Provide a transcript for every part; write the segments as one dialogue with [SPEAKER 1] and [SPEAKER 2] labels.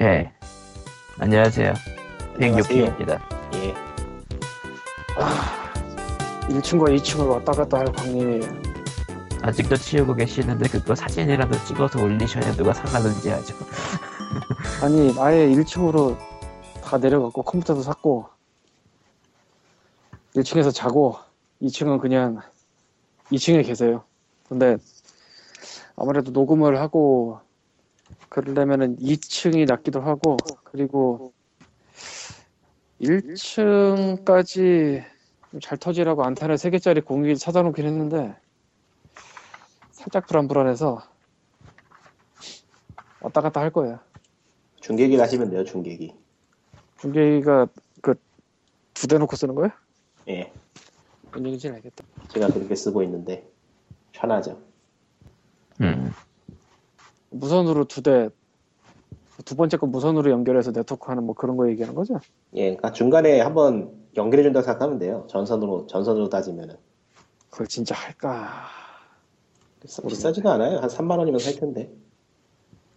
[SPEAKER 1] 예. 안녕하세요.
[SPEAKER 2] 안녕하세요.
[SPEAKER 1] 106회입니다.
[SPEAKER 2] 예.
[SPEAKER 3] 1층과 2층을 왔다 갔다 할 광님이
[SPEAKER 1] 아직도 치우고 계시는데 그거 사진이라도 찍어서 올리셔야 누가 사가든지 하죠.
[SPEAKER 3] 아니 아예 1층으로 다 내려갔고 컴퓨터도 샀고 1층에서 자고 2층은 그냥 2층에 계세요 근데 아무래도 녹음을 하고 그러려면은 2층이 낫기도 하고 그리고 1층까지 잘 터지라고 안테나 3개짜리 공기 찾아놓긴 했는데 살짝 불안불안해서 왔다 갔다 할 거예요
[SPEAKER 2] 중계기 하시면 돼요, 중계기.
[SPEAKER 3] 중계기가 그 두 대 놓고 쓰는 거야?
[SPEAKER 2] 예.
[SPEAKER 3] 뭔 얘기인지 알겠다.
[SPEAKER 2] 제가 그렇게 쓰고 있는데 편하죠.
[SPEAKER 1] 음.
[SPEAKER 3] 무선으로 두 대, 두 번째 거 무선으로 연결해서 네트워크 하는 뭐 그런 거 얘기하는 거죠?
[SPEAKER 2] 예, 그러니까 중간에 한번 연결해 준다고 생각하면 돼요. 전선으로 전선으로 따지면은
[SPEAKER 3] 그걸 진짜 할까?
[SPEAKER 2] 싸- 비싸지가 않아요. 한 3만 원이면 살 텐데.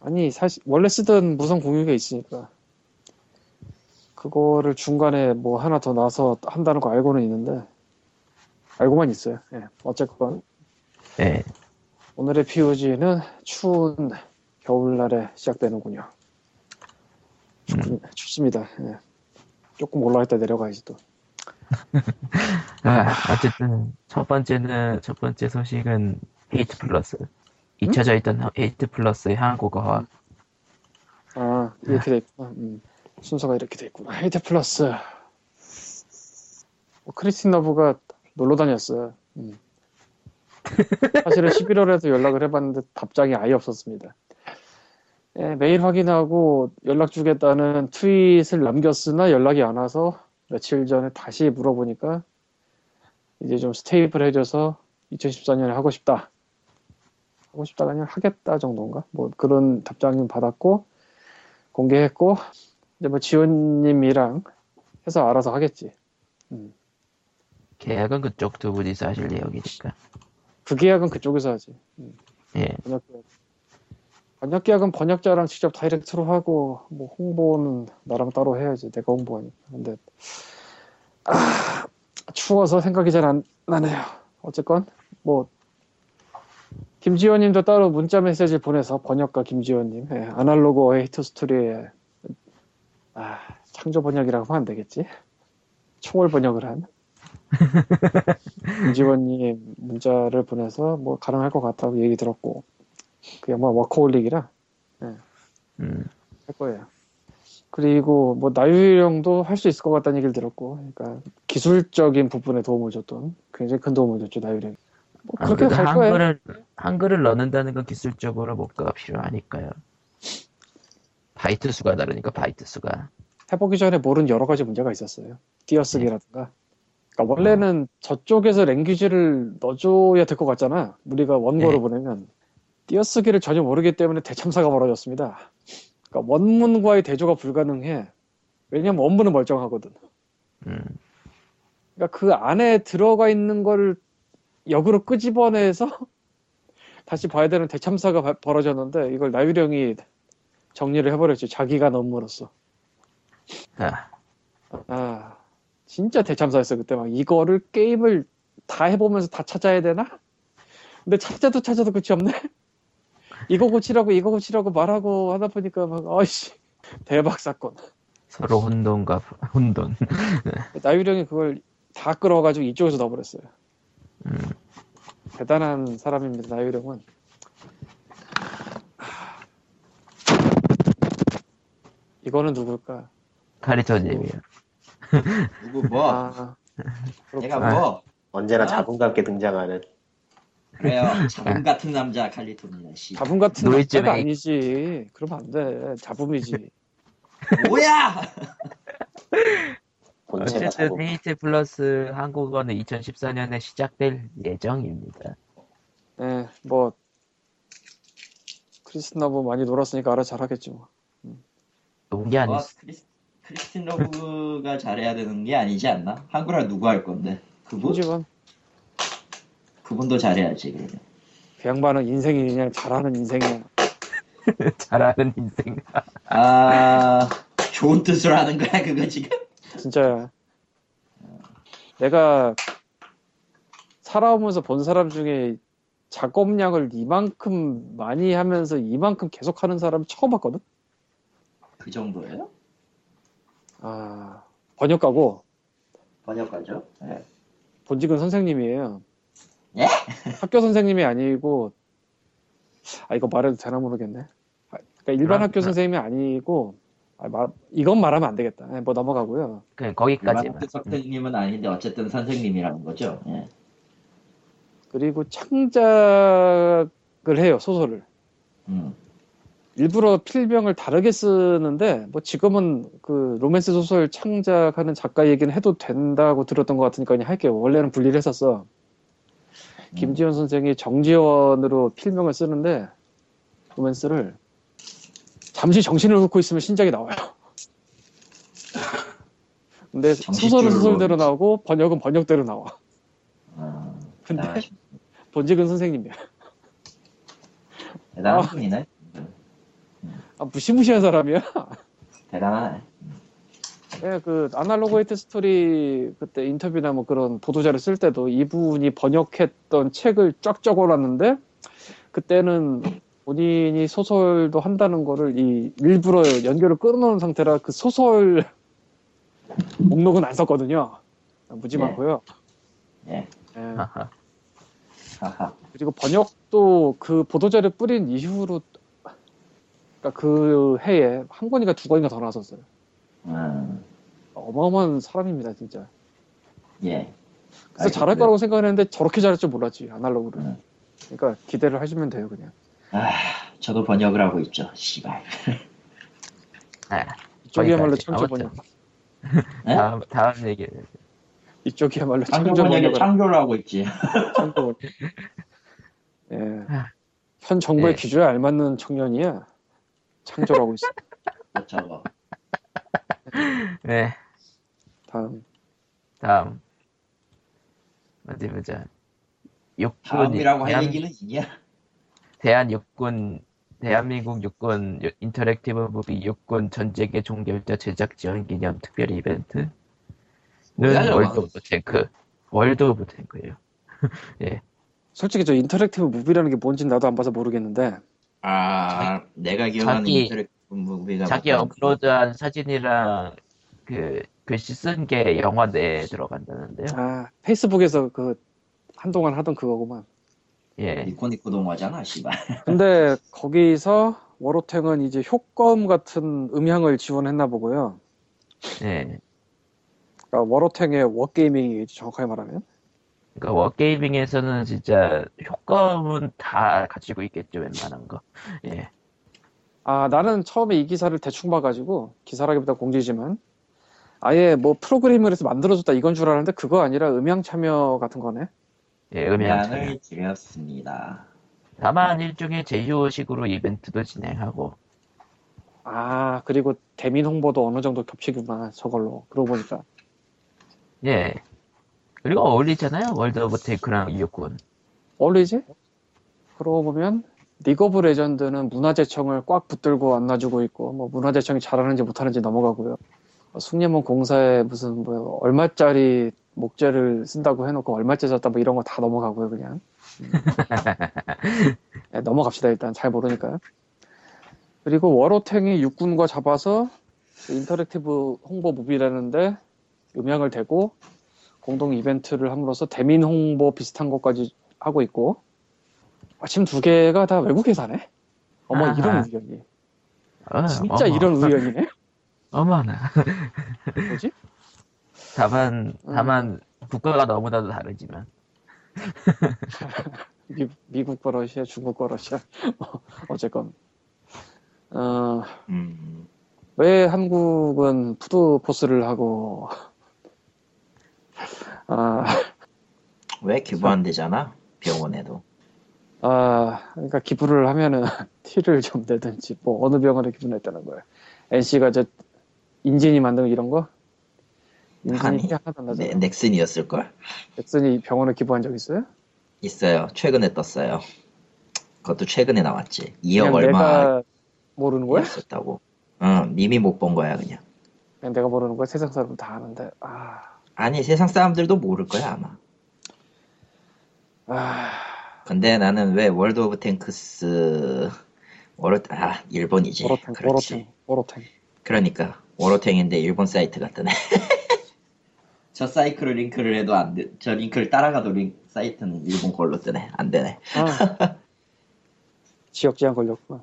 [SPEAKER 3] 아니 사실 원래 쓰던 무선 공유기가 있으니까 그거를 중간에 뭐 하나 더 넣어서 한다는 거 알고는 있는데 알고만 있어요. 예. 어쨌건
[SPEAKER 1] 예.
[SPEAKER 3] 오늘의 POG는 추운 겨울날에 시작되는군요.
[SPEAKER 1] 음.
[SPEAKER 3] 춥군, 춥습니다. 예. 조금 올라갔다 내려가야지 또.
[SPEAKER 1] 아, 어쨌든 첫 번째는 첫 번째 소식은 헤이트 플러스. 잊혀져 있던 헤이트 플러스의 한국어화.
[SPEAKER 3] 아 이렇게 돼 있구나. 음, 순서가 이렇게 돼 있구나. 헤이트 플러스. 어, 크리스틴 러브가 놀러 다녔어요. 음. 사실은 11월에도 연락을 해봤는데 답장이 아예 없었습니다. 예, 메일 확인하고 연락 주겠다는 트윗을 남겼으나 연락이 안 와서 며칠 전에 다시 물어보니까 이제 좀 스테이블 해줘서 2014년에 하고 싶다. 하고 싶다가 아니라 하겠다 정도인가? 뭐 그런 답장을 받았고 공개했고 이제 뭐 지원님이랑 해서 알아서 하겠지.
[SPEAKER 1] 계약은 그쪽 두 분이서 하실 예정이니까.
[SPEAKER 3] 그 계약은 그쪽에서 하지.
[SPEAKER 1] 예.
[SPEAKER 3] 번역 계약. 번역 계약은 번역자랑 직접 다이렉트로 하고 뭐 홍보는 나랑 따로 해야지. 내가 홍보하니까. 근데 아, 추워서 생각이 잘 안 나네요. 어쨌건 뭐 김지원님도 따로 문자 메시지 를 보내서 번역가 김지원님 예, 아날로그 헤이트 스토리에 아, 창조 번역이라고 하면 안 되겠지? 초월 번역을 한 김지원님 문자를 보내서 뭐 가능할 것 같다고 얘기 들었고 그 영화 워커홀릭이라
[SPEAKER 1] 음.
[SPEAKER 3] 할 거예요. 그리고 뭐 나유일 형도 할 수 있을 것 같다는 얘기를 들었고, 그러니까 기술적인 부분에 도움을 줬던 굉장히 큰 도움을 줬죠 나유일 형. 뭐
[SPEAKER 1] 아,
[SPEAKER 3] 그렇게
[SPEAKER 1] 그래도
[SPEAKER 3] 갈 거예요.
[SPEAKER 1] 한글을 한글을 넣는다는 건 기술적으로 뭔가가 필요하니까요. 바이트 수가 다르니까 바이트 수가.
[SPEAKER 3] 해보기 전에 모른 여러 가지 문제가 있었어요. 띄어쓰기라든가. 그러니까 원래는
[SPEAKER 1] 아.
[SPEAKER 3] 저쪽에서 랭귀지를 넣어줘야 될 것 같잖아. 우리가 원고를
[SPEAKER 1] 네.
[SPEAKER 3] 보내면 띄어쓰기를 전혀 모르기 때문에 대참사가 벌어졌습니다. 그러니까 원문과의 대조가 불가능해. 왜냐면 원문은 멀쩡하거든.
[SPEAKER 1] 음.
[SPEAKER 3] 그러니까 그 안에 들어가 있는 걸 역으로 끄집어내서 다시 봐야 되는 대참사가 바- 벌어졌는데 이걸 나유령이 정리를 해버렸지 자기가 넘으로써
[SPEAKER 1] 아,
[SPEAKER 3] 아 진짜 대참사였어 그때 막 이거를 게임을 다 해보면서 다 찾아야 되나? 근데 찾아도 찾아도 끝이 없네 이거 고치라고 이거 고치라고 말하고 하다 보니까 막 아이씨 대박 사건
[SPEAKER 1] 서로 혼돈과 혼돈.
[SPEAKER 3] 나유령이 그걸 다 끌어가지고 이쪽에서 넣어버렸어요.
[SPEAKER 1] 음.
[SPEAKER 3] 대단한 사람입니다. 나유령은. 이거는 누굴까?
[SPEAKER 1] 카리토님이요.
[SPEAKER 4] 어, 누구 뭐?
[SPEAKER 3] 아, 그렇구나.
[SPEAKER 4] 내가 뭐?
[SPEAKER 2] 언제나
[SPEAKER 4] 아.
[SPEAKER 2] 자본과 함께 등장하는
[SPEAKER 4] 그래요.
[SPEAKER 3] 아.
[SPEAKER 4] 자본 같은 남자 칼리토입니다. 씨.
[SPEAKER 3] 자분 같은
[SPEAKER 1] 노이즈
[SPEAKER 3] 남자가
[SPEAKER 1] 메이.
[SPEAKER 3] 아니지. 그러면 안 돼. 자분이지.
[SPEAKER 4] 그 뭐야?
[SPEAKER 2] 본체가
[SPEAKER 1] 어쨌든 네.
[SPEAKER 2] 자본.
[SPEAKER 1] 헤이트 플러스 한국어는 2014년에 시작될 예정입니다.
[SPEAKER 3] 예, 뭐 크리스나보 뭐 많이 놀았으니까 알아 잘하겠지 뭐.
[SPEAKER 1] 농게
[SPEAKER 4] 어,
[SPEAKER 1] 아니었어.
[SPEAKER 4] 크리스, 크리스틴 러브가 잘해야 되는 게 아니지 않나? 한글화 누구 할 건데? 그분?
[SPEAKER 3] 하지만
[SPEAKER 4] 그분도 잘해야지. 그러면.
[SPEAKER 3] 그 양반은 인생이 그냥 잘하는 인생이야.
[SPEAKER 1] 잘하는 인생.
[SPEAKER 4] 아 좋은 뜻으로 하는 거야 그거 지금?
[SPEAKER 3] 진짜 내가 살아오면서 본 사람 중에 작업량을 이만큼 많이 하면서 이만큼 계속하는 사람 처음 봤거든.
[SPEAKER 4] 그 정도예요?
[SPEAKER 3] 아 번역가고
[SPEAKER 4] 번역가죠? 네.
[SPEAKER 3] 본직은 선생님이에요.
[SPEAKER 4] 예?
[SPEAKER 3] 학교 선생님이 아니고 아 이거 말해도 되나 모르겠네. 아, 그러니까 일반
[SPEAKER 1] 그럼,
[SPEAKER 3] 학교
[SPEAKER 1] 그럼.
[SPEAKER 3] 선생님이 아니고 아, 말, 이건 말하면 안 되겠다. 네, 뭐 넘어가고요.
[SPEAKER 1] 그냥
[SPEAKER 4] 일반
[SPEAKER 1] 거기까지만.
[SPEAKER 4] 학교 선생님은 아닌데 어쨌든 선생님이라는 거죠. 예.
[SPEAKER 3] 그리고 창작을 해요 소설을.
[SPEAKER 4] 음.
[SPEAKER 3] 일부러 필명을 다르게 쓰는데 뭐 지금은 그 로맨스 소설 창작하는 작가 얘기는 해도 된다고 들었던 것 같으니까 그냥 할게요. 원래는 분리를 했었어.
[SPEAKER 4] 음.
[SPEAKER 3] 김지현 선생이 정지원으로 필명을 쓰는데 로맨스를 잠시 정신을 훑고 있으면 신작이 나와요. 근데 소설은
[SPEAKER 4] 정신줄로.
[SPEAKER 3] 소설대로 나오고 번역은 번역대로 나와.
[SPEAKER 4] 아,
[SPEAKER 3] 근데
[SPEAKER 4] 대단하시-
[SPEAKER 3] 본직은 선생님이야.
[SPEAKER 4] 대단한 분이네.
[SPEAKER 3] 아, 무시무시한 사람이야.
[SPEAKER 4] 대단하네.
[SPEAKER 3] 예, 그 아날로그 헤이트 스토리 그때 인터뷰나 뭐 그런 보도자료 쓸 때도 이분이 번역했던 책을 쫙 적어놨는데 그때는 본인이 소설도 한다는 거를 이 일부러 연결을 끊어놓은 상태라 그 소설 목록은 안 썼거든요. 무지
[SPEAKER 4] 예.
[SPEAKER 3] 많고요.
[SPEAKER 4] 예.
[SPEAKER 3] 예.
[SPEAKER 1] 하하.
[SPEAKER 4] 하하.
[SPEAKER 3] 그리고 번역도 그 보도자료 뿌린 이후로 그러니까 그 해에 한 권인가 두 권인가 더 나왔었어요.
[SPEAKER 4] 음.
[SPEAKER 3] 어마어마한 사람입니다, 진짜.
[SPEAKER 4] 예.
[SPEAKER 3] 그래서
[SPEAKER 4] 알겠습니다.
[SPEAKER 3] 잘할 거라고 생각했는데 저렇게 잘할 줄 몰랐지 아날로그를
[SPEAKER 4] 음.
[SPEAKER 3] 그러니까 기대를 하시면 돼요 그냥
[SPEAKER 4] 저도 번역을 하고 있죠. 씨발.
[SPEAKER 1] 아,
[SPEAKER 3] 이쪽이야말로
[SPEAKER 1] 거기까지.
[SPEAKER 3] 창조
[SPEAKER 1] 아무튼.
[SPEAKER 3] 번역
[SPEAKER 4] 예?
[SPEAKER 1] 다음 다음 얘기.
[SPEAKER 3] 이쪽이야말로
[SPEAKER 4] 창조
[SPEAKER 3] 창조
[SPEAKER 4] 번역에
[SPEAKER 3] 번역
[SPEAKER 4] 창조를 하고 있지.
[SPEAKER 3] 창조 번역 예현
[SPEAKER 1] 예.
[SPEAKER 3] 정부의 기조에 알맞는 청년이야 창조라고 있어
[SPEAKER 4] 저거.
[SPEAKER 1] 네.
[SPEAKER 3] 다음
[SPEAKER 1] 다음. 어디 보자. 육군이
[SPEAKER 4] 다음이라고 할
[SPEAKER 1] 대한,
[SPEAKER 4] 얘기는 있냐?
[SPEAKER 1] 대한 육군 대한민국 육군 유- 인터랙티브 무비 육군 전쟁의 종결자 제작 지원 기념 특별 이벤트는
[SPEAKER 4] 뭐야, 저거?
[SPEAKER 1] 월드 오브 탱크. 월드 오브 탱크예요.
[SPEAKER 3] 솔직히 저 인터랙티브 무비라는 게 뭔지 나도 안 봐서 모르겠는데
[SPEAKER 4] 아, 내가 기억하는 뭐
[SPEAKER 1] 자기-
[SPEAKER 4] 인터랙 무비가
[SPEAKER 1] 자기
[SPEAKER 4] 네, 맞다.
[SPEAKER 1] 업로드한 사진이랑 그 글씨 쓴 게 영화 내에 들어간다는데요.
[SPEAKER 3] 아 페이스북에서 그 한동안 하던 그거구만
[SPEAKER 1] 예.
[SPEAKER 4] 니코니코 동화잖아, 씨발.
[SPEAKER 3] 근데 거기서 워로탱은 이제 효과음 같은 음향을 지원했나 보고요
[SPEAKER 1] 예.
[SPEAKER 3] 그러니까 워로탱의 워게이밍이겠지 정확하게 말하면
[SPEAKER 1] 그러니까 워게이밍에서는 진짜 효과음은 다 가지고 있겠죠 웬만한 거. 예.
[SPEAKER 3] 아 나는 처음에 이 기사를 대충 봐가지고 기사라기보다 공지지만 아예 뭐 프로그램을 해서 만들어줬다 이건 줄 알았는데 그거 아니라 음향 참여 같은 거네
[SPEAKER 1] 예, 음향 참여.
[SPEAKER 4] 양을 드렸습니다.
[SPEAKER 1] 다만 일종의 제휴식으로 이벤트도 진행하고
[SPEAKER 3] 아 그리고 대민 홍보도 어느 정도 겹치구나 저걸로 그러고 보니까
[SPEAKER 1] 예. 그리고 어울리잖아요 월드 오브 테이크랑 이육군.
[SPEAKER 3] 어울리지? 그러고 보면 리그 오브 레전드는 문화재청을 꽉 붙들고 안 놔주고 있고 뭐 문화재청이 잘하는지 못하는지 넘어가고요 어, 숭례문 공사에 무슨 뭐 얼마짜리 목재를 쓴다고 해놓고 얼마째 썼다 뭐 이런 거 다 넘어가고요 그냥 음. 네, 넘어갑시다 일단 잘 모르니까요 그리고 워로탱이 육군과 잡아서 그 인터랙티브 홍보 무비라는데 음향을 대고 공동 이벤트를 함으로써 대민 홍보 비슷한 것까지 하고 있고 마침 두 개가 다 외국 회사네. 어머
[SPEAKER 1] 아하.
[SPEAKER 3] 이런 우연이.
[SPEAKER 1] 어,
[SPEAKER 3] 진짜
[SPEAKER 1] 어머.
[SPEAKER 3] 이런 우연이네.
[SPEAKER 1] 어머나.
[SPEAKER 3] 뭐지? 음.
[SPEAKER 1] 다만 다만 국가가 너무나도 다르지만
[SPEAKER 3] 미, 미국과 러시아, 중국과 러시아. 어, 어쨌건 어,
[SPEAKER 4] 음.
[SPEAKER 3] 왜 한국은 푸드 포스를 하고 아,
[SPEAKER 4] 왜 기부 안 되잖아? 병원에도.
[SPEAKER 3] 아, 그러니까 기부를 하면은 티를 좀 내든지 뭐 어느 병원에 기부했다는 거예요. NC가 저 인진이 만든 이런 거?
[SPEAKER 4] 아니,
[SPEAKER 3] 인진이 피 하나도 안
[SPEAKER 4] 네,
[SPEAKER 3] 나잖아.
[SPEAKER 4] 넥슨이었을걸?
[SPEAKER 3] 넥슨이 병원에 기부한 적 있어요?
[SPEAKER 4] 있어요. 최근에 떴어요. 그것도 최근에 나왔지. 2억
[SPEAKER 3] 그냥
[SPEAKER 4] 얼마
[SPEAKER 3] 내가 모르는 거야?
[SPEAKER 4] 였었다고. 응. 님이 못 본 거야 그냥.
[SPEAKER 3] 그냥 내가 모르는 거야 세상 사람 다 아는데 아,
[SPEAKER 4] 아니 세상 사람들도 모를 거야 아마. 네,
[SPEAKER 3] 아
[SPEAKER 4] 근데 나는 왜 월드 오브 탱크스 워로 아 일본이지.
[SPEAKER 3] 오로탱
[SPEAKER 4] 그렇지.
[SPEAKER 3] 오로탱 오로탱
[SPEAKER 4] 그러니까 워로탱인데 일본 사이트 같다네. 저 사이클을 링크를 해도 안 돼. 저 링크를 따라가도 링 사이트는 일본 걸로 뜨네. 안 되네.
[SPEAKER 3] 아. 지역 제한 걸렸구나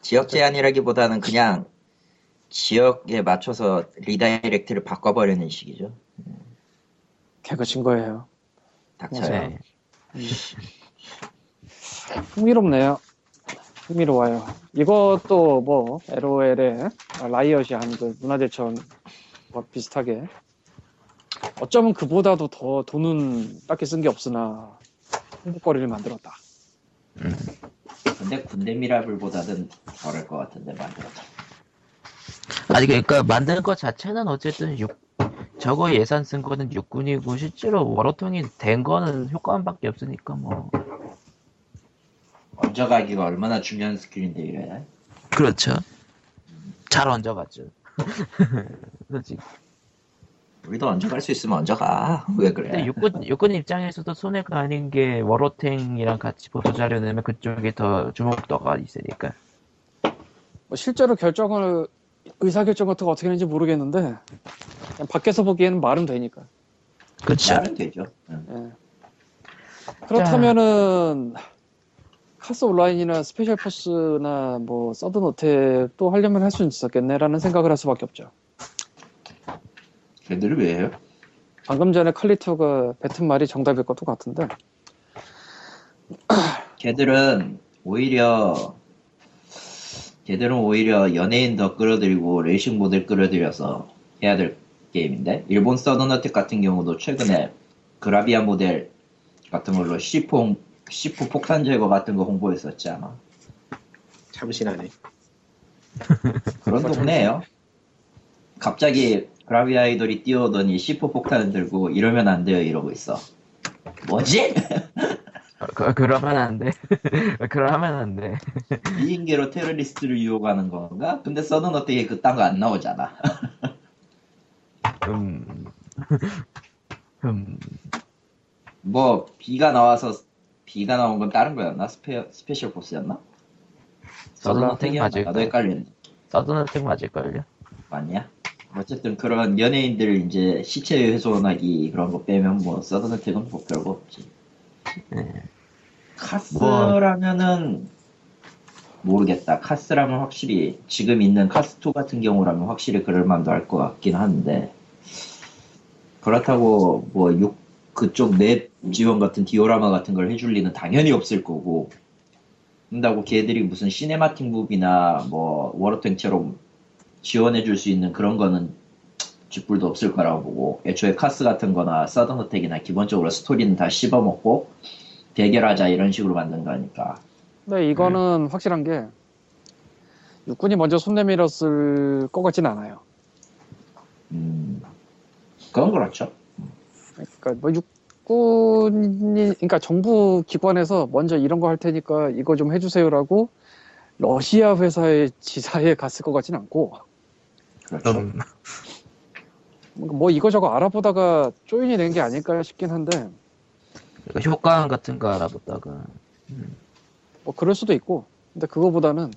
[SPEAKER 4] 지역 제한이라기보다는 그냥 지역에 맞춰서 리다이렉트를 바꿔버리는 식이죠.
[SPEAKER 3] 개그친 거예요
[SPEAKER 4] 닥쳐요.
[SPEAKER 1] 네.
[SPEAKER 3] 흥미롭네요 흥미로워요 이것도 뭐 LOL에 라이엇이 한 그 문화재천과 비슷하게 어쩌면 그보다도 더 돈은 딱히 쓴 게 없으나 홍보거리를 만들었다
[SPEAKER 4] 근데 군대 미라블보다는 덜할 것 같은데 만들어서.
[SPEAKER 1] 아니 그러니까 만드는 것 자체는 어쨌든 육 저거 예산 쓴 거는 육군이고 실제로 워로통이 된 거는 효과음밖에 없으니까 뭐
[SPEAKER 4] 얹어가기가 얼마나 중요한 스킬인데 이래.
[SPEAKER 1] 그렇죠. 잘 얹어갔죠. 솔직히.
[SPEAKER 4] 우리도 얹어갈 수 있으면 얹어가. 왜
[SPEAKER 1] 근데
[SPEAKER 4] 그래?
[SPEAKER 1] 육군 육군 입장에서도 손해가 그 아닌 게 워로탱이랑 같이 보도자료 내면 그쪽이 더 주목도가 있으니까.
[SPEAKER 3] 뭐 실제로 결정을 의사 결정 같은 거 어떻게 하는지 모르겠는데 그냥 밖에서 보기에는 말은 되니까.
[SPEAKER 1] 그렇죠.
[SPEAKER 4] 말은 되죠. 네. 응.
[SPEAKER 3] 예. 그렇다면은 카스 온라인이나 스페셜 퍼스나 뭐 서든 어택도 하려면 할 수는 있었겠네라는 생각을 할 수밖에 없죠.
[SPEAKER 4] 걔들이 왜 해요?
[SPEAKER 3] 방금 전에 칼리터가 뱉은 말이 정답일 것도 같은데
[SPEAKER 4] 걔들은 오히려 걔들은 오히려 연예인 더 끌어들이고 레이싱 모델 끌어들여서 해야 될 게임인데 일본 서든어택 같은 경우도 최근에 그라비아 모델 같은 걸로 C4 C4 폭탄 제거 같은 거 홍보했었지 아마
[SPEAKER 2] 참신하네.
[SPEAKER 4] 그런 동네예요 갑자기 그라비아 아이돌이 뛰어오더니 C4 폭탄을 들고 이러면 안 돼요 이러고 있어 뭐지?
[SPEAKER 1] 어, 그, 그러면 안 돼. 그러면 안 돼.
[SPEAKER 4] 비인계로 테러리스트를 유혹하는 건가? 근데 서든어택에 그딴 거 안 나오잖아
[SPEAKER 1] 음. 음.
[SPEAKER 4] 뭐 비가 나와서 비가 나온 건 다른 거였나? 스페, 스페셜 보스였나? 서든어택이
[SPEAKER 1] 맞을
[SPEAKER 4] 나도
[SPEAKER 1] 거야.
[SPEAKER 4] 헷갈리네
[SPEAKER 1] 서든어택 맞을걸요?
[SPEAKER 4] 맞냐? 어쨌든 그런 연예인들 이제 시체 훼손하기 그런 거 빼면 뭐 서든어택은 뭐 별거 없지
[SPEAKER 1] 네.
[SPEAKER 4] 카스라면은 모르겠다 카스라면 확실히 지금 있는 카스2 같은 경우라면 확실히 그럴만도 할 것 같긴 한데 그렇다고 뭐 육, 그쪽 맵 지원 같은 디오라마 같은 걸 해줄 리는 당연히 없을 거고 그런다고 걔들이 무슨 시네마틱 무비나 뭐 워러탱처럼 지원해줄 수 있는 그런 거는 쥐뿔도 없을 거라고 보고 애초에 카스 같은 거나 서든어택이나 기본적으로 스토리는 다 씹어먹고 대결하자 이런 식으로 만든 거니까
[SPEAKER 3] 근데 이거는 확실한 게 육군이 먼저 손 내밀었을 것 같진 않아요.
[SPEAKER 4] 음 그건 그렇죠
[SPEAKER 3] 그러니까 뭐 육군이 그러니까 정부 기관에서 먼저 이런 거 할 테니까 이거 좀 해주세요라고 러시아 회사의 지사에 갔을 것 같진 않고
[SPEAKER 4] 그렇죠
[SPEAKER 1] 좀,
[SPEAKER 3] 뭔가 뭐 이거저거 알아보다가 조인이 된 게 아닐까 싶긴 한데
[SPEAKER 1] 효과음 같은 그. 거 알아보다가.
[SPEAKER 3] 뭐 그럴 수도 있고 근데 그거보다는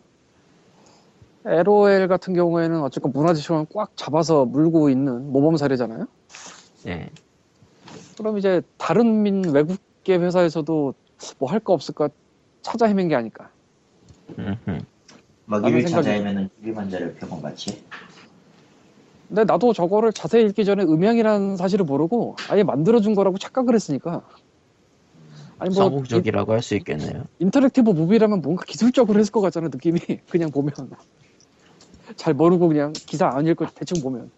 [SPEAKER 3] LOL 같은 경우에는 어쨌건 문화재청을 꽉 잡아서 물고 있는 모범 사례잖아요.
[SPEAKER 1] 예.
[SPEAKER 3] 그럼 이제 다른 민 외국계 회사에서도 뭐 할 거 없을까 찾아 헤맨 게 아닐까.
[SPEAKER 1] 음흠.
[SPEAKER 4] 막
[SPEAKER 3] 나는
[SPEAKER 4] 이를
[SPEAKER 3] 생각이-
[SPEAKER 4] 찾아내면은 일만자를 표본 같이
[SPEAKER 3] 근데 나도 저거를 자세히 읽기 전에 음향이라는 사실을 모르고 아예 만들어준 거라고 착각을 했으니까. 아니 뭐
[SPEAKER 1] 성공적이라고 할 수 있겠네요.
[SPEAKER 3] 인- 인터랙티브 무비라면 뭔가 기술적으로 했을 것 같잖아 느낌이 그냥 보면 잘 모르고 그냥 기사 안 읽고 대충 보면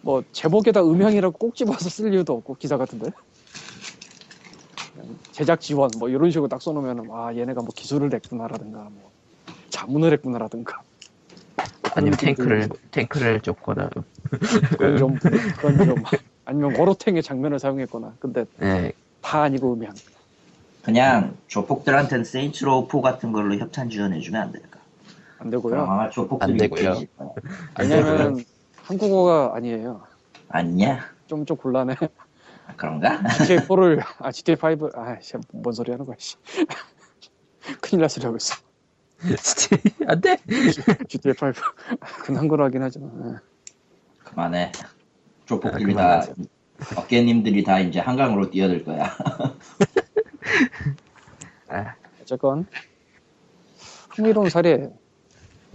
[SPEAKER 3] 뭐 제목에다 음향이라고 꼭 집어서 쓸 이유도 없고 기사 같은데 그냥 제작 지원 뭐 이런 식으로 딱 써놓으면 아 얘네가 뭐 기술을 했구나라든가 뭐 자문을 했구나라든가 음,
[SPEAKER 1] 아니면 탱크를, 탱크를 줬거나.
[SPEAKER 3] 그건 좀 그건 좀 아니면 워로탱의 장면을 사용했거나 근데
[SPEAKER 1] 예.
[SPEAKER 3] 다 아니고 음향
[SPEAKER 4] 그냥 조폭들한텐 세인츠로우 4 같은 걸로 협찬 지원해주면 안 될까
[SPEAKER 3] 안 되고요.
[SPEAKER 4] 아, 조폭들이
[SPEAKER 1] 안 되고요.
[SPEAKER 4] 웃기지.
[SPEAKER 3] 왜냐면 한국어가 아니에요.
[SPEAKER 4] 아니냐?
[SPEAKER 3] 좀 좀 곤란해.
[SPEAKER 4] 아, 그런가?
[SPEAKER 3] GTA4를 아 GTA5 아뭔 소리 하는 거야 씨. 큰일 날 소리 하고 있어.
[SPEAKER 1] 진짜 안 돼.
[SPEAKER 3] GTA5 근한 거로 하긴 하지만 예.
[SPEAKER 4] 그만해. 조폭들이
[SPEAKER 1] 아,
[SPEAKER 4] 다 어깨님들이 다 이제 한강으로 뛰어들 거야.
[SPEAKER 3] 어쨌건 흥미로운 사례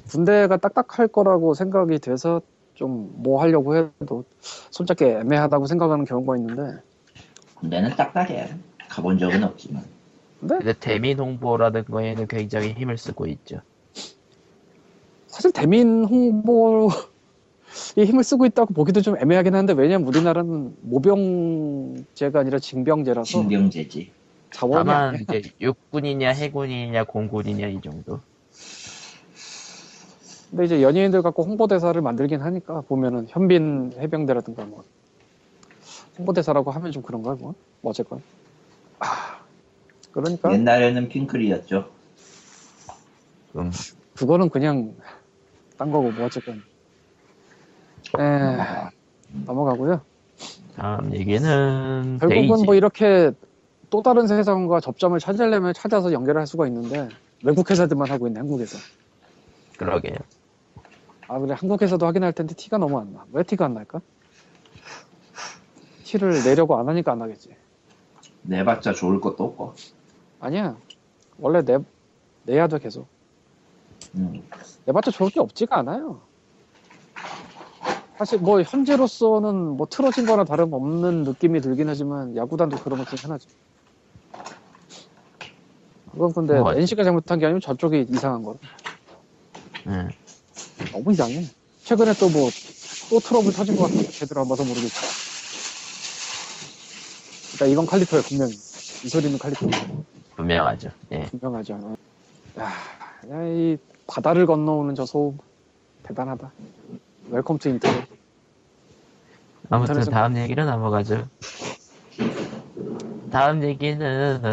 [SPEAKER 3] 군대가 딱딱할 거라고 생각이 돼서 좀 뭐 하려고 해도 손잡기 애매하다고 생각하는 경우가 있는데
[SPEAKER 4] 군대는 딱딱해. 가본 적은 없지만.
[SPEAKER 1] 근데 대민 홍보라는 거에는 굉장히 힘을 쓰고 있죠.
[SPEAKER 3] 사실 대민 홍보에 힘을 쓰고 있다고 보기도 좀 애매하긴 한데 왜냐면 우리나라는 모병제가 아니라 징병제라서
[SPEAKER 4] 신병제지.
[SPEAKER 3] 자원이
[SPEAKER 1] 다만 이제 육군이냐 해군이냐 공군이냐 이 정도.
[SPEAKER 3] 근데 이제 연예인들 갖고 홍보대사를 만들긴 하니까 보면은 현빈 해병대라든가 뭐 홍보대사라고 하면 좀 그런가 뭐, 뭐 어쨌건 아, 그러니까
[SPEAKER 4] 네. 옛날에는 핑클이었죠.
[SPEAKER 1] 음,
[SPEAKER 3] 그거는 그냥 딴 거고 뭐 어쨌건 에
[SPEAKER 4] 아,
[SPEAKER 3] 넘어가고요
[SPEAKER 1] 다음 얘기는
[SPEAKER 3] 결국은
[SPEAKER 1] 네, 데이지.
[SPEAKER 3] 뭐 이렇게 또 다른 세상과 접점을 찾으려면 찾아서 연결을 할 수가 있는데 외국 회사들만 하고 있네 한국에서
[SPEAKER 1] 그러게요.
[SPEAKER 3] 아 그래 한국에서도 하긴 할 텐데 티가 너무 안 나. 왜 티가 안 날까? 티를 내려고 안 하니까 안 나겠지.
[SPEAKER 4] 내봤자 좋을 것도 없고.
[SPEAKER 3] 아니야. 원래 내 내야 돼 계속.
[SPEAKER 4] 음.
[SPEAKER 3] 내봤자 좋을 게 없지가 않아요. 사실 뭐 현재로서는 뭐 틀어진 거나 다름없는 느낌이 들긴 하지만 야구단도 그런 것 중에 하나죠. 그건 근데
[SPEAKER 1] 뭐,
[SPEAKER 3] NC가 잘못한 게 아니면 저쪽이 이상한 거라.
[SPEAKER 1] 음.
[SPEAKER 3] 너무 이상해. 최근에 또 뭐, 또 트러블 터진 것 같아요. 제대로 안 봐서 모르겠어. 일단 그러니까 이건 칼리터예요, 분명히. 이 소리는 칼리터.
[SPEAKER 1] 분명하죠. 예.
[SPEAKER 3] 분명하죠. 어. 야, 야, 이 바다를 건너오는 저 소음. 대단하다. 웰컴 투 인터넷.
[SPEAKER 1] 아무튼
[SPEAKER 3] 인터넷은-
[SPEAKER 1] 다음 얘기로 넘어가죠. 다음 얘기는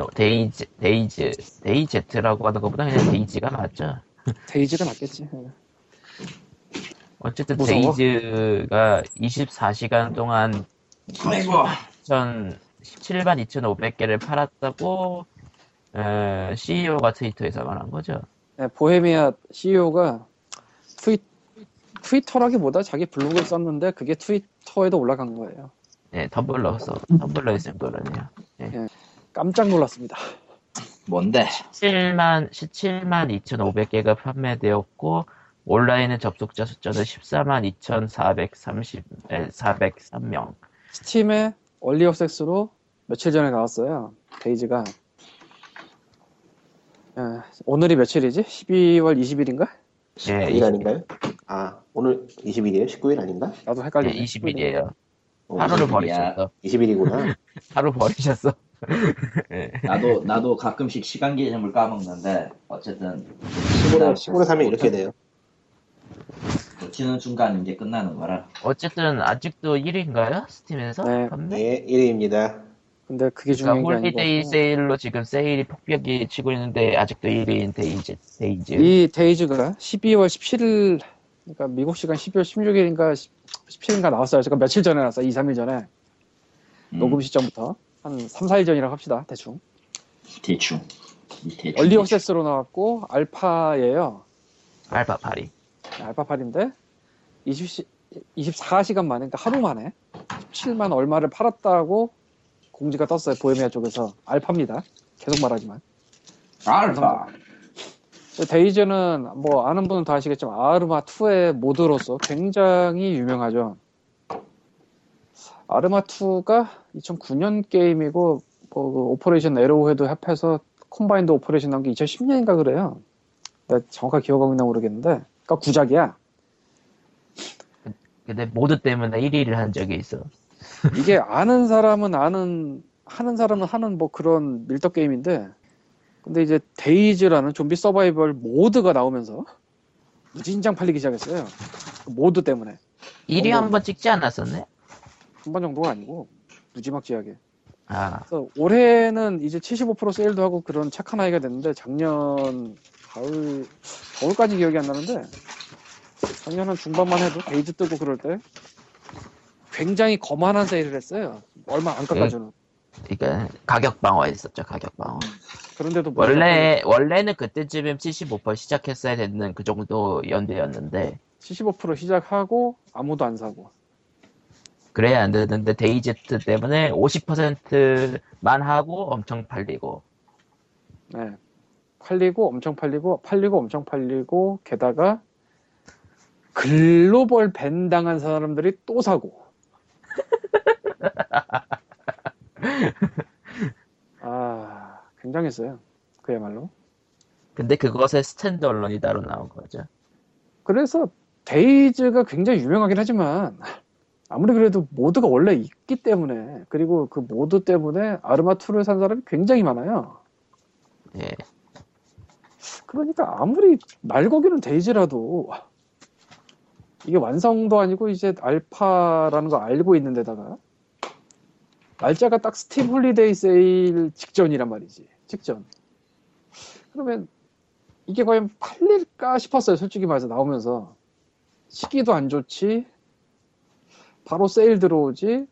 [SPEAKER 1] 어, 데이지 데이즈 데이제트라고 하는 것보다 그냥 데이지가 맞죠.
[SPEAKER 3] 데이지가 낫겠지.
[SPEAKER 1] 어쨌든
[SPEAKER 3] 무서워.
[SPEAKER 1] 데이즈가 24시간 동안
[SPEAKER 4] 아이고.
[SPEAKER 1] 1 17만 2,500개를 팔았다고 어, CEO가 트위터에서 말한 거죠.
[SPEAKER 3] 네, 보헤미아 CEO가 트윗, 트위터라기보다 자기 블로그를 썼는데 그게 트위터에도 올라간 거예요.
[SPEAKER 1] 네, 텀블러서 텀블러에 쓴 거라네요.
[SPEAKER 3] 깜짝 놀랐습니다.
[SPEAKER 4] 뭔데?
[SPEAKER 1] 17만 17만 2,500개가 판매되었고 온라인의 접속자 숫자는 14만 2,430 에, 403명.
[SPEAKER 3] 스팀의 얼리어섹스로 며칠 전에 나왔어요. 데이지가 예, 오늘이 며칠이지? 12월 20일인가?
[SPEAKER 1] 예,
[SPEAKER 2] 9일 아닌가요? 아 오늘 20일이에요? 19일 아닌가?
[SPEAKER 3] 나도
[SPEAKER 1] 예,
[SPEAKER 3] 헷갈리네.
[SPEAKER 1] 20일이에요.
[SPEAKER 2] 어,
[SPEAKER 1] 하루를
[SPEAKER 4] 20일 이야.
[SPEAKER 1] 버리셨어.
[SPEAKER 2] 20일이구나.
[SPEAKER 1] 하루 버리셨어.
[SPEAKER 4] 나도 나도 가끔씩 시간 개념을 까먹는데 어쨌든
[SPEAKER 2] 15일 15일 3일 이렇게 돼요.
[SPEAKER 4] 놓치는 순간 이제 끝나는 거라.
[SPEAKER 1] 어쨌든 아직도 1위인가요? 스팀에서?
[SPEAKER 3] 네.
[SPEAKER 1] 판매?
[SPEAKER 2] 네 1위입니다.
[SPEAKER 3] 근데 그게 중요한
[SPEAKER 1] 그러니까
[SPEAKER 3] 게
[SPEAKER 1] 홀리데이
[SPEAKER 3] 아니고
[SPEAKER 1] 세일로 지금 세일이 폭격이 치고 있는데 아직도 1위인 데이즈. 데이즈.
[SPEAKER 3] 이 데이즈가 12월 17일 그러니까 미국 시간 12월 16일인가 17일인가 나왔어요. 제가 며칠 전에 나왔어요. 2, 3일 전에
[SPEAKER 4] 음,
[SPEAKER 3] 녹음 시점부터 한 3, 4일 전이라고 합시다. 대충.
[SPEAKER 4] 대충. 이 대충.
[SPEAKER 3] 얼리 억세스로 나왔고 알파예요.
[SPEAKER 1] 알파 파리.
[SPEAKER 3] 알파팔인데 20시, 24시간 만에 그러니까 하루 만에 17만 얼마를 팔았다고 공지가 떴어요 보헤미아 쪽에서 알파입니다 계속 말하지만
[SPEAKER 4] 알파.
[SPEAKER 3] 근데 데이즈는 뭐 아는 분은 다 아시겠지만 아르마 2의 모드로서 굉장히 유명하죠 아르마 2가 2009년 게임이고 뭐그 오퍼레이션 에로우헤드 합해서 콤바인드 오퍼레이션 나온 게 2010년인가 그래요 내가 정확하게 기억하고 있나 모르겠는데 그러니까 구작이야
[SPEAKER 1] 근데 모드 때문에 1위를 한 적이 있어.
[SPEAKER 3] 이게 아는 사람은 아는 하는 사람은 하는 뭐 그런 밀떡 게임인데 근데 이제 데이즈라는 좀비 서바이벌 모드가 나오면서 무진장 팔리기 시작했어요 그 모드 때문에
[SPEAKER 1] 1위
[SPEAKER 3] 어머.
[SPEAKER 1] 한번 찍지 않았었네?
[SPEAKER 3] 한 번 정도가 아니고 무지막지하게
[SPEAKER 1] 아,
[SPEAKER 3] 그래서 올해는 이제 75% 세일도 하고 그런 착한 아이가 됐는데 작년 가을 겨울까지 기억이 안 나는데 작년 한 중반만 해도 베이지 뜨고 그럴 때 굉장히 거만한 세일을 했어요. 얼마 안
[SPEAKER 1] 네.
[SPEAKER 3] 깎아주는.
[SPEAKER 1] 그러니까 가격 방어했었죠 가격 방어.
[SPEAKER 3] 그런데도 불구하고
[SPEAKER 1] 원래 원래는 그때쯤이면 75% 시작했어야 되는 그 정도 연대였는데
[SPEAKER 3] 75% 시작하고 아무도 안 사고
[SPEAKER 1] 그래야 안 되는데 데이제트 때문에 50%만 하고 엄청 팔리고
[SPEAKER 3] 네. 팔리고 엄청 팔리고 팔리고 엄청 팔리고 게다가 글로벌 밴 당한 사람들이 또 사고 아 굉장했어요 그야말로
[SPEAKER 1] 근데 그것의 스탠드 언론이 따로 나온 거죠.
[SPEAKER 3] 그래서 데이즈가 굉장히 유명하긴 하지만 아무리 그래도 모드가 원래 있기 때문에 그리고 그 모드 때문에 아르마2를 산 사람이 굉장히 많아요
[SPEAKER 1] 예.
[SPEAKER 3] 그러니까 아무리 날거기는 데이지라도 이게 완성도 아니고 이제 알파라는 거 알고 있는 데다가 날짜가 딱 스티브 홀리데이 세일 직전이란 말이지 직전 그러면 이게 과연 팔릴까 싶었어요 솔직히 말해서 나오면서 시기도 안 좋지 바로 세일 들어오지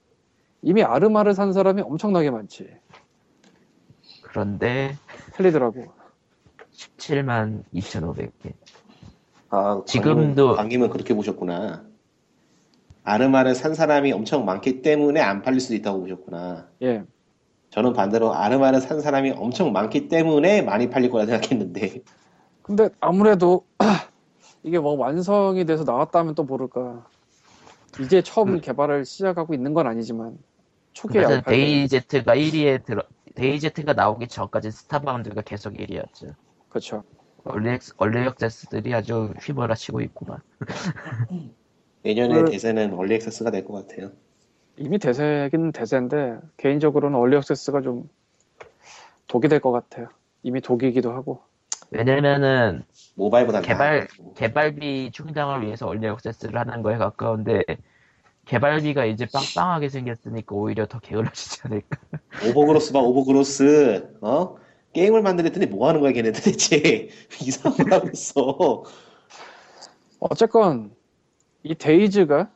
[SPEAKER 3] 이미 아르마를 산 사람이 엄청나게 많지
[SPEAKER 1] 그런데
[SPEAKER 3] 팔리더라고
[SPEAKER 1] 17만 2,500개.
[SPEAKER 2] 아,
[SPEAKER 1] 지금도-
[SPEAKER 2] 광님은 그렇게 보셨구나. 아르마를 산 사람이 엄청 많기 때문에 안 팔릴 수도 있다고 보셨구나.
[SPEAKER 3] 예
[SPEAKER 2] 저는 반대로 아르마를 산 사람이 엄청 많기 때문에 많이 팔릴 거라 생각했는데
[SPEAKER 3] 근데 아무래도 이게 뭐 완성이 돼서 나왔다면 또 모를까. 이제 처음 개발을 시작하고 있는 건 아니지만 초기에
[SPEAKER 1] 그래서
[SPEAKER 3] 알파벳.
[SPEAKER 1] 데이제트가 1위에 들어 데이제트가 나오기 전까지 스타바운드가 계속 1위였죠.
[SPEAKER 3] 그렇죠.
[SPEAKER 1] 원래 원래 역세스들이 아주 휘몰아치고 있구만.
[SPEAKER 2] 내년에
[SPEAKER 3] 그-
[SPEAKER 2] 대세는 원리 액세스가 될 것 같아요.
[SPEAKER 3] 이미 대세긴 대세인데 개인적으로는 얼리 액세스가 좀 독이 될 것 같아요. 이미 독이기도 하고.
[SPEAKER 1] 왜냐면은
[SPEAKER 2] 모바일보다
[SPEAKER 1] 개발 개발비 충당을 위해서 원래 역세스를 하는 거에 가까운데 개발비가 이제 빵빵하게 생겼으니까 오히려 더 게을러지지 않을까.
[SPEAKER 2] 오버그로스 봐 오버그로스 어 게임을 만들었더니 뭐 하는 거야 걔네 도대체 이상한 걸 하고 있어.
[SPEAKER 3] 어쨌건 이 데이즈가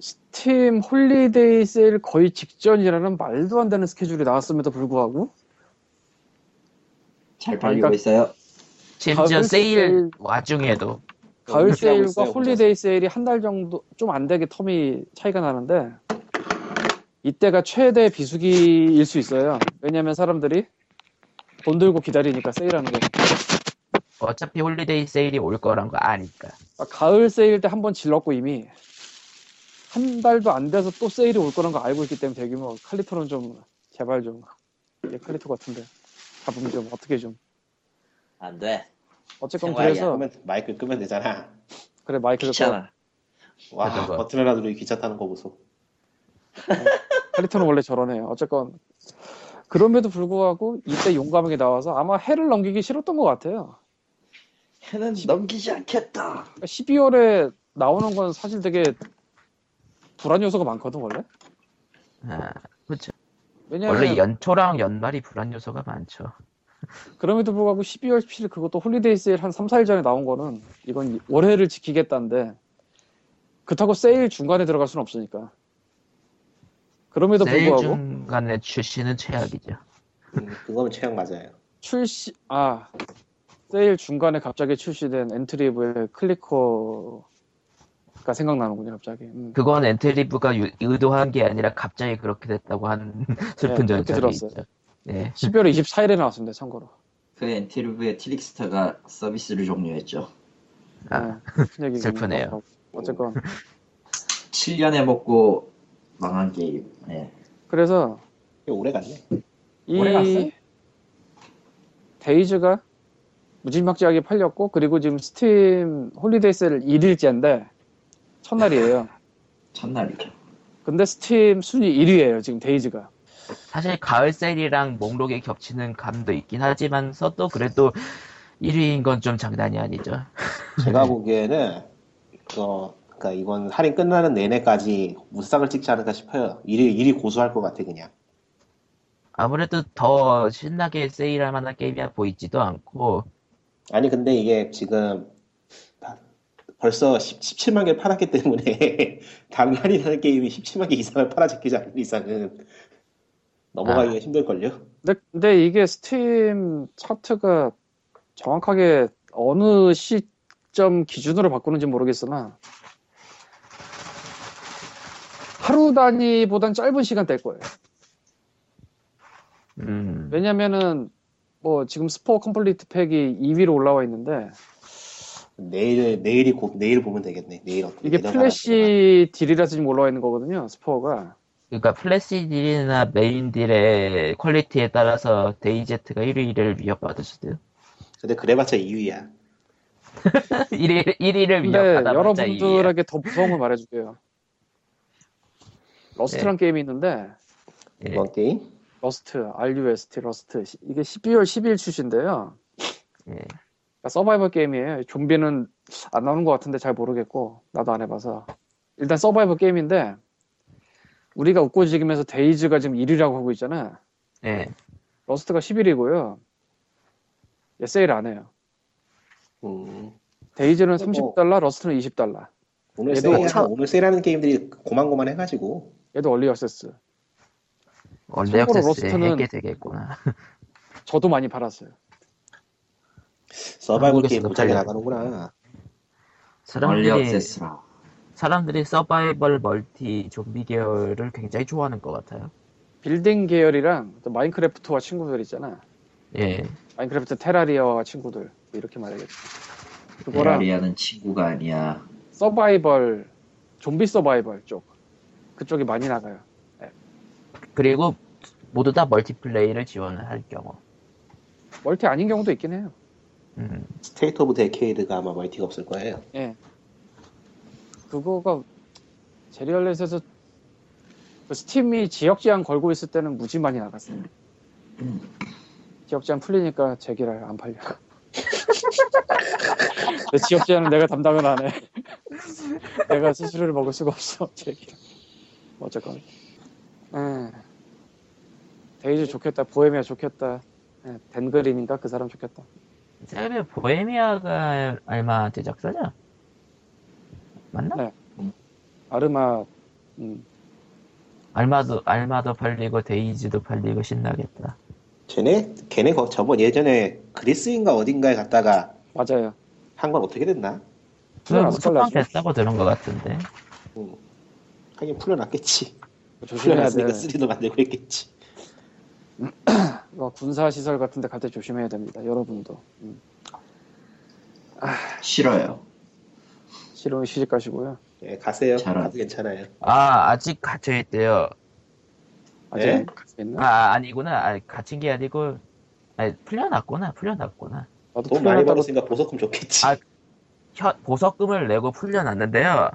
[SPEAKER 3] 스팀 홀리데이 세일 거의 직전이라는 말도 안 되는 스케줄이 나왔음에도 불구하고
[SPEAKER 4] 잘 팔리고
[SPEAKER 3] 그러니까-
[SPEAKER 4] 있어요.
[SPEAKER 1] 심지어
[SPEAKER 3] 가을
[SPEAKER 1] 세일
[SPEAKER 3] 세일-
[SPEAKER 1] 와중에도
[SPEAKER 4] 그러니까
[SPEAKER 3] 가을 세일과
[SPEAKER 2] 있어요,
[SPEAKER 3] 홀리데이 세일이 한 달 정도 좀 안 되게 텀이 차이가 나는데 이때가 최대 비수기일 수 있어요. 왜냐하면 사람들이 돈 들고 기다리니까 세일하는 거.
[SPEAKER 1] 어차피 홀리데이 세일이 올 거란 거 아니까.
[SPEAKER 3] 아, 가을 세일 때 한 번 질렀고 이미 한 달도 안 돼서 또 세일이 올 거란 거 알고 있기 때문에 대규모 칼리토는 좀 제발 좀 이게 칼리토 같은데 잡으면 좀 어떻게 좀
[SPEAKER 4] 안 돼.
[SPEAKER 3] 어쨌건
[SPEAKER 4] 생활이야.
[SPEAKER 3] 그래서
[SPEAKER 2] 끄면- 마이크 끄면 되잖아.
[SPEAKER 3] 그래 마이크를 꺼.
[SPEAKER 4] 귀찮아.
[SPEAKER 2] 와
[SPEAKER 1] 그래서-
[SPEAKER 2] 버튼 하나 누르기 기차 타는 거 보소.
[SPEAKER 3] 칼리토는 원래 저러네요. 어쨌건 그럼에도 불구하고 이때 용감하게 나와서 아마 해를 넘기기 싫었던 것 같아요.
[SPEAKER 4] 해는 넘기지 않겠다.
[SPEAKER 3] 12월에 그러니까 나오는 건 사실 되게 불안 요소가 많거든 원래.
[SPEAKER 1] 아, 그렇죠.
[SPEAKER 3] 왜냐하면
[SPEAKER 1] 원래 연초랑 연말이 불안 요소가 많죠.
[SPEAKER 3] 그럼에도 불구하고 12월 17일 그것도 홀리데이 세일 한 3, 4일 전에 나온 거는 이건 월해를 지키겠다는데 그렇다고 세일 중간에 들어갈 수는 없으니까. 그럼에도
[SPEAKER 1] 세일
[SPEAKER 3] 불구하고
[SPEAKER 1] 중간에 출시는 최악이죠.
[SPEAKER 2] 음, 그거면 최악 맞아요.
[SPEAKER 3] 출시 아 세일 중간에 갑자기 출시된 엔트리브의 클리커가 생각나는군요 갑자기 음.
[SPEAKER 1] 그건 엔트리브가 유- 의도한 게 아니라 갑자기 그렇게 됐다고 하는 슬픈
[SPEAKER 3] 네, 그렇게
[SPEAKER 1] 전설이
[SPEAKER 3] 들었어요.
[SPEAKER 1] 있죠. 네.
[SPEAKER 3] 12월 24일에 나왔습니다 참고로
[SPEAKER 4] 그 엔티르브의 트릭스타가 서비스를 종료했죠.
[SPEAKER 1] 아,
[SPEAKER 3] 네, 무슨 얘기인지
[SPEAKER 1] 슬프네요.
[SPEAKER 3] 모르겠고. 어쨌건
[SPEAKER 4] 7년에 먹고 망한 게임. 예.
[SPEAKER 3] 그래서
[SPEAKER 2] 꽤 음, 오래 갔네. 오래 갔어요?
[SPEAKER 3] 이 데이즈가 무지막지하게 팔렸고 그리고 지금 스팀 홀리데이 세일 1일째인데 첫날이에요
[SPEAKER 4] 첫날이죠.
[SPEAKER 3] 근데 스팀 순위 1위예요 지금 데이즈가
[SPEAKER 1] 사실 가을 세일이랑 목록에 겹치는 감도 있긴 하지만서도 그래도 1위인 건 좀 장난이 아니죠.
[SPEAKER 3] 네.
[SPEAKER 2] 제가 보기에는 어, 그러니까 이건 할인 끝나는 내내까지 무쌍을 찍지 않을까 싶어요. 일이 일이 고수할 것 같아 그냥.
[SPEAKER 1] 아무래도 더 신나게 세일할 만한 게임이 보이지도 않고
[SPEAKER 2] 아니 근데 이게 지금 다- 벌써 10, 17만 개를 팔았기 때문에 당날이라는 게임이 17만 개 이상을 팔아잡히지 않는 이상은 넘어가기가
[SPEAKER 3] 아.
[SPEAKER 2] 힘들걸요?
[SPEAKER 3] 근데, 근데 이게 스팀 차트가 정확하게 어느 시점 기준으로 바꾸는지 모르겠으나 하루 단위보단 짧은 시간 될 거예요.
[SPEAKER 1] 음.
[SPEAKER 3] 왜냐면은 뭐 지금 스포 컴플리트 팩이 2위로 올라와 있는데
[SPEAKER 2] 내일 내일이 곧 내일 보면 되겠네. 내일 어떻게
[SPEAKER 3] 이게
[SPEAKER 2] 내려가나.
[SPEAKER 3] 플래시 딜이라서 지금 뭐 올라와 있는 거거든요. 스포가.
[SPEAKER 1] 그러니까 플래시 딜이나 메인 딜의 퀄리티에 따라서 데이제트가 1위를 위협받을 수도 있어요.
[SPEAKER 2] 근데 그래봤자 2위야.
[SPEAKER 1] 1위, 1위를
[SPEAKER 3] 근데
[SPEAKER 1] 위협받아 봤자 2위야.
[SPEAKER 3] 여러분들에게 더 무서운 걸 말해줄게요. 러스트란 게임이 있는데
[SPEAKER 1] 예.
[SPEAKER 3] 네.
[SPEAKER 2] 이번 게임?
[SPEAKER 3] 러스트, RUST, 러스트. 시- 이게 12월 10일 출시인데요.
[SPEAKER 1] 예.
[SPEAKER 3] 그러니까 서바이벌 게임이에요. 좀비는 안 나오는 것 같은데 잘 모르겠고 나도 안 해봐서 일단 서바이벌 게임인데 우리가 웃고 즐기면서 데이즈가 지금 1위라고 하고 있잖아.
[SPEAKER 1] 예.
[SPEAKER 3] 러스트가 10일이고요. 얘 세일 안 해요.
[SPEAKER 2] 음.
[SPEAKER 3] 데이즈는
[SPEAKER 2] 그리고 뭐-
[SPEAKER 3] 30달러, 러스트는 20달러.
[SPEAKER 2] 오늘
[SPEAKER 3] 얘도
[SPEAKER 2] 세일
[SPEAKER 3] 참-
[SPEAKER 2] 오늘 세일하는 게임들이 고만고만 해가지고
[SPEAKER 3] 얘도 얼리 액세스.
[SPEAKER 1] 원래
[SPEAKER 3] 참고로
[SPEAKER 1] 역세스에
[SPEAKER 3] 로스트는-
[SPEAKER 1] 했게 되겠구나.
[SPEAKER 3] 저도 많이 팔았어요.
[SPEAKER 2] 서바이벌 게임
[SPEAKER 1] 한국에서도
[SPEAKER 2] 못하게
[SPEAKER 1] 팔려요.
[SPEAKER 2] 나가는구나.
[SPEAKER 4] 얼리
[SPEAKER 1] 사람들이,
[SPEAKER 4] 액세스라.
[SPEAKER 1] 사람들이 서바이벌 멀티 좀비 계열을 굉장히 좋아하는 것 같아요.
[SPEAKER 3] 빌딩 계열이랑 또 마인크래프트와 친구들 있잖아.
[SPEAKER 1] 예.
[SPEAKER 4] 네.
[SPEAKER 3] 마인크래프트 테라리아와 친구들 뭐 이렇게 말해야겠다. 그거랑
[SPEAKER 4] 에라리아는 친구가 아니야.
[SPEAKER 3] 서바이벌 좀비 서바이벌 쪽 그쪽이 많이 나가요.
[SPEAKER 1] 그리고 모두 다 멀티플레이를 지원을 할 경우.
[SPEAKER 3] 멀티 아닌 경우도 있긴 해요.
[SPEAKER 1] 음.
[SPEAKER 2] 스테이트 오브 데케이드가 아마 멀티가 없을 거예요.
[SPEAKER 3] 예. 그거가 제리얼렛에서 그 스팀이 지역 제한 걸고 있을 때는 무지 많이 나갔어요. 지역 제한 풀리니까 제기랄 안 팔려. 근데 지역 제한은 내가 담당을 안 해. 내가 스스로를 먹을 수가 없어. 제기랄. 어쨌건. 예. 데이즈 좋겠다. 보헤미아 좋겠다. 예, 댄그린인가 그 사람 좋겠다.
[SPEAKER 1] 세레 보헤미아가 얼마 제작사냐? 맞나?
[SPEAKER 3] 네. 아르마 음,
[SPEAKER 1] 알마도 알마도 팔리고 데이지도 팔리고 신나겠다.
[SPEAKER 2] 쟤네 걔네 거- 저번 예전에 그리스인가 어딘가에 갔다가
[SPEAKER 3] 맞아요.
[SPEAKER 2] 한 건 어떻게 됐나?
[SPEAKER 1] 그럼
[SPEAKER 3] 안
[SPEAKER 1] 소방
[SPEAKER 3] 팔라죠.
[SPEAKER 1] 됐다고 들은 것 같은데.
[SPEAKER 2] 음. 하긴 풀려났겠지.
[SPEAKER 3] 조심해야 돼.
[SPEAKER 2] 풀려났으니까 3도 만들고 있겠지.
[SPEAKER 3] 뭐 군사 시설 같은데 갈 때 조심해야 됩니다. 여러분도 음,
[SPEAKER 4] 싫어요.
[SPEAKER 3] 실은 시집 가시고요.
[SPEAKER 2] 예, 가세요.
[SPEAKER 4] 잘하-
[SPEAKER 2] 가도 괜찮아요.
[SPEAKER 1] 아 아직 갇혀 있대요.
[SPEAKER 3] 아직
[SPEAKER 2] 예?
[SPEAKER 3] 안 있나?
[SPEAKER 1] 아 아니구나. 아, 갇힌 게 아니고 아니, 풀려났구나. 풀려났구나.
[SPEAKER 3] 나도
[SPEAKER 2] 돈 많이
[SPEAKER 3] 풀려났다고
[SPEAKER 2] 벌었으니까 보석금 좋겠지.
[SPEAKER 1] 아, 혀- 보석금을 내고 풀려났는데요.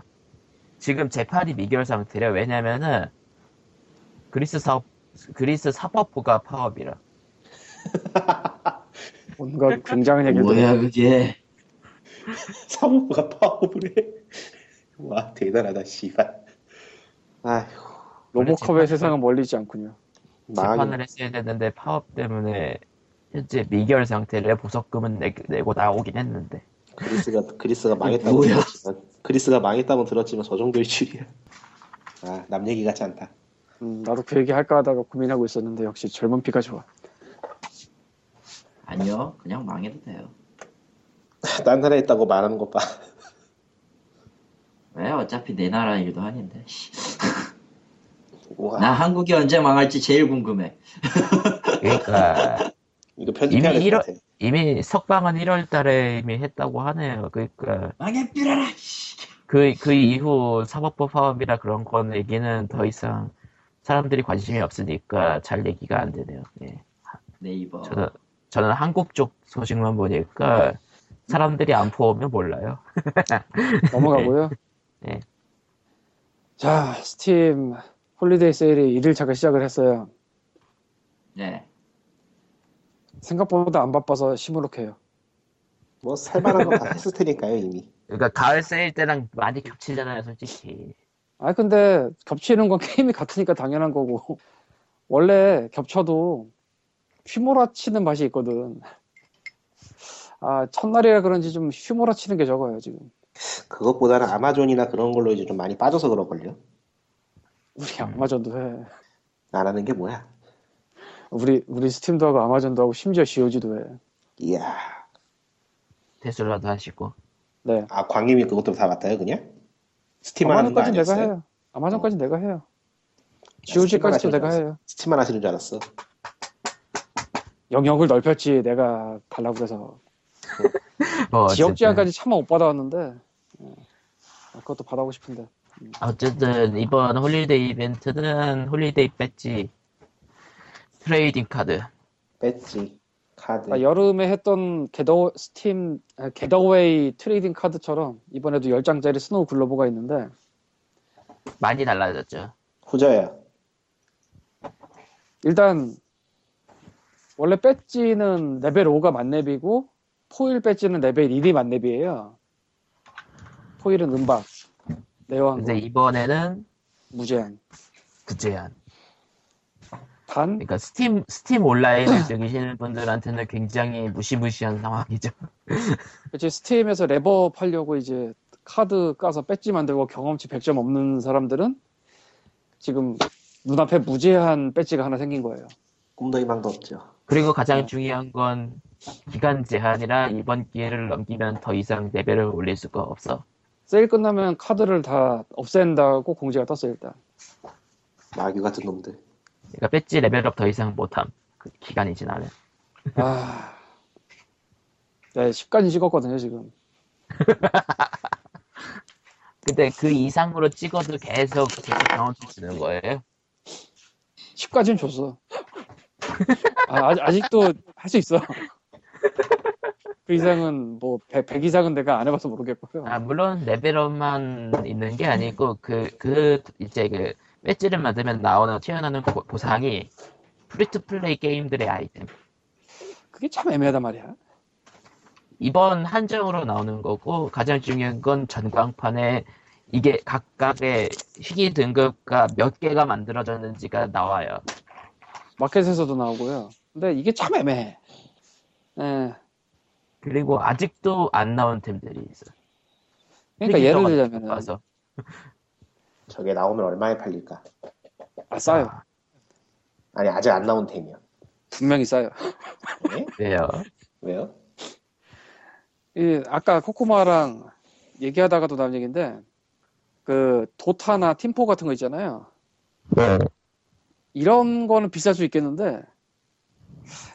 [SPEAKER 1] 지금 재판이 미결 상태래요. 왜냐면은 그리스 사업 그리스 사법부가 파업이라.
[SPEAKER 3] 뭔가 굉장한 얘기를
[SPEAKER 4] 뭐야 그게?
[SPEAKER 2] 사모부가 파업을 해. 와 대단하다 씨발. 아휴
[SPEAKER 3] 로보컵의 세상은 멀리 있지 않군요.
[SPEAKER 2] 망.
[SPEAKER 1] 재판을 했어야 됐는데 파업 때문에 현재 미결 상태래 보석금은 내, 내고 나오긴 했는데
[SPEAKER 2] 그리스가 그리스가 망했다고
[SPEAKER 4] 뭐야?
[SPEAKER 2] 들었지만 그리스가 망했다고 들었지만 저 정도일 줄이야. 아 남 얘기 같지 않다.
[SPEAKER 3] 음, 나도 그 얘기 할까 하다가 고민하고 있었는데 역시 젊은 피가 좋아.
[SPEAKER 4] 아니요, 그냥 망해도 돼요.
[SPEAKER 2] 딴 나라 했다고 말하는 것 봐.
[SPEAKER 4] 왜? 어차피 내 나라 일도 아닌데.
[SPEAKER 2] 와
[SPEAKER 4] 나 한국이 언제 망할지 제일 궁금해.
[SPEAKER 1] 그러니까
[SPEAKER 2] 이거 편집해야
[SPEAKER 1] 이미
[SPEAKER 2] 될 것 같아.
[SPEAKER 1] 이미 석방은 1월달에 이미 했다고 하네요. 그러니까
[SPEAKER 4] 망해 삐라라.
[SPEAKER 1] 그 그 이후 사법부 파업이라 그런 건 얘기는 더 이상 사람들이 관심이 없으니까 잘 얘기가 안 되네요. 예.
[SPEAKER 4] 네이버.
[SPEAKER 1] 저는 저는 한국 쪽 소식만 보니까 사람들이 안 퍼오면 몰라요.
[SPEAKER 3] 넘어가고요.
[SPEAKER 1] 네.
[SPEAKER 3] 자, 스팀 홀리데이 세일이 1일 차가 시작을 했어요.
[SPEAKER 4] 네.
[SPEAKER 3] 생각보다 안 바빠서 시무룩해요.
[SPEAKER 2] 뭐 살만한 거 다 했을 테니까요 이미.
[SPEAKER 1] 그러니까 가을 세일 때랑 많이 겹치잖아요, 솔직히.
[SPEAKER 3] 아 근데 겹치는 건 게임이 같으니까 당연한 거고 원래 겹쳐도 휘몰아치는 맛이 있거든 아, 첫날이라 그런지 좀 휴머러 치는 게 적어요, 지금.
[SPEAKER 2] 그것보다는 아마존이나 그런 걸로 이제 좀 많이 빠져서 그럴걸요?
[SPEAKER 3] 우리
[SPEAKER 2] 네.
[SPEAKER 3] 아마존도 해.
[SPEAKER 2] 안 하는 게 뭐야?
[SPEAKER 3] 우리, 우리 스팀도 하고 아마존도 하고 심지어 GOG도 해.
[SPEAKER 2] 이야.
[SPEAKER 1] 테슬라도 하시고.
[SPEAKER 3] 네.
[SPEAKER 2] 아, 광님이 그것도 다 맡아요, 그냥? 스팀만 하는 거
[SPEAKER 3] 아마존까지 내가
[SPEAKER 2] 아니었어요? 네,
[SPEAKER 3] 해요. 아마존까지 내가 해요.
[SPEAKER 2] 스팀만
[SPEAKER 3] GOG까지도
[SPEAKER 2] 하시는
[SPEAKER 3] 내가
[SPEAKER 2] 줄 알았어.
[SPEAKER 3] 해요.
[SPEAKER 2] 스팀만 하시는 줄 알았어.
[SPEAKER 3] 영역을 넓혔지, 내가 달라고 그래서.
[SPEAKER 1] 뭐
[SPEAKER 3] 지역
[SPEAKER 1] 어쨌든-
[SPEAKER 3] 제한까지 차마 못 받아왔는데. 어, 그것도 받아오고 싶은데.
[SPEAKER 1] 어쨌든 이번 홀리데이 이벤트는 홀리데이 배지 트레이딩 카드
[SPEAKER 2] 배지, 카드.
[SPEAKER 3] 아, 여름에 했던 겟더 스팀 아, 겟더웨이 트레이딩 카드처럼 이번에도 10장짜리 스노우 글로브가 있는데
[SPEAKER 1] 많이 달라졌죠.
[SPEAKER 2] 후자야.
[SPEAKER 3] 일단 원래 배지는 레벨 5가 만렙이고 포일 배지는 레벨 1이 만렙이에요. 포일은 은박, 내왕,
[SPEAKER 1] 근데 이번에는
[SPEAKER 3] 무제한.
[SPEAKER 1] 부제한.
[SPEAKER 3] 단
[SPEAKER 1] 그러니까 스팀 스팀 온라인을 즐기시는 분들한테는 굉장히 무시무시한 상황이죠.
[SPEAKER 3] 이제 스팀에서 레버 팔려고 이제 카드 까서 배지 만들고 경험치 100점 없는 사람들은 지금 눈앞에 무제한 배지가 하나 생긴 거예요.
[SPEAKER 2] 꿈도 희망도 없죠.
[SPEAKER 1] 그리고 가장 중요한 건 기간 제한이라 이번 기회를 넘기면 더 이상 레벨을 올릴 수가 없어.
[SPEAKER 3] 세일 끝나면 카드를 다 없앤다고 공지가 떴어요 일단
[SPEAKER 2] 마귀 같은 놈들.
[SPEAKER 1] 그러니까 배지 레벨업 더 이상 못함. 그 기간이 지나면.
[SPEAKER 3] 아 네, 10까지 찍었거든요 지금
[SPEAKER 1] 근데 그 이상으로 찍어도 계속 계속 경험치 주는 거예요.
[SPEAKER 3] 10까지는 줬어 아, 아직, 아직도 할 수 있어 그 이상은 뭐 100, 100 이상은 내가 안 해봐서 모르겠고요
[SPEAKER 1] 아 물론 레벨업만 있는 게 아니고 그 그 이제 그 배지를 만들면 나오는 튀어나오는 고- 보상이 프리투플레이 게임들의 아이템.
[SPEAKER 3] 그게 참 애매하단 말이야
[SPEAKER 1] 이번 한정으로 나오는 거고 가장 중요한 건 전광판에 이게 각각의 희귀 등급과 몇 개가 만들어졌는지가 나와요.
[SPEAKER 3] 마켓에서도 나오고요 근데 이게 참 애매해 예.
[SPEAKER 1] 그리고 아직도 안 나온 템들이 있어.
[SPEAKER 3] 그러니까 예를 들자면
[SPEAKER 1] 서
[SPEAKER 2] 저게 나오면 얼마에 팔릴까?
[SPEAKER 3] 아, 싸요
[SPEAKER 2] 아니, 아직 안 나온 템이야.
[SPEAKER 3] 분명히 싸요
[SPEAKER 2] 네?
[SPEAKER 1] 왜요?
[SPEAKER 2] 왜요?
[SPEAKER 3] 이 아까 코코마랑 얘기하다가도 나온 얘기인데 그 도타나 팀포 같은 거 있잖아요.
[SPEAKER 1] 네.
[SPEAKER 3] 이런 거는 비쌀 수 있겠는데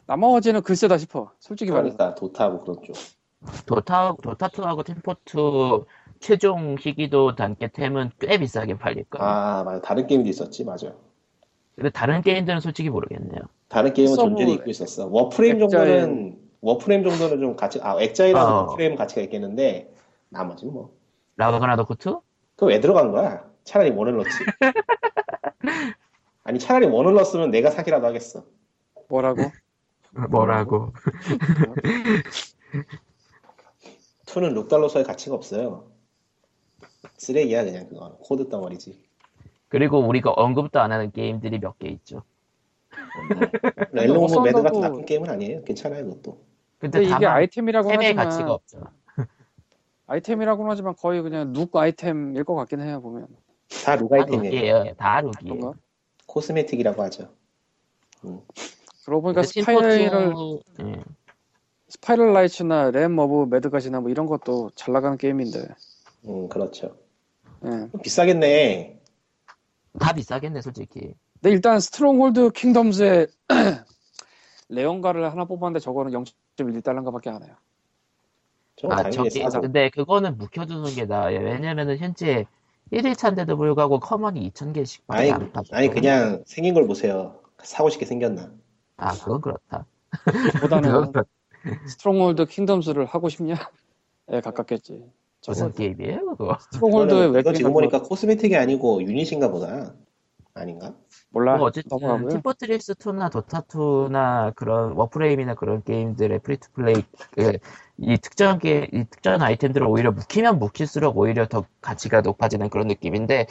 [SPEAKER 3] 나머지는 글쎄다 싶어. 솔직히 말해서
[SPEAKER 2] 그러니까 도타하고 그런 쪽.
[SPEAKER 1] 도타 도타 2하고 템포 2 최종 희귀도 단계 템은 꽤 비싸게 팔릴 거예요.
[SPEAKER 2] 아, 맞아. 다른 게임도 있었지, 맞아.
[SPEAKER 1] 근데 다른 게임들은 솔직히 모르겠네요.
[SPEAKER 2] 다른 게임은
[SPEAKER 3] 서브
[SPEAKER 2] 존재는 있고 있었어. 워프레임 정도는, 워프레임 정도는 좀 같이, 아, 액자이랑
[SPEAKER 1] 어.
[SPEAKER 2] 워프레임 가치가 있겠는데, 나머지는 뭐.
[SPEAKER 1] 라가나도 코트?
[SPEAKER 2] 그럼 왜 들어간 거야? 차라리 원을 넣지. 아니 차라리 원을 넣었으면 내가 사기라도 하겠어.
[SPEAKER 3] 뭐라고?
[SPEAKER 1] 뭐라고?
[SPEAKER 2] 투는 룩달러서의 가치가 없어요. 쓰레기야 그냥 그건 코드 덩어리지.
[SPEAKER 1] 그리고 우리가 언급도 안 하는 게임들이 몇 개 있죠.
[SPEAKER 2] 렐롱 오브
[SPEAKER 3] 어선
[SPEAKER 2] 매드
[SPEAKER 3] 넣고-
[SPEAKER 2] 같은 나쁜 게임은 아니에요. 괜찮아요 그것도.
[SPEAKER 1] 근데,
[SPEAKER 3] 근데 이게
[SPEAKER 1] 다만
[SPEAKER 3] 아이템이라고
[SPEAKER 1] 템의
[SPEAKER 3] 하지만
[SPEAKER 1] 가치가 없죠.
[SPEAKER 3] 아이템이라고는 하지만 거의 그냥 룩 아이템일 것 같긴 해요 보면.
[SPEAKER 1] 다
[SPEAKER 2] 다 루가이템이에요.
[SPEAKER 1] 룩이에요. 다 룩이에요.
[SPEAKER 3] 그런가?
[SPEAKER 2] 코스메틱이라고 하죠.
[SPEAKER 3] 그러고 보니까
[SPEAKER 1] 근데
[SPEAKER 3] 스파이럴 음.
[SPEAKER 1] 팀포 2 예.
[SPEAKER 3] 스파이럴 라이츠나 램 오브 매드가시나 뭐 이런 것도 잘 나가는 게임인데.
[SPEAKER 2] 음 그렇죠.
[SPEAKER 3] 예.
[SPEAKER 2] 그럼 비싸겠네.
[SPEAKER 1] 다 비싸겠네 솔직히.
[SPEAKER 3] 근데 일단 스트롱홀드 킹덤즈의 레온가를 하나 뽑았는데 저거는 0.1달러인가밖에 안 해요.
[SPEAKER 2] 좀
[SPEAKER 1] 아
[SPEAKER 2] 당연히
[SPEAKER 1] 저기
[SPEAKER 2] 싸서.
[SPEAKER 1] 근데 그거는 묵혀두는 게 나아요. 왜냐면은 현재 1일차인데도 불구하고 커먼이 2,000개씩밖에
[SPEAKER 2] 아니
[SPEAKER 1] 안 팔려.
[SPEAKER 2] 아니 그냥 생긴 걸 보세요. 사고 싶게 생겼나?
[SPEAKER 1] 아 그건 그렇다.
[SPEAKER 3] 보다는 스트롱홀드 킹덤즈를 하고 싶냐? 에 가깝겠지.
[SPEAKER 1] 무슨 게임이에요 그거?
[SPEAKER 3] 스트롱홀드의
[SPEAKER 2] 이거 지금
[SPEAKER 3] 웹게임
[SPEAKER 2] 보니까 코스메틱이 아니고 유닛인가 보다. 아닌가?
[SPEAKER 3] 몰라.
[SPEAKER 1] 뭐 어쨌든
[SPEAKER 3] 넘어가고요.
[SPEAKER 1] 팀포트리스 2나 도타 2나 그런 워프레임이나 그런 게임들의 프리투플레이 그, 이 특정 게, 이 특정 아이템들을 오히려 묵히면 묵힐수록 오히려 더 가치가 높아지는 그런 느낌인데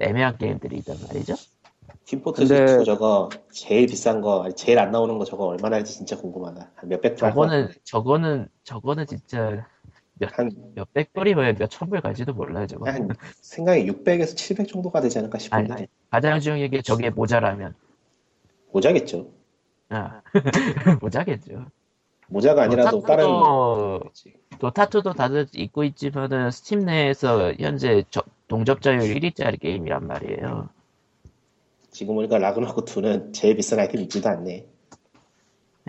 [SPEAKER 1] 애매한 게임들이 있단 말이죠.
[SPEAKER 2] 퀸포트즈
[SPEAKER 3] 근데-
[SPEAKER 2] 2 저거 제일 비싼 거 아니, 제일 안 나오는 거 저거 얼마나 할지 진짜 궁금하다. 한 몇백 불. 할 거.
[SPEAKER 1] 저거는 저거는 저거는 진짜
[SPEAKER 2] 한,
[SPEAKER 1] 몇백 불이면 몇천 불 갈지도 몰라요 저거.
[SPEAKER 2] 한 생각에 600에서 700 정도가 되지 않을까 싶은데
[SPEAKER 1] 아니, 가장 중요한 게 저게 모자라면
[SPEAKER 2] 모자겠죠.
[SPEAKER 1] 아, 모자겠죠.
[SPEAKER 2] 모자가 아니라도
[SPEAKER 1] 도타투도-
[SPEAKER 2] 다른
[SPEAKER 1] 도타투도 다들 입고 있지만은 스팀 내에서 현재 저- 동접자율 1위짜리 게임이란 말이에요.
[SPEAKER 2] 지금 보니까 라그나코 2는 제일 비싼 아이템 있지도 않네.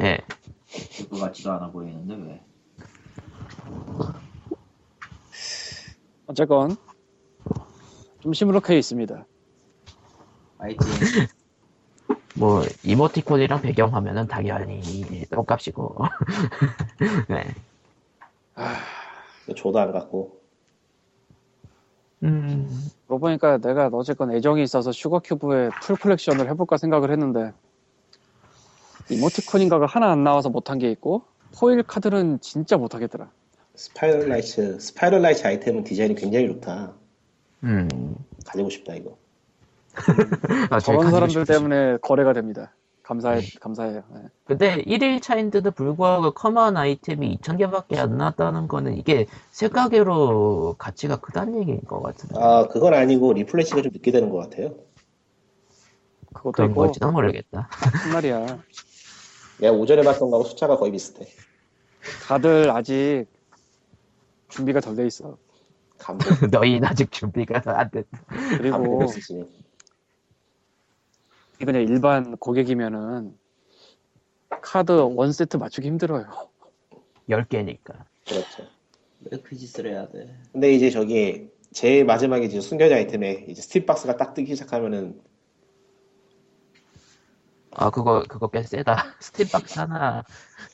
[SPEAKER 1] 예.
[SPEAKER 4] 그거 같지도 않아 보이는데 왜?
[SPEAKER 3] 어쨌건 좀 시무룩해 있습니다.
[SPEAKER 4] 하여튼
[SPEAKER 1] 뭐 이모티콘이랑 배경화면은 당연히 똑같이고. 네.
[SPEAKER 2] 저도 안 갖고
[SPEAKER 1] 음.
[SPEAKER 3] 그러고 보니까 내가 어쨌건 애정이 있어서 슈거큐브의 풀 컬렉션을 해볼까 생각을 했는데 이모티콘인가가 하나 안 나와서 못한 게 있고 포일 카드는 진짜 못하겠더라.
[SPEAKER 2] 스파이럴라이츠 스파이럴라이츠 아이템은 디자인이 굉장히 좋다.
[SPEAKER 1] 음.
[SPEAKER 2] 가지고 싶다 이거.
[SPEAKER 1] 아, 저기
[SPEAKER 3] 저런
[SPEAKER 1] 가지고
[SPEAKER 3] 사람들
[SPEAKER 1] 싶으시-
[SPEAKER 3] 때문에 거래가 됩니다. 감사해
[SPEAKER 1] 네.
[SPEAKER 3] 감사해요. 예.
[SPEAKER 1] 근데 1일 차인데도 불구하고 커먼 아이템이 2,000개밖에 안 나왔다는 거는 이게 색가게로 가치가 크다는 얘기인 것 같은데.
[SPEAKER 2] 아 그건 아니고 리플레이시가 좀 늦게 되는 것 같아요.
[SPEAKER 3] 그것도
[SPEAKER 1] 그런
[SPEAKER 3] 있고
[SPEAKER 1] 걸지도 모르겠다.
[SPEAKER 3] 무슨 말이야.
[SPEAKER 2] 내가 오전에 봤던 거하고 숫자가 거의 비슷해.
[SPEAKER 3] 다들 아직 준비가 덜 돼 있어.
[SPEAKER 2] 감보
[SPEAKER 1] 너희는 아직 준비가 안 됐다.
[SPEAKER 3] 그리고
[SPEAKER 1] 아,
[SPEAKER 2] 감보
[SPEAKER 1] 네.
[SPEAKER 2] 쓰지.
[SPEAKER 3] 그냥 일반 고객이면은 카드 원 세트 맞추기 힘들어요.
[SPEAKER 1] 10개니까.
[SPEAKER 2] 그렇죠.
[SPEAKER 4] 왜 그 짓을 해야 돼?
[SPEAKER 2] 근데 이제 저기 제일 마지막에 이제 숨겨진 아이템에 이제 스팀박스가 딱 뜨기 시작하면은
[SPEAKER 1] 아 그거 그거 꽤 세다. 스팀박스 하나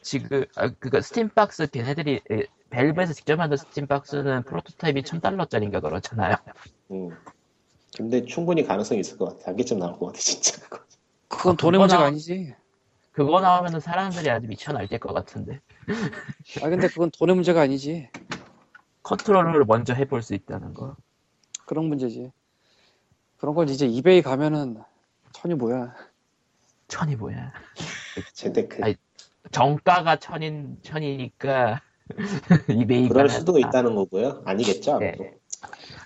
[SPEAKER 1] 지금 아, 그거 스팀박스 걔네들이 에, 벨브에서 직접 만든 스팀박스는 프로토타입이 1,000달러짜리인가 그렇잖아요.
[SPEAKER 2] 음. 근데 충분히 가능성이 있을 것 같아. 단계점 나올 것 같아 진짜. 그거.
[SPEAKER 3] 그건 돈의
[SPEAKER 1] 그거나-
[SPEAKER 3] 문제가 아니지.
[SPEAKER 1] 그거 나오면은 사람들이 아주 미쳐날릴 것 같은데
[SPEAKER 3] 아 근데 그건 돈의 문제가 아니지.
[SPEAKER 1] 컨트롤을 먼저 해볼 수 있다는 거.
[SPEAKER 3] 그런 문제지. 그런 걸 이제 이베이 가면은 천이 뭐야.
[SPEAKER 1] 천이 뭐야?
[SPEAKER 2] 재테크.
[SPEAKER 1] 아이, 정가가 천인 천이니까 이베이가
[SPEAKER 2] 그럴 수도 있다는 거고요. 아니겠죠. 아무도.
[SPEAKER 1] 네.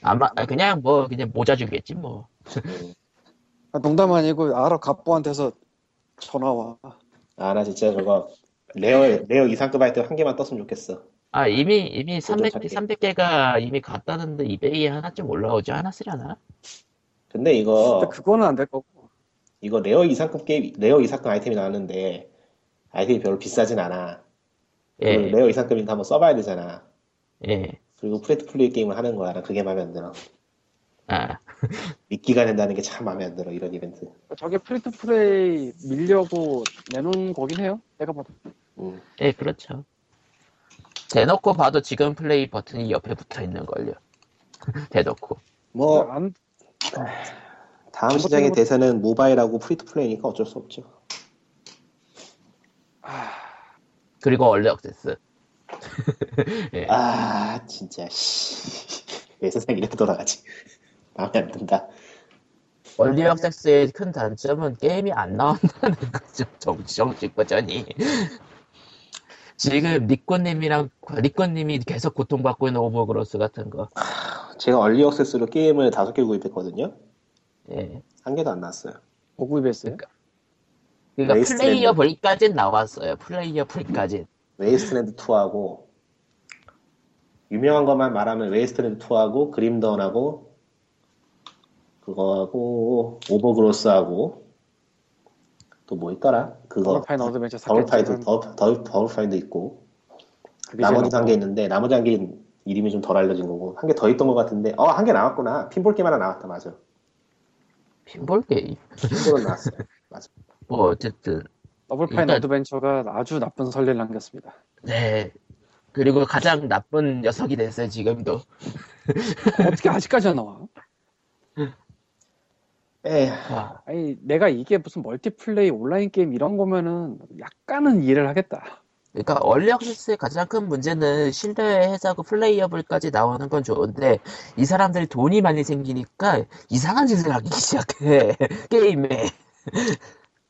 [SPEAKER 1] 아마 아, 그냥 뭐 그냥 모자 주겠지 뭐.
[SPEAKER 2] 음.
[SPEAKER 3] 아, 농담 아니고 알아 갑부한테서 전화 와.
[SPEAKER 2] 아, 나 진짜 저거 레어 레어 이상급 아이템 한 개만 떴으면 좋겠어.
[SPEAKER 1] 아 이미 이미 300
[SPEAKER 2] 찾기.
[SPEAKER 1] 300개가 이미 갔다는데 이베이에 하나쯤 올라오지 않았으려나?
[SPEAKER 2] 근데 이거
[SPEAKER 3] 근데 그거는 안 될 거고.
[SPEAKER 2] 이거 레어 이상급 게임 레어 이상급 아이템이 나왔는데 아이템이 별로 비싸진 않아.
[SPEAKER 1] 예,
[SPEAKER 2] 그리고 레어 이상급이니까 한번 써봐야 되잖아. 네.
[SPEAKER 1] 예.
[SPEAKER 2] 그리고 프레트 플레이 게임을 하는 거야. 난 그게 마음에 안 들어.
[SPEAKER 1] 아,
[SPEAKER 2] 미끼가 된다는 게 참 마음에 안 들어. 이런 이벤트.
[SPEAKER 3] 저게 프리트 플레이 밀려고 내놓은 거긴 해요. 내가 봐도.
[SPEAKER 2] 음.
[SPEAKER 1] 예, 그렇죠. 대놓고 봐도 지금 플레이 버튼이 옆에 붙어 있는 걸요. 대놓고.
[SPEAKER 2] 뭐
[SPEAKER 3] 안,
[SPEAKER 2] 다음 시장의
[SPEAKER 1] 뭐-
[SPEAKER 2] 대세는 모바일하고 프리트 플레이니까 어쩔 수 없죠.
[SPEAKER 1] 그리고 얼리 억세스. 예.
[SPEAKER 2] 아 진짜 씨. 왜 세상이 이렇게 돌아가지? 마음에 안 든다.
[SPEAKER 1] 얼리 억세스의 큰 단점은 게임이 안 나온다는 거죠. 정식 버전이. 지금 리코님이랑 리코님이 계속 고통받고 있는 오버그로스 같은 거.
[SPEAKER 2] 제가 얼리 억세스로 게임을 다섯 개 구입했거든요.
[SPEAKER 1] 예.
[SPEAKER 2] 한 개도 안 나왔어요.
[SPEAKER 3] 고구입했어요.
[SPEAKER 1] 그러니까
[SPEAKER 2] 레이스
[SPEAKER 1] 플레이어
[SPEAKER 2] 랜드.
[SPEAKER 1] 볼까진 나왔어요. 플레이어 볼까진.
[SPEAKER 2] 웨이스트랜드 2하고 유명한 것만 말하면 웨이스트랜드 2하고 그림던하고 그거하고 오버그로스하고 또 뭐 있더라? 그거
[SPEAKER 3] 더블파인 어드벤처
[SPEAKER 2] 더블파이도
[SPEAKER 3] 사건은
[SPEAKER 2] 더블 더블- 더블파인도 있고
[SPEAKER 3] 그게 제일
[SPEAKER 2] 나머지 한
[SPEAKER 3] 낫고.
[SPEAKER 2] 개 있는데 나머지 한 개 이름이 좀 덜 알려진 거고 한 개 더 있던 것 같은데 어 한 개 나왔구나 핀볼 게임 하나 나왔다 맞아
[SPEAKER 1] 핀볼 게임.
[SPEAKER 2] 핀볼은 나왔어요 맞아
[SPEAKER 1] 뭐 어쨌든
[SPEAKER 3] 더블파인
[SPEAKER 1] 일단-
[SPEAKER 3] 어드벤처가 아주 나쁜 선례를 남겼습니다.
[SPEAKER 1] 네. 그리고 가장 나쁜 녀석이 됐어요, 지금도.
[SPEAKER 3] 어떻게 아직까지 안 나와?
[SPEAKER 2] 에휴
[SPEAKER 1] 아,
[SPEAKER 3] 아니 내가 이게 무슨 멀티플레이 온라인 게임 이런 거면은 약간은 이해를 하겠다.
[SPEAKER 1] 그러니까 얼리 액세스의 가장 큰 문제는 신뢰 해자고 플레이어블까지 나오는 건 좋은데 이 사람들이 돈이 많이 생기니까 이상한 짓을 하기 시작해 게임에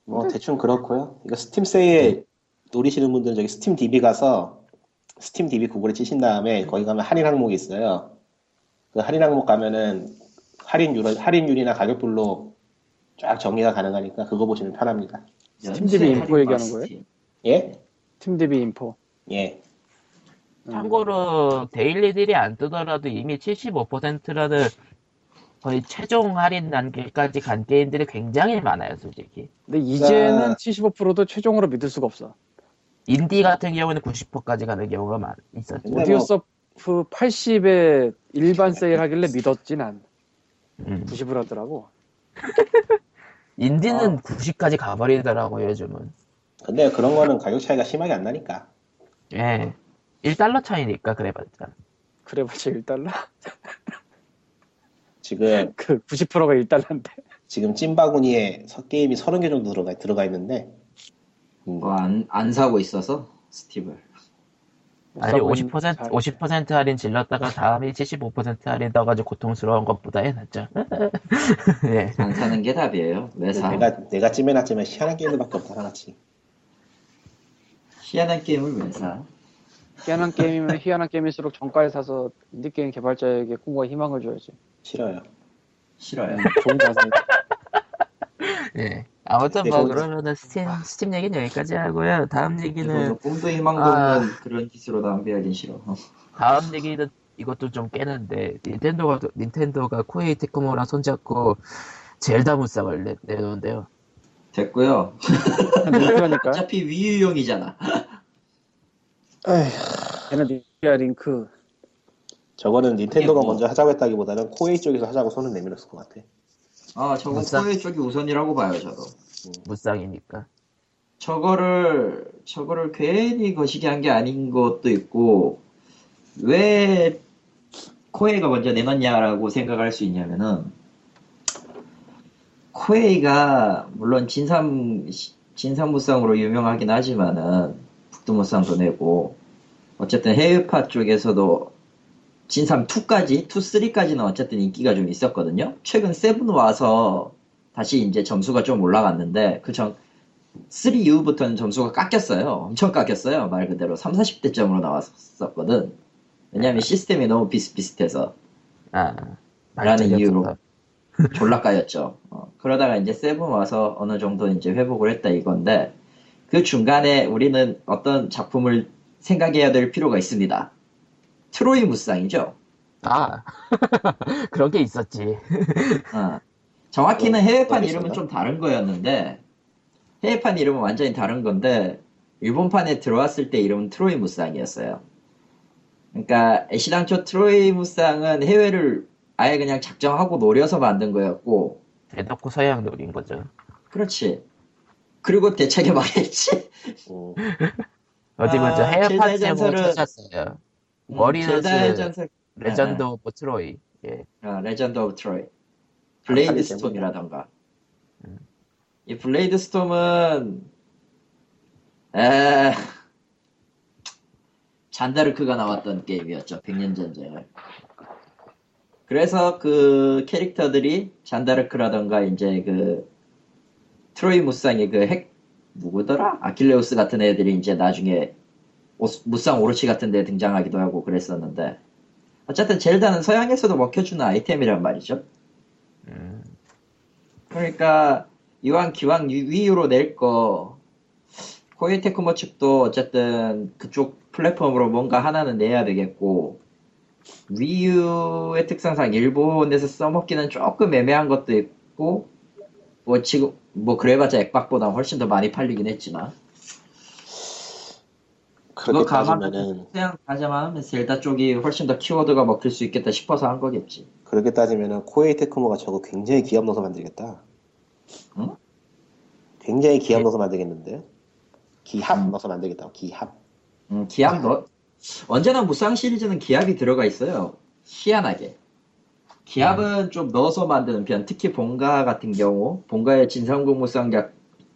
[SPEAKER 2] 뭐 대충 그렇고요. 이거 스팀 세일 노리시는 분들은 저기 스팀 DB 가서 스팀 DB 구글에 치신 다음에 거기 가면 할인 항목이 있어요. 그 할인 항목 가면은 할인율 할인율이나 가격별로 쫙 정리가 가능하니까 그거 보시면 편합니다.
[SPEAKER 3] 스팀집이
[SPEAKER 4] 연세
[SPEAKER 3] 인포
[SPEAKER 4] 할인
[SPEAKER 3] 얘기하는
[SPEAKER 4] 박스
[SPEAKER 3] 거예요?
[SPEAKER 4] 팀.
[SPEAKER 2] 예?
[SPEAKER 3] 팀디비 인포.
[SPEAKER 2] 예.
[SPEAKER 3] 음.
[SPEAKER 1] 참고로 데일리 딜이 안 뜨더라도 이미 75%라는 거의 최종 할인 단계까지 간 게임들이 굉장히 많아요 솔직히
[SPEAKER 3] 근데 이제는
[SPEAKER 2] 자.
[SPEAKER 3] 75%도 최종으로 믿을 수가 없어.
[SPEAKER 1] 인디 같은 경우는 90%까지 가는 경우가 많, 있었죠
[SPEAKER 2] 근데
[SPEAKER 3] 오디오
[SPEAKER 2] 뭐-
[SPEAKER 3] 서프 80에 일반 세일 하길래 믿었지 난.
[SPEAKER 1] 음.
[SPEAKER 3] 90을 하더라고.
[SPEAKER 1] 인디는 90까지 가버리더라고요 요즘은
[SPEAKER 2] 근데 그런 거는 가격 차이가 심하게 안 나니까.
[SPEAKER 1] 예 1달러 차이니까 그래봤자
[SPEAKER 3] 그래봤자 1달러?
[SPEAKER 2] 지금
[SPEAKER 3] 그 90%가 1달러인데.
[SPEAKER 2] 지금 찐바구니에 서- 게임이 30개 정도 들어가 들어가 있는데. 음,
[SPEAKER 4] 뭐 안, 안 사고 있어서 스팀을 그러니까
[SPEAKER 1] 아니 50% 50% 할인 질렀다가 다음에 75% 할인 떠가지고 고통스러운 것보다 해낫죠 예.
[SPEAKER 4] 안 사는 게 답이에요.
[SPEAKER 3] 네,
[SPEAKER 4] 왜 사?
[SPEAKER 2] 내가 내가 찜해놨지만 희한한 게임들밖에 없다 하나치.
[SPEAKER 4] 희한한 게임을 왜 사?
[SPEAKER 3] 희한한 게임이면 희한한 게임일수록 정가에 사서 인디게임 개발자에게 꿈과 희망을 줘야지.
[SPEAKER 2] 싫어요.
[SPEAKER 4] 싫어요.
[SPEAKER 3] 좋은 자세.
[SPEAKER 1] 예. 아무튼
[SPEAKER 2] 네,
[SPEAKER 1] 뭐
[SPEAKER 2] 그건-
[SPEAKER 1] 그러면은 스팀 스팀 얘기는 여기까지 하고요. 다음
[SPEAKER 4] 아. 이거는
[SPEAKER 1] 얘기는
[SPEAKER 4] 꿈도 희망도
[SPEAKER 1] 네. 아.
[SPEAKER 4] 없는 그런 기술로 낭비하긴 싫어.
[SPEAKER 1] 다음 얘기는 이것도 좀 깨는데 닌텐도가 닌텐도가 코에이 테크모랑 손잡고 젤다 무쌍을 내, 내놓은데요.
[SPEAKER 4] 됐고요.
[SPEAKER 3] 그러니까.
[SPEAKER 4] 어차피 위유용이잖아.
[SPEAKER 3] 얘는 니아 링크.
[SPEAKER 2] 저거는 닌텐도가
[SPEAKER 4] 이게 뭐-
[SPEAKER 2] 먼저 하자고 했다기보다는 코에이 쪽에서 하자고 손을 내밀었을 것 같아.
[SPEAKER 4] 아 저거
[SPEAKER 1] 무쌍.
[SPEAKER 4] 코에 쪽이 우선이라고 봐요 저도.
[SPEAKER 1] 무쌍이니까.
[SPEAKER 4] 저거를 저거를 괜히 거시기 한 게 아닌 것도 있고 왜 코에이가 먼저 내놨냐라고 생각할 수 있냐면은 코에이가 물론 진삼 진삼무쌍으로 유명하긴 하지만은 북두무쌍도 내고 어쨌든 해외파 쪽에서도 진삼 2까지 2, 3까지는 어쨌든 인기가 좀 있었거든요. 최근 세븐 와서 다시 이제 점수가 좀 올라갔는데 그전 3 이후부터는 점수가 깎였어요. 엄청 깎였어요. 말 그대로 3, 40대점으로 나왔었거든. 왜냐하면 시스템이 너무 비슷비슷해서
[SPEAKER 1] 아.
[SPEAKER 4] 라는
[SPEAKER 1] 반짝이
[SPEAKER 4] 이유로.
[SPEAKER 1] 없어서.
[SPEAKER 4] 졸라 까였죠. 어, 그러다가 이제 세븐 와서 어느 정도 이제 회복을 했다 이건데 그 중간에 우리는 어떤 작품을 생각해야 될 필요가 있습니다. 트로이 무쌍이죠.
[SPEAKER 1] 아. 그런 게 있었지.
[SPEAKER 4] 어. 정확히는 해외판
[SPEAKER 2] 알겠습니다.
[SPEAKER 4] 이름은 좀 다른 거였는데 해외판 이름은 완전히 다른 건데 일본판에 들어왔을 때 이름은 트로이 무쌍이었어요. 그러니까 애시당초 트로이 무쌍은 해외를 아예 그냥 작정하고 노려서 만든 거였고
[SPEAKER 1] 대놓고 서양 노린 거죠.
[SPEAKER 4] 그렇지. 그리고 대책에 망했지.
[SPEAKER 2] 음.
[SPEAKER 1] 어디
[SPEAKER 4] 아,
[SPEAKER 1] 먼저 헤어팟
[SPEAKER 4] 젤다의
[SPEAKER 1] 제목을
[SPEAKER 4] 전설은-
[SPEAKER 1] 찾았어요.
[SPEAKER 4] 음,
[SPEAKER 1] 머리는
[SPEAKER 4] 젤다의
[SPEAKER 1] 그-
[SPEAKER 4] 전설,
[SPEAKER 1] 레전드
[SPEAKER 4] 네.
[SPEAKER 1] 오브 트로이. 예.
[SPEAKER 4] 아, 레전드 오브 트로이.
[SPEAKER 2] 아,
[SPEAKER 4] 블레이드 스톰이라던가. 이 블레이드 스톰은, 에, 잔다르크가 나왔던 게임이었죠. 100년 전쟁을. 그래서 그 캐릭터들이 잔다르크라던가 이제 그 트로이 무쌍의 그 핵, 누구더라? 아킬레우스 같은 애들이 이제 나중에 오스- 무쌍 오로치 같은 데 등장하기도 하고 그랬었는데 어쨌든 젤다는 서양에서도 먹혀주는 아이템이란 말이죠.
[SPEAKER 1] 음.
[SPEAKER 4] 그러니까 이왕 기왕 위- 위유로 낼 거 코에이 테크모 측도 어쨌든 그쪽 플랫폼으로 뭔가 하나는 내야 되겠고 위유의 특성상 일본에서 써먹기는 조금 애매한 것도 있고 뭐 지금 뭐 그래봤자 액박보다 훨씬 더 많이 팔리긴 했지만
[SPEAKER 2] 그렇게
[SPEAKER 4] 감안-
[SPEAKER 2] 따지면은
[SPEAKER 4] 그냥 가자만 하면 젤다 쪽이 훨씬 더 키워드가 먹힐 수 있겠다 싶어서 한 거겠지.
[SPEAKER 2] 그렇게 따지면은 코에이 테크모가 저거 굉장히 기업 넣어서 만들겠다.
[SPEAKER 4] 응? 예.
[SPEAKER 2] 굉장히 기합 넣어서 만들겠는데? 기합
[SPEAKER 4] 음.
[SPEAKER 2] 넣어서 만들겠다고 기합.
[SPEAKER 4] 음, 기압 넣 언제나 무쌍 시리즈는 기압이 들어가 있어요. 희한하게. 기압은 좀 넣어서 만드는 편. 특히 본가 같은 경우, 본가의 진상공 무쌍 작,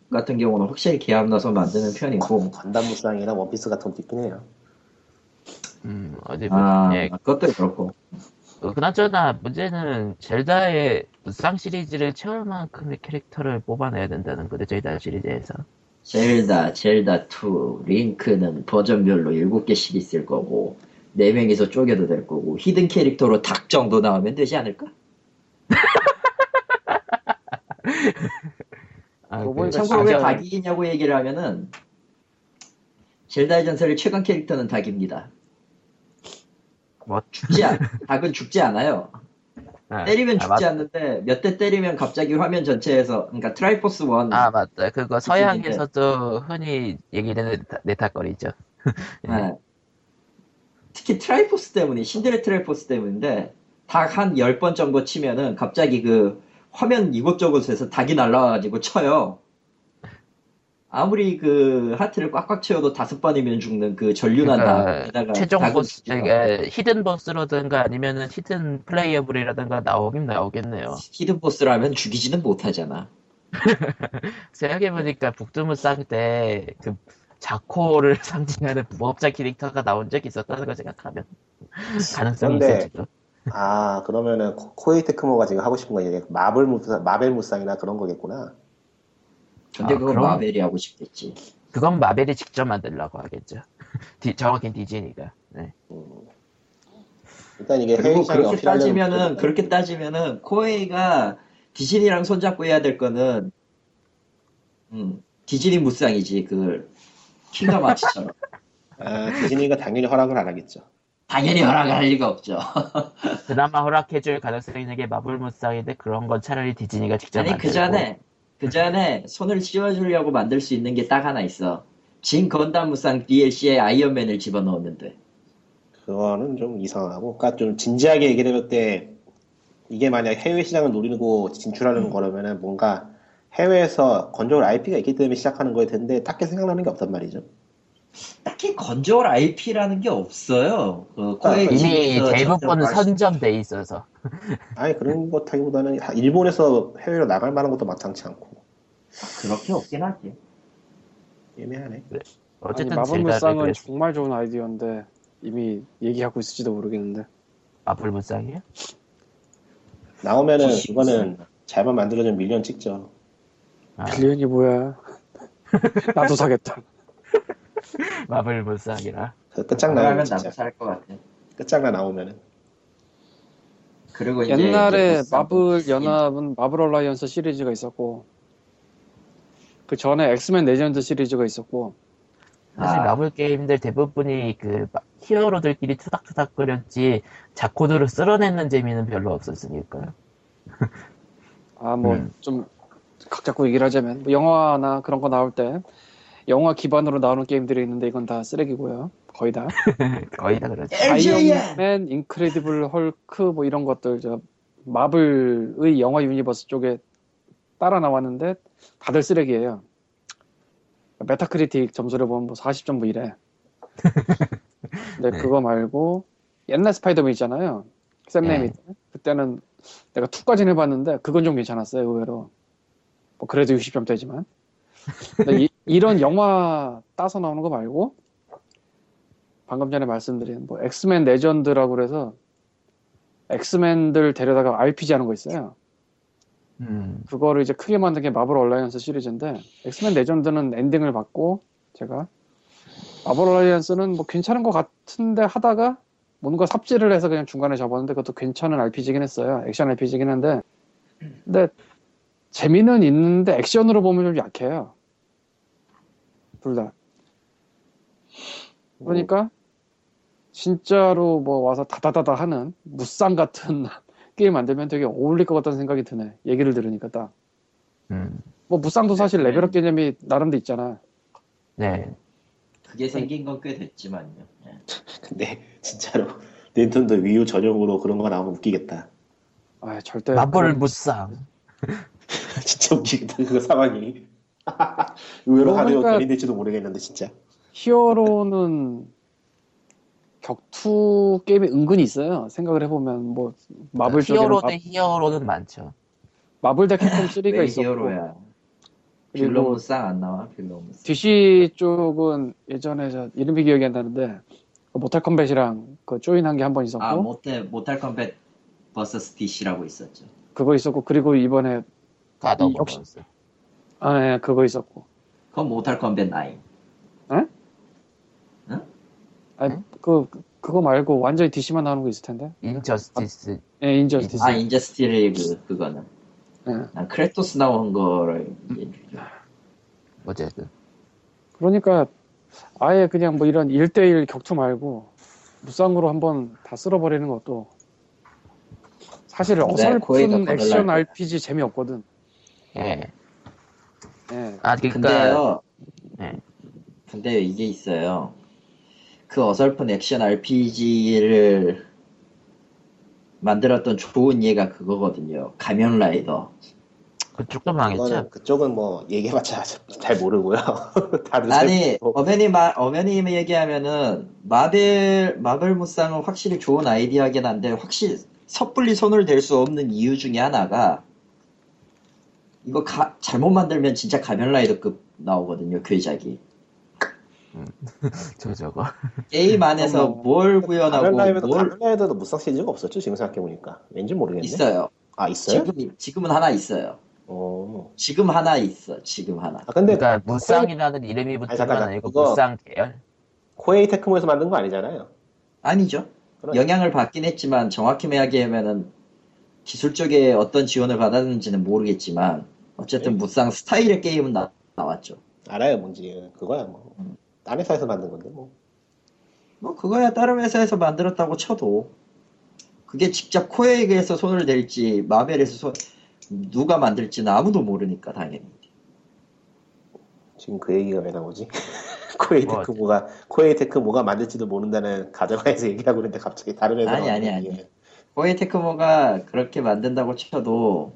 [SPEAKER 4] 같은 경우는 확실히 계약 나서 만드는 편이고
[SPEAKER 2] 건담 무쌍이나 원피스 같은 것도 있긴 해요.
[SPEAKER 1] 음, 어디
[SPEAKER 4] 아
[SPEAKER 1] 보자. 예,
[SPEAKER 4] 그것도 그렇고
[SPEAKER 1] 어, 그나저나 문제는 젤다의 무쌍 시리즈를 채울 만큼의 캐릭터를 뽑아내야 된다는 거죠 젤다 시리즈에서
[SPEAKER 4] 젤다, 젤다 2, 링크는 버전별로 7개씩 있을 거고 4명이서 쪼개도 될 거고 히든 캐릭터로 닭 정도 나오면 되지 않을까?
[SPEAKER 1] 아,
[SPEAKER 3] 요번에
[SPEAKER 1] 그,
[SPEAKER 4] 참고로 왜
[SPEAKER 3] 맞아요.
[SPEAKER 4] 닭이냐고 얘기를 하면은 젤다의 전설의 최강 캐릭터는 닭입니다.
[SPEAKER 1] 뭐?
[SPEAKER 4] 죽지 않, 닭은 죽지 않아요.
[SPEAKER 1] 아,
[SPEAKER 4] 때리면
[SPEAKER 1] 아,
[SPEAKER 4] 죽지
[SPEAKER 1] 맞-
[SPEAKER 4] 않는데 몇 대 때리면 갑자기 화면 전체에서 그러니까 트라이포스 1
[SPEAKER 1] 아 맞다 그거
[SPEAKER 4] 느낌인데.
[SPEAKER 1] 서양에서도 흔히 얘기되는 네타- 네타거리죠 예.
[SPEAKER 4] 네. 특히 트라이포스 때문에 신데레 트라이포스 때문인데 닭 한 10번 정도 치면은 갑자기 그 화면 이곳저곳에서 닭이 날라와가지고 쳐요. 아무리 그 하트를 꽉꽉 채워도 다섯 번이면 죽는 그 전륜한
[SPEAKER 1] 그러니까
[SPEAKER 4] 닭에다가
[SPEAKER 1] 최종
[SPEAKER 4] 닭은
[SPEAKER 1] 보스
[SPEAKER 4] 죽죠.
[SPEAKER 1] 에, 히든 보스라든가 아니면은 히든 플레이어블이라든가 나오긴 나오겠네요
[SPEAKER 4] 히든 보스라면 죽이지는 못하잖아.
[SPEAKER 1] 생각해보니까 북두무쌍 때 그 자코를 상징하는 무법자 캐릭터가 나온 적이 있었다는 걸 생각하면 가능성이
[SPEAKER 2] 근데
[SPEAKER 1] 있었죠
[SPEAKER 2] 아 그러면은 코- 코에이 테크모가 지금 하고 싶은 거 이게 마블 무쌍, 마벨 무쌍이나 그런 거겠구나.
[SPEAKER 4] 근데
[SPEAKER 1] 아,
[SPEAKER 4] 그건
[SPEAKER 1] 그럼-
[SPEAKER 4] 마벨이 하고 싶겠지.
[SPEAKER 1] 그건 마벨이 직접 만들라고 하겠죠 디- 정확히 디즈니가 네.
[SPEAKER 2] 일단 이게
[SPEAKER 4] 그리고
[SPEAKER 2] 해외시장에
[SPEAKER 4] 그렇게
[SPEAKER 2] 예, 어필하려면
[SPEAKER 4] 따지면은
[SPEAKER 2] 그거니까.
[SPEAKER 4] 그렇게 따지면은 코에이가 디즈니랑 손잡고 해야 될 거는 음, 디즈니 무쌍이지 그 킹덤 아츠처럼
[SPEAKER 2] 아, 디즈니가 당연히 허락을 안 하겠죠.
[SPEAKER 4] 당연히 허락을 할 리가 없죠.
[SPEAKER 1] 그나마 허락해줄 가능성이 있는 게 마블 무쌍인데 그런 건 차라리 디즈니가 직접
[SPEAKER 4] 아니 그
[SPEAKER 1] 만들고.
[SPEAKER 4] 전에 그 전에 손을 씌워주려고 만들 수 있는 게 딱 하나 있어. 진 건담 무쌍 DLC에 아이언맨을 집어넣으면 돼.
[SPEAKER 2] 그거는 좀 이상하고, 그러니까 좀 진지하게 얘기를 해볼 때 이게 만약 해외 시장을 노리고 진출하는 거라면은 뭔가 해외에서 건조할 IP가 있기 때문에 시작하는 거일 텐데 딱히 생각나는 게 없단 말이죠.
[SPEAKER 4] 딱히 건조할 IP라는 게 없어요.
[SPEAKER 2] 아,
[SPEAKER 4] 그 코에이
[SPEAKER 1] 이미
[SPEAKER 4] 측에서
[SPEAKER 1] 대부분
[SPEAKER 4] 직접 말씀-
[SPEAKER 1] 선점돼 있어서
[SPEAKER 2] 아니 그런 것하기보다는 일본에서 해외로 나갈 만한 것도 마땅치 않고
[SPEAKER 4] 그렇게 없긴 하지.
[SPEAKER 2] 애매하네.
[SPEAKER 3] 아니
[SPEAKER 1] 어쨌든
[SPEAKER 3] 마법
[SPEAKER 1] 젤다를
[SPEAKER 3] 물상은
[SPEAKER 1] 그래서
[SPEAKER 3] 정말 좋은 아이디어인데 이미 얘기하고 있을지도 모르겠는데
[SPEAKER 1] 마블 무쌍이요?
[SPEAKER 2] 나오면은
[SPEAKER 4] 디즈니
[SPEAKER 2] 네, 이거는
[SPEAKER 4] 무쌍.
[SPEAKER 2] 잘만 만들어주면 밀리언 찍죠.
[SPEAKER 1] 아,
[SPEAKER 3] 빌리언이 뭐야? 나도 사겠다.
[SPEAKER 1] 마블 무쌍이라.
[SPEAKER 2] 그 끝장나면
[SPEAKER 4] 그러면 나도
[SPEAKER 2] 진짜
[SPEAKER 4] 살 것 같아.
[SPEAKER 2] 끝장나 나오면은
[SPEAKER 4] 그리고 이제
[SPEAKER 3] 옛날에
[SPEAKER 4] 이제
[SPEAKER 3] 마블
[SPEAKER 1] 음.
[SPEAKER 4] 인-
[SPEAKER 3] 연합은 마블 얼라이언스 시리즈가 있었고 그 전에 엑스맨 레전드 시리즈가 있었고
[SPEAKER 1] 사실
[SPEAKER 4] 아.
[SPEAKER 1] 마블 게임들 대부분이 그 막 히어로들끼리 투닥투닥거렸지 자코드를 쓸어내는 재미는 별로 없었으니까요.
[SPEAKER 3] 아 뭐
[SPEAKER 1] 음.
[SPEAKER 3] 좀 각잡고 얘기를 하자면 뭐 영화나 그런 거 나올 때 영화 기반으로 나오는 게임들이 있는데 이건 다 쓰레기고요 네, 거의 다
[SPEAKER 1] 거의 다 그렇죠.
[SPEAKER 4] LJ야!
[SPEAKER 3] 아이언맨, 인크레디블 헐크 뭐 이런 것들 저 마블의 영화 유니버스 쪽에 따라 나왔는데 다들 쓰레기예요. 메타크리틱 점수를 보면 뭐 40점 뭐 이래.
[SPEAKER 1] 네.
[SPEAKER 3] 근데 그거 말고 옛날 스파이더맨 있잖아요. 샘레미
[SPEAKER 1] 네.
[SPEAKER 3] 그때는 내가 2까지는 해봤는데 그건 좀 괜찮았어요 의외로. 뭐 그래도 60점대지만. 근데 이- 이런 영화 따서 나오는 거 말고 방금 전에 말씀드린 뭐 엑스맨 레전드라고 그래서 엑스맨들 데려다가 RPG 하는 거 있어요.
[SPEAKER 1] 음,
[SPEAKER 3] 그거를 이제 크게 만든 게 마블 얼라이언스 시리즈인데 엑스맨 레전드는 엔딩을 받고 제가 마블 얼라이언스는 뭐 괜찮은 것 같은데 하다가 뭔가 삽질을 해서 그냥 중간에 접었는데 그것도 괜찮은 RPG긴 했어요. 액션 RPG긴 한데 근데 재미는 있는데 액션으로 보면 좀 약해요. 둘 다. 그러니까 진짜로 뭐 와서 다다다다 하는 무쌍 같은 게임 만들면 되게 어울릴 것 같다는 생각이 드네. 얘기를 들으니까 딱.
[SPEAKER 1] 음,
[SPEAKER 3] 뭐 무쌍도 사실 레벨업 개념이 나름대로 있잖아.
[SPEAKER 1] 네.
[SPEAKER 4] 그게 생긴 건 꽤 됐지만요. 예.
[SPEAKER 2] 근데 진짜로 닌텐도 위유 전용으로 그런 거 나오면 웃기겠다.
[SPEAKER 3] 아 절대.
[SPEAKER 1] 마블
[SPEAKER 3] 그런-
[SPEAKER 1] 무쌍.
[SPEAKER 2] 진짜 웃기겠다 그 상황이. 의외로
[SPEAKER 3] 그러니까-
[SPEAKER 2] 하루에 어떻게 될지도 모르겠는데 진짜.
[SPEAKER 3] 히어로는 격투 게임이 은근히 있어요. 생각을 해보면 뭐 마블 쪽에는
[SPEAKER 1] 히어로
[SPEAKER 3] 마,
[SPEAKER 1] 대 히어로는 많죠.
[SPEAKER 3] 마블 대 캡콤 3가
[SPEAKER 4] 왜
[SPEAKER 3] 있었고
[SPEAKER 4] 히어로야.
[SPEAKER 3] 그리고
[SPEAKER 4] 빌로몬 싹안 나와 빌로몬 싹.
[SPEAKER 3] DC 쪽은 예전에 저 이름이 기억이 안 나는데 그 모탈 컴뱃이랑 그 조인한 게 한 번 있었고
[SPEAKER 4] 아 모태 모탈 컴뱃 vs DC라고 있었죠.
[SPEAKER 3] 그거 있었고 그리고 이번에
[SPEAKER 1] 가드
[SPEAKER 3] 이
[SPEAKER 1] 오브
[SPEAKER 3] 역시-
[SPEAKER 1] 번스.
[SPEAKER 3] 아 예, 그거 있었고
[SPEAKER 4] 그건 모탈 컴뱃 9.
[SPEAKER 1] 응?
[SPEAKER 3] 아그 그거 말고 완전히 DC만 나오는 거 있을 텐데
[SPEAKER 1] 인저스티스.
[SPEAKER 3] 예 인저스티스
[SPEAKER 4] 아 인저스티를 그 그거는
[SPEAKER 3] 예.
[SPEAKER 4] 난 크레토스 나온 거를
[SPEAKER 1] 어쨌든.
[SPEAKER 3] 그러니까 아예 그냥 뭐 이런 1대1 격투 말고 무쌍으로 한번 다 쓸어버리는 것도 사실
[SPEAKER 4] 네, 거의 다
[SPEAKER 3] 어설픈
[SPEAKER 4] 거덜날
[SPEAKER 3] 액션
[SPEAKER 4] 거야.
[SPEAKER 3] RPG 재미없거든.
[SPEAKER 1] 예.
[SPEAKER 3] 예.
[SPEAKER 1] 아 그러니까
[SPEAKER 4] 근데요.
[SPEAKER 1] 네.
[SPEAKER 4] 근데 이게 있어요. 그 어설픈 액션 RPG를 만들었던 좋은 예가 그거거든요. 가면 라이더.
[SPEAKER 1] 그쪽도 망했죠.
[SPEAKER 2] 그거는 그쪽은 뭐 얘기해봤자 잘 모르고요. 다른
[SPEAKER 4] 아니
[SPEAKER 2] 뭐,
[SPEAKER 4] 어메니 마 어메니 얘기하면은 마벨 마벨 무쌍은 확실히 좋은 아이디어긴 한데 확실히 섣불리 손을 댈 수 없는 이유 중에 하나가 이거 가- 잘못 만들면 진짜 가면라이더급 나오거든요 괴작이
[SPEAKER 1] 저 저거.
[SPEAKER 4] 게임 안에서
[SPEAKER 3] 어머.
[SPEAKER 4] 뭘 구현하고
[SPEAKER 2] 뭐 가면라이브도
[SPEAKER 4] 뭘
[SPEAKER 2] 가면라이브도 무쌍 시리즈가 없었죠 지금 생각해보니까 왠지 모르겠네.
[SPEAKER 4] 있어요
[SPEAKER 2] 아 있어요?
[SPEAKER 4] 지금 지금은 하나 있어요
[SPEAKER 2] 어.
[SPEAKER 4] 지금 하나 있어 지금 하나
[SPEAKER 2] 아 근데
[SPEAKER 1] 그러니까 무쌍이라는 이름이 붙은 건
[SPEAKER 2] 아니, 잠깐,
[SPEAKER 1] 아니고
[SPEAKER 2] 그거-
[SPEAKER 1] 무쌍 계열.
[SPEAKER 2] 코에이 테크모에서 만든 거 아니잖아요.
[SPEAKER 4] 아니죠
[SPEAKER 2] 그럼-
[SPEAKER 4] 영향을 받긴 했지만 정확히 이야기하면은 기술 쪽에 어떤 지원을 받았는지는 모르겠지만 어쨌든 무쌍 스타일의 게임은 나, 나왔죠.
[SPEAKER 2] 알아요 뭔지 그거야 뭐. 딴 회사에서 만든 건데 뭐.
[SPEAKER 4] 뭐 그거야 다른 회사에서 만들었다고 쳐도 그게 직접 코에이에서 손을 댈지 마벨에서 손 누가 만들지는 아무도 모르니까 당연히.
[SPEAKER 2] 지금 그 얘기가 왜 나오지? 코에이
[SPEAKER 1] 뭐,
[SPEAKER 2] 테크모가 코에이 테크모가 만들지도 모른다는 가정하에서 얘기하고 있는데 갑자기 다른 회사
[SPEAKER 4] 아니, 아니, 아니. 코에이 테크모가 그렇게 만든다고 쳐도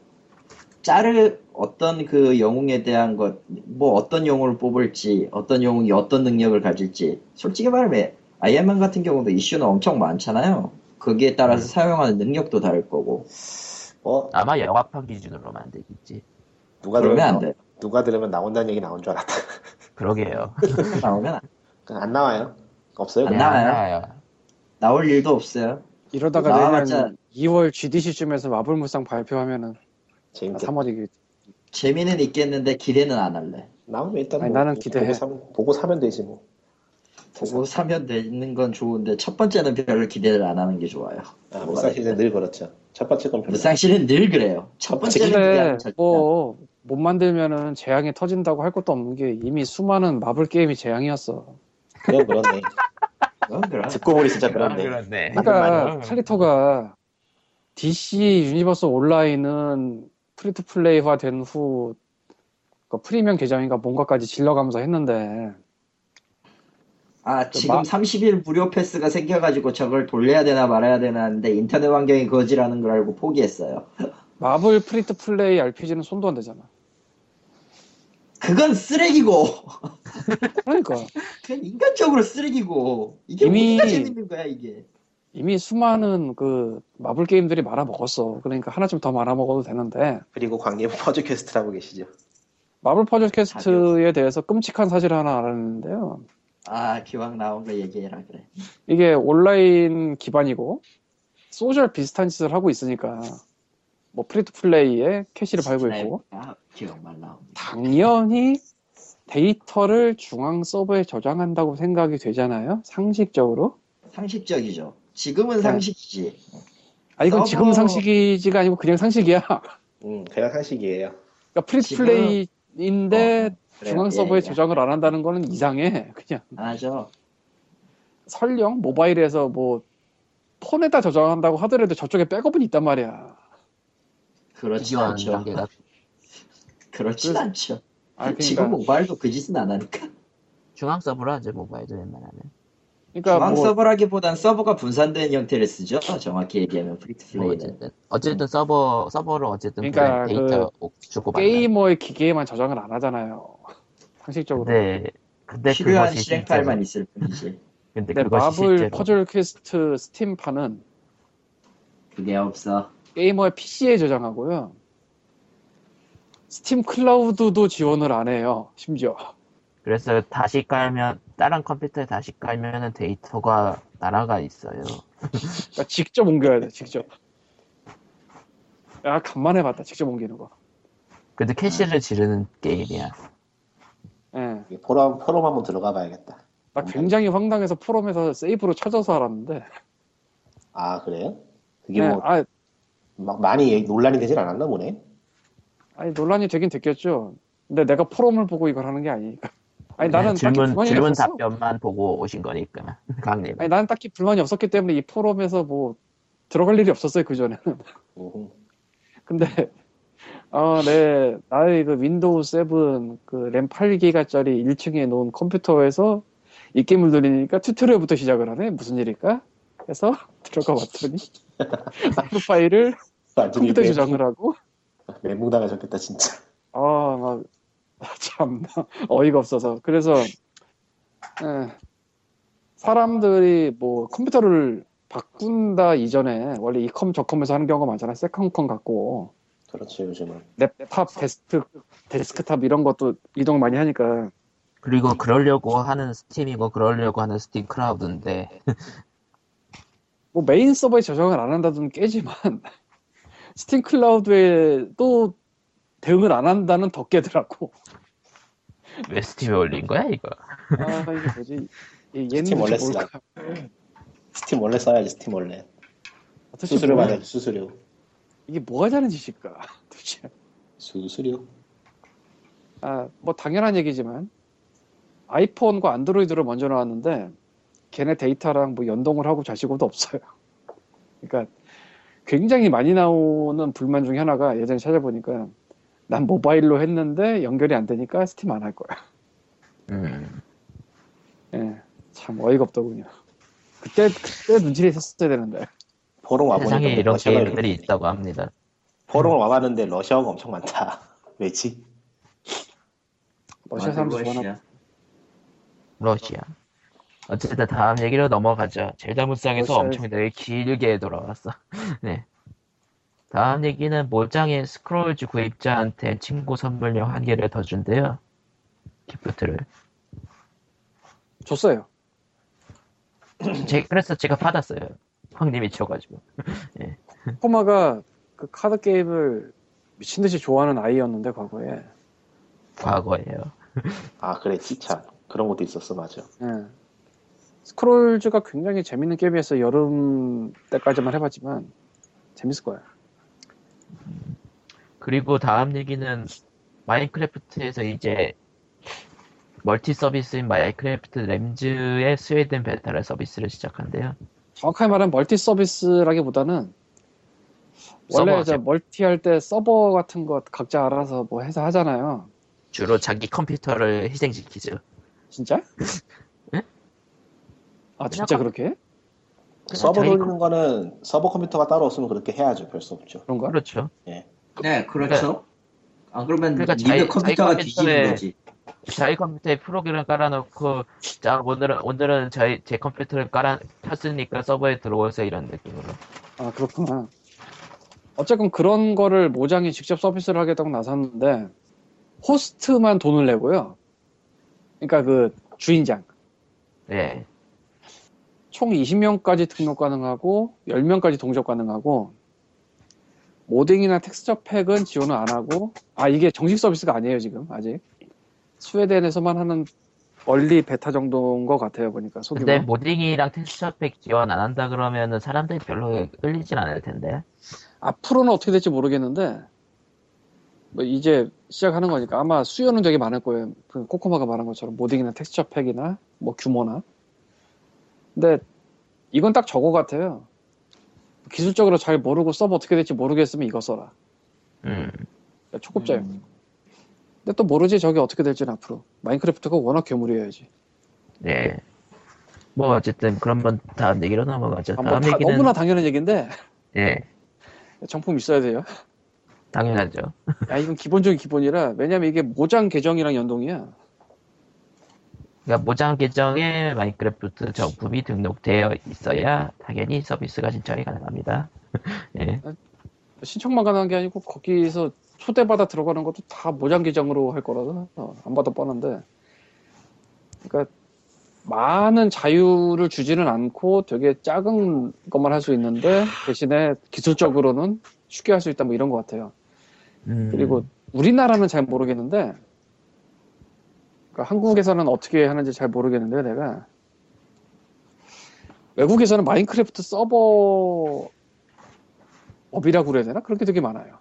[SPEAKER 4] 짜르 어떤 그 영웅에 대한 것 뭐 어떤 영웅을 뽑을지 어떤 영웅이 어떤 능력을 가질지 솔직히 말하면 아이언맨 같은 경우도 이슈는 엄청 많잖아요 거기에 따라서 사용하는 능력도 다를 거고
[SPEAKER 2] 어
[SPEAKER 1] 아마 영화판 기준으로 만들겠지.
[SPEAKER 2] 누가
[SPEAKER 4] 그러면
[SPEAKER 2] 들으면
[SPEAKER 4] 안 돼.
[SPEAKER 2] 누가 들으면 나온다는 얘기 나온 줄 알았다.
[SPEAKER 1] 그러게요.
[SPEAKER 4] 나오면 안-
[SPEAKER 2] 안 나와요. 없어요.
[SPEAKER 4] 안
[SPEAKER 1] 네,
[SPEAKER 2] 그냥.
[SPEAKER 4] 나와요?
[SPEAKER 1] 나와요.
[SPEAKER 4] 나올 일도 없어요
[SPEAKER 3] 이러다가
[SPEAKER 4] 나와봤자-
[SPEAKER 3] 내년 2월 GDC쯤에서 마블 무쌍 발표하면은
[SPEAKER 2] 재밌게
[SPEAKER 3] 3월이
[SPEAKER 4] 재미는 있겠는데 기대는 안 할래
[SPEAKER 2] 나오면 일단
[SPEAKER 3] 아니,
[SPEAKER 2] 뭐
[SPEAKER 3] 나는 기대해.
[SPEAKER 2] 보고 사면, 보고 사면 되지 뭐.
[SPEAKER 4] 보고 사면 되는 건 좋은데 첫 번째는 별로 기대를 안 하는 게 좋아요
[SPEAKER 2] 아, 무쌍 시리즈 늘 그렇죠. 첫 번째 건 별로.
[SPEAKER 4] 무쌍실은 늘 그래요 첫 번째는
[SPEAKER 3] 근데
[SPEAKER 4] 기대하면 절대 안
[SPEAKER 3] 뭐 못 만들면은 재앙이 터진다고 할 것도 없는 게 이미 수많은 마블 게임이 재앙이었어.
[SPEAKER 2] 그건 그렇네.
[SPEAKER 4] 그건 그럼
[SPEAKER 2] 듣고 보니 진짜
[SPEAKER 1] 아,
[SPEAKER 2] 그렇네.
[SPEAKER 1] 그렇네.
[SPEAKER 3] 그러니까 칼리토가 DC 유니버스 온라인은 프리투 플레이화 된 후 그러니까 프리미엄 계정인가 뭔가까지 질러가면서 했는데
[SPEAKER 4] 아,
[SPEAKER 3] 그
[SPEAKER 4] 지금
[SPEAKER 3] 마-
[SPEAKER 4] 30일 무료 패스가 생겨가지고 저걸 돌려야 되나 말아야 되나 하는데 인터넷 환경이 거지라는 걸 알고 포기했어요.
[SPEAKER 3] 마블 프리투 플레이 RPG는 손도 안 되잖아.
[SPEAKER 4] 그건 쓰레기고,
[SPEAKER 3] 그러니까
[SPEAKER 4] 그건 인간적으로 쓰레기고, 이게
[SPEAKER 3] 이미-
[SPEAKER 4] 뭐가 재밌는 거야, 이게.
[SPEAKER 3] 이미 수많은 그 마블 게임들이 말아 먹었어. 그러니까 하나쯤 더 말아 먹어도 되는데
[SPEAKER 2] 그리고 광님 퍼즐 퀘스트라고 계시죠.
[SPEAKER 3] 마블 퍼즐 퀘스트에 대해서 끔찍한 사실 하나 알았는데요.
[SPEAKER 4] 아, 기왕 나온 거 얘기해라, 그래.
[SPEAKER 3] 이게 온라인 기반이고 소셜 비슷한 짓을 하고 있으니까 뭐 프리투 플레이에 캐시를
[SPEAKER 1] 네,
[SPEAKER 3] 발고 있고
[SPEAKER 4] 아, 기억만 나옵니다.
[SPEAKER 3] 당연히 데이터를 중앙 서버에 저장한다고 생각이 되잖아요. 상식적으로.
[SPEAKER 4] 상식적이죠. 지금은
[SPEAKER 3] 네.
[SPEAKER 4] 상식이지.
[SPEAKER 3] 아 이건
[SPEAKER 4] 서버-
[SPEAKER 3] 지금 상식이지가 아니고 그냥 상식이야. 그러니까
[SPEAKER 2] 음, 그냥 상식이에요.
[SPEAKER 3] 프리투
[SPEAKER 4] 지금-
[SPEAKER 3] 플레이인데
[SPEAKER 4] 그래요.
[SPEAKER 3] 중앙
[SPEAKER 4] 예,
[SPEAKER 3] 서버에
[SPEAKER 4] 예.
[SPEAKER 3] 저장을 안 한다는 거는 이상해. 그냥
[SPEAKER 4] 안 하죠.
[SPEAKER 3] 설령 모바일에서 뭐 폰에다 저장한다고 하더라도 저쪽에 백업은 있단 말이야.
[SPEAKER 4] 그렇지
[SPEAKER 1] 이런
[SPEAKER 4] 않죠.
[SPEAKER 1] 단계가
[SPEAKER 4] 그렇진
[SPEAKER 3] 그래서-
[SPEAKER 4] 않죠.
[SPEAKER 3] 아,
[SPEAKER 4] 지금
[SPEAKER 3] 그러니까,
[SPEAKER 4] 모바일도 그 짓은 안 하니까.
[SPEAKER 1] 중앙 서버로 하죠 모바일도 웬만하면.
[SPEAKER 3] 그러니까
[SPEAKER 4] 중앙
[SPEAKER 3] 뭐
[SPEAKER 4] 서버라기보단 서버가 분산된 형태를 쓰죠. 정확히 얘기하면 프리트
[SPEAKER 1] 뭐
[SPEAKER 4] 플레이는.
[SPEAKER 1] 어쨌든 어쨌든 서버 서버로 어쨌든
[SPEAKER 3] 네. 그러니까
[SPEAKER 1] 데이터 주고 받는.
[SPEAKER 3] 게이머의 기계에만 저장을 안 하잖아요. 상식적으로.
[SPEAKER 1] 근데 네. 근데
[SPEAKER 4] 필요한
[SPEAKER 1] 그것이
[SPEAKER 4] 실행
[SPEAKER 1] 실제로
[SPEAKER 4] 파일만 있을 뿐이지
[SPEAKER 1] 근데
[SPEAKER 3] 근데
[SPEAKER 1] 그것이
[SPEAKER 3] 마블
[SPEAKER 1] 실제로
[SPEAKER 3] 퍼즐 퀘스트 스팀판은
[SPEAKER 4] 그게 없어
[SPEAKER 3] 게이머의 PC에 저장하고요. 스팀 클라우드도 지원을 안 해요. 심지어.
[SPEAKER 1] 그래서 다시 깔면 다른 컴퓨터에 다시 깔면은 데이터가 날아가 있어요.
[SPEAKER 3] 그러니까 직접 옮겨야 돼. 직접. 야 간만에 봤다. 직접 옮기는 거.
[SPEAKER 1] 근데
[SPEAKER 3] 아.
[SPEAKER 1] 캐시를 지르는 게임이야.
[SPEAKER 3] 예.
[SPEAKER 2] 이 포럼 포럼 한번 들어가 봐야겠다.
[SPEAKER 1] 음.
[SPEAKER 3] 나 굉장히 황당해서 포럼에서 세이브로 찾아서 알았는데.
[SPEAKER 2] 아 그래요? 그게
[SPEAKER 3] 예,
[SPEAKER 2] 뭐 막
[SPEAKER 3] 아,
[SPEAKER 2] 많이 얘기- 논란이 되진 않았나 보네.
[SPEAKER 3] 아니 논란이 되긴 됐겠죠. 근데 내가 포럼을 보고 이걸 하는 게 아니니까. 아니
[SPEAKER 1] 그냥
[SPEAKER 3] 나는 딱히
[SPEAKER 1] 네, 질문
[SPEAKER 3] 불만이
[SPEAKER 1] 질문
[SPEAKER 3] 없었어.
[SPEAKER 1] 답변만 보고 오신 거니까 강님.
[SPEAKER 3] 아니 나는 딱히 불만이 없었기 때문에 이 포럼에서 뭐 들어갈 일이 없었어요 그 전에는.
[SPEAKER 2] 음,
[SPEAKER 3] 근데 아, 네. 나의 그 윈도우 7그램 8기가짜리 1층에 놓은 컴퓨터에서 이 게임을 돌리니까 튜토리얼부터 시작을 하네. 무슨 일일까? 해서 들어가 봤더니 라이브 파일을
[SPEAKER 2] 완전히
[SPEAKER 3] 컴퓨터
[SPEAKER 2] 매-
[SPEAKER 3] 저장을 하고
[SPEAKER 2] 멘붕당하셨겠다 진짜.
[SPEAKER 3] 아, 막, 참, 어이가 없어서. 그래서, 에, 사람들이 뭐 컴퓨터를 바꾼다 이전에, 원래 이컴, 저컴에서 하는 경우가 많잖아. 세컨컴 갖고,
[SPEAKER 2] 그렇죠 요즘은.
[SPEAKER 3] 랩탑, 데스크, 데스크탑 이런 것도 이동 많이 하니까.
[SPEAKER 1] 그리고 그러려고 하는 스팀이고 그러려고 하는 스팀 클라우드인데
[SPEAKER 3] 뭐 메인 서버에 저장을 안 한다든 깨지만, 스팀 클라우드에도 대응을 안 한다는 더 깨더라고.
[SPEAKER 1] 왜 스팀에 올린 거야 이거?
[SPEAKER 3] 아, 이게 뭐지? 얘- 얘는
[SPEAKER 2] 스팀 원래
[SPEAKER 3] 뭘까?
[SPEAKER 2] 스팀 원래 써야지 스팀 원래.
[SPEAKER 3] 도대체
[SPEAKER 2] 수수료
[SPEAKER 3] 뭐야?
[SPEAKER 2] 받아야지 수수료.
[SPEAKER 3] 이게 뭐 하자는 짓일까? 도대체.
[SPEAKER 2] 수수료.
[SPEAKER 3] 아, 뭐 당연한 얘기지만 아이폰과 안드로이드를 먼저 나왔는데 걔네 데이터랑 뭐 연동을 하고 자시고도 없어요. 그러니까 굉장히 많이 나오는 불만 중에 하나가 예전에 찾아보니까 난 모바일로 했는데 연결이 안 되니까 스팀 안 할 거야.
[SPEAKER 1] 음.
[SPEAKER 3] 예, 참 어이가 없더군요. 그때 그때 눈치를 챘어야 되는데.
[SPEAKER 2] 포럼 와보니까
[SPEAKER 1] 세상에 이런
[SPEAKER 2] 러시아가
[SPEAKER 1] 게임들이
[SPEAKER 2] 이렇게-
[SPEAKER 1] 있다고 합니다.
[SPEAKER 2] 포럼 와봤는데 러시아어가 엄청 많다. 왜지?
[SPEAKER 3] 러시아 사람들 좋아하나?
[SPEAKER 1] 러시아. 어쨌든 다음 얘기로 넘어가죠. 젤다 무쌍에서
[SPEAKER 3] 러시아에서-
[SPEAKER 1] 엄청나게 길게 돌아왔어. 네. 다음 얘기는 몰장의 스크롤즈 구입자한테 친구 선물용 한 개를 더 준대요. 기프트를.
[SPEAKER 3] 줬어요.
[SPEAKER 1] 제- 그래서 제가 받았어요. 황님이 쳐가지고.
[SPEAKER 3] 코마가 그 카드 게임을 미친 듯이 좋아하는 아이였는데 과거에.
[SPEAKER 1] 과거예요.
[SPEAKER 2] 아 그래 진짜 그런 것도 있었어 맞아.
[SPEAKER 3] 예. 스크롤즈가 굉장히 재밌는 게임이어서 여름 때까지만 해봤지만 재밌을 거야.
[SPEAKER 1] 그리고 다음 얘기는 마인크래프트에서 이제 멀티 서비스인 마인크래프트 램즈의 스웨덴 베타를 서비스를 시작한대요.
[SPEAKER 3] 정확하게 말하면 멀티 서비스라기보다는
[SPEAKER 1] 서버
[SPEAKER 3] 원래 이제
[SPEAKER 1] 제-
[SPEAKER 3] 멀티 할 때 서버 같은 거 각자 알아서 뭐 해서 하잖아요.
[SPEAKER 1] 주로 자기 컴퓨터를 희생시키죠.
[SPEAKER 3] 진짜?
[SPEAKER 1] 예?
[SPEAKER 3] 아 진짜 그렇게 해? 그
[SPEAKER 2] 서버
[SPEAKER 1] 자기
[SPEAKER 2] 돌리는 거는 서버 컴퓨터가 따로 없으면 그렇게 해야죠. 별 수 없죠.
[SPEAKER 3] 그런가?
[SPEAKER 1] 그렇죠.
[SPEAKER 4] 네, 그렇죠. 안 그러면
[SPEAKER 1] 그러니까
[SPEAKER 4] 니네
[SPEAKER 1] 자기-
[SPEAKER 4] 컴퓨터가
[SPEAKER 1] 자기 컴퓨터에-
[SPEAKER 4] 뒤지는 거지.
[SPEAKER 1] 자기 컴퓨터에 프로그램 깔아놓고 자 오늘은 오늘은 저희 제 컴퓨터를 깔아 켰으니까 서버에 들어오세요 이런 느낌으로.
[SPEAKER 3] 아 그렇구나. 어쨌건 그런 거를 모장이 직접 서비스를 하겠다고 나섰는데 호스트만 돈을 내고요. 그러니까 그 주인장.
[SPEAKER 1] 예.
[SPEAKER 3] 총 20명까지 등록 가능하고 10명까지 동접 가능하고 모딩이나 텍스처 팩은 지원을 안 하고 아 이게 정식 서비스가 아니에요 지금 아직 스웨덴에서만 하는 얼리 베타 정도인 것 같아요 보니까 소규모
[SPEAKER 1] 근데 모딩이랑 텍스처팩 지원 안 한다 그러면은 사람들이 별로 끌리진 않을 텐데.
[SPEAKER 3] 앞으로는 어떻게 될지 모르겠는데 뭐 이제 시작하는 거니까 아마 수요는 되게 많을 거예요. 그 코코마가 말한 것처럼 모딩이나 텍스처 팩이나 뭐 규모나. 근데 이건 딱 저거 같아요. 기술적으로 잘 모르고 서버 어떻게 될지 모르겠으면 이거 써라.
[SPEAKER 1] 음.
[SPEAKER 3] 그러니까 초급자용.
[SPEAKER 4] 음,
[SPEAKER 3] 근데 또 모르지 저게 어떻게 될지는 앞으로. 마인크래프트가 워낙 괴물이어야지.
[SPEAKER 1] 예. 뭐 어쨌든 그러면 다음 얘기로 넘어가죠.
[SPEAKER 3] 아,
[SPEAKER 1] 다음
[SPEAKER 3] 뭐 다-
[SPEAKER 1] 얘기는
[SPEAKER 3] 너무나 당연한 얘기인데
[SPEAKER 1] 예
[SPEAKER 3] 정품 있어야 돼요.
[SPEAKER 1] 당연하죠.
[SPEAKER 3] 야 이건 기본적인 기본이라 왜냐면 이게 모장 계정이랑 연동이야.
[SPEAKER 1] 그러니까 모장 계정에 마인크래프트 정품이 등록되어 있어야 당연히 서비스가 신청이 가능합니다. 예.
[SPEAKER 3] 신청만 가능한 게 아니고 거기서 초대받아 들어가는 것도 다 모장 기장으로 할 거라서 어, 안 받아 뻔한데. 그러니까 많은 자유를 주지는 않고 되게 작은 것만 할 수 있는데 대신에 기술적으로는 쉽게 할 수 있다 뭐 이런 것 같아요.
[SPEAKER 1] 음.
[SPEAKER 3] 그리고 우리나라는 잘 모르겠는데 그러니까 한국에서는 어떻게 하는지 잘 모르겠는데 내가 외국에서는 마인크래프트 서버 업이라고 그래야 되나? 그런 게 되게 많아요.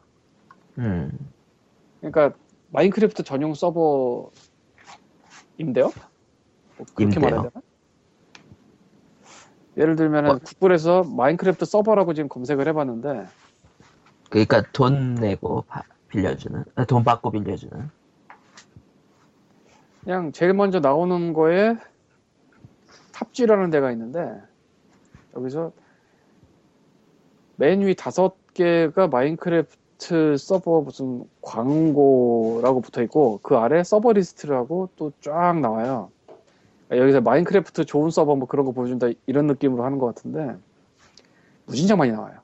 [SPEAKER 1] 음.
[SPEAKER 3] 그러니까 마인크래프트 전용 서버인데요? 뭐 그렇게
[SPEAKER 1] 인데요.
[SPEAKER 3] 말해야 되나? 예를 들면
[SPEAKER 1] 어.
[SPEAKER 3] 은 구글에서 마인크래프트 서버라고 지금 검색을 해봤는데
[SPEAKER 1] 그러니까 돈 내고 바- 빌려주는 아, 돈 받고 빌려주는
[SPEAKER 3] 그냥 제일 먼저 나오는 거에 탑지라는 데가 있는데 여기서 맨 위 다섯 개가 마인크래프트 서버 무슨 광고라고 붙어 있고 그 아래 서버 리스트라고 또 쫙 나와요. 그러니까 여기서 마인크래프트 좋은 서버 뭐 그런 거 보여준다 이런 느낌으로 하는 것 같은데 무진장 많이 나와요.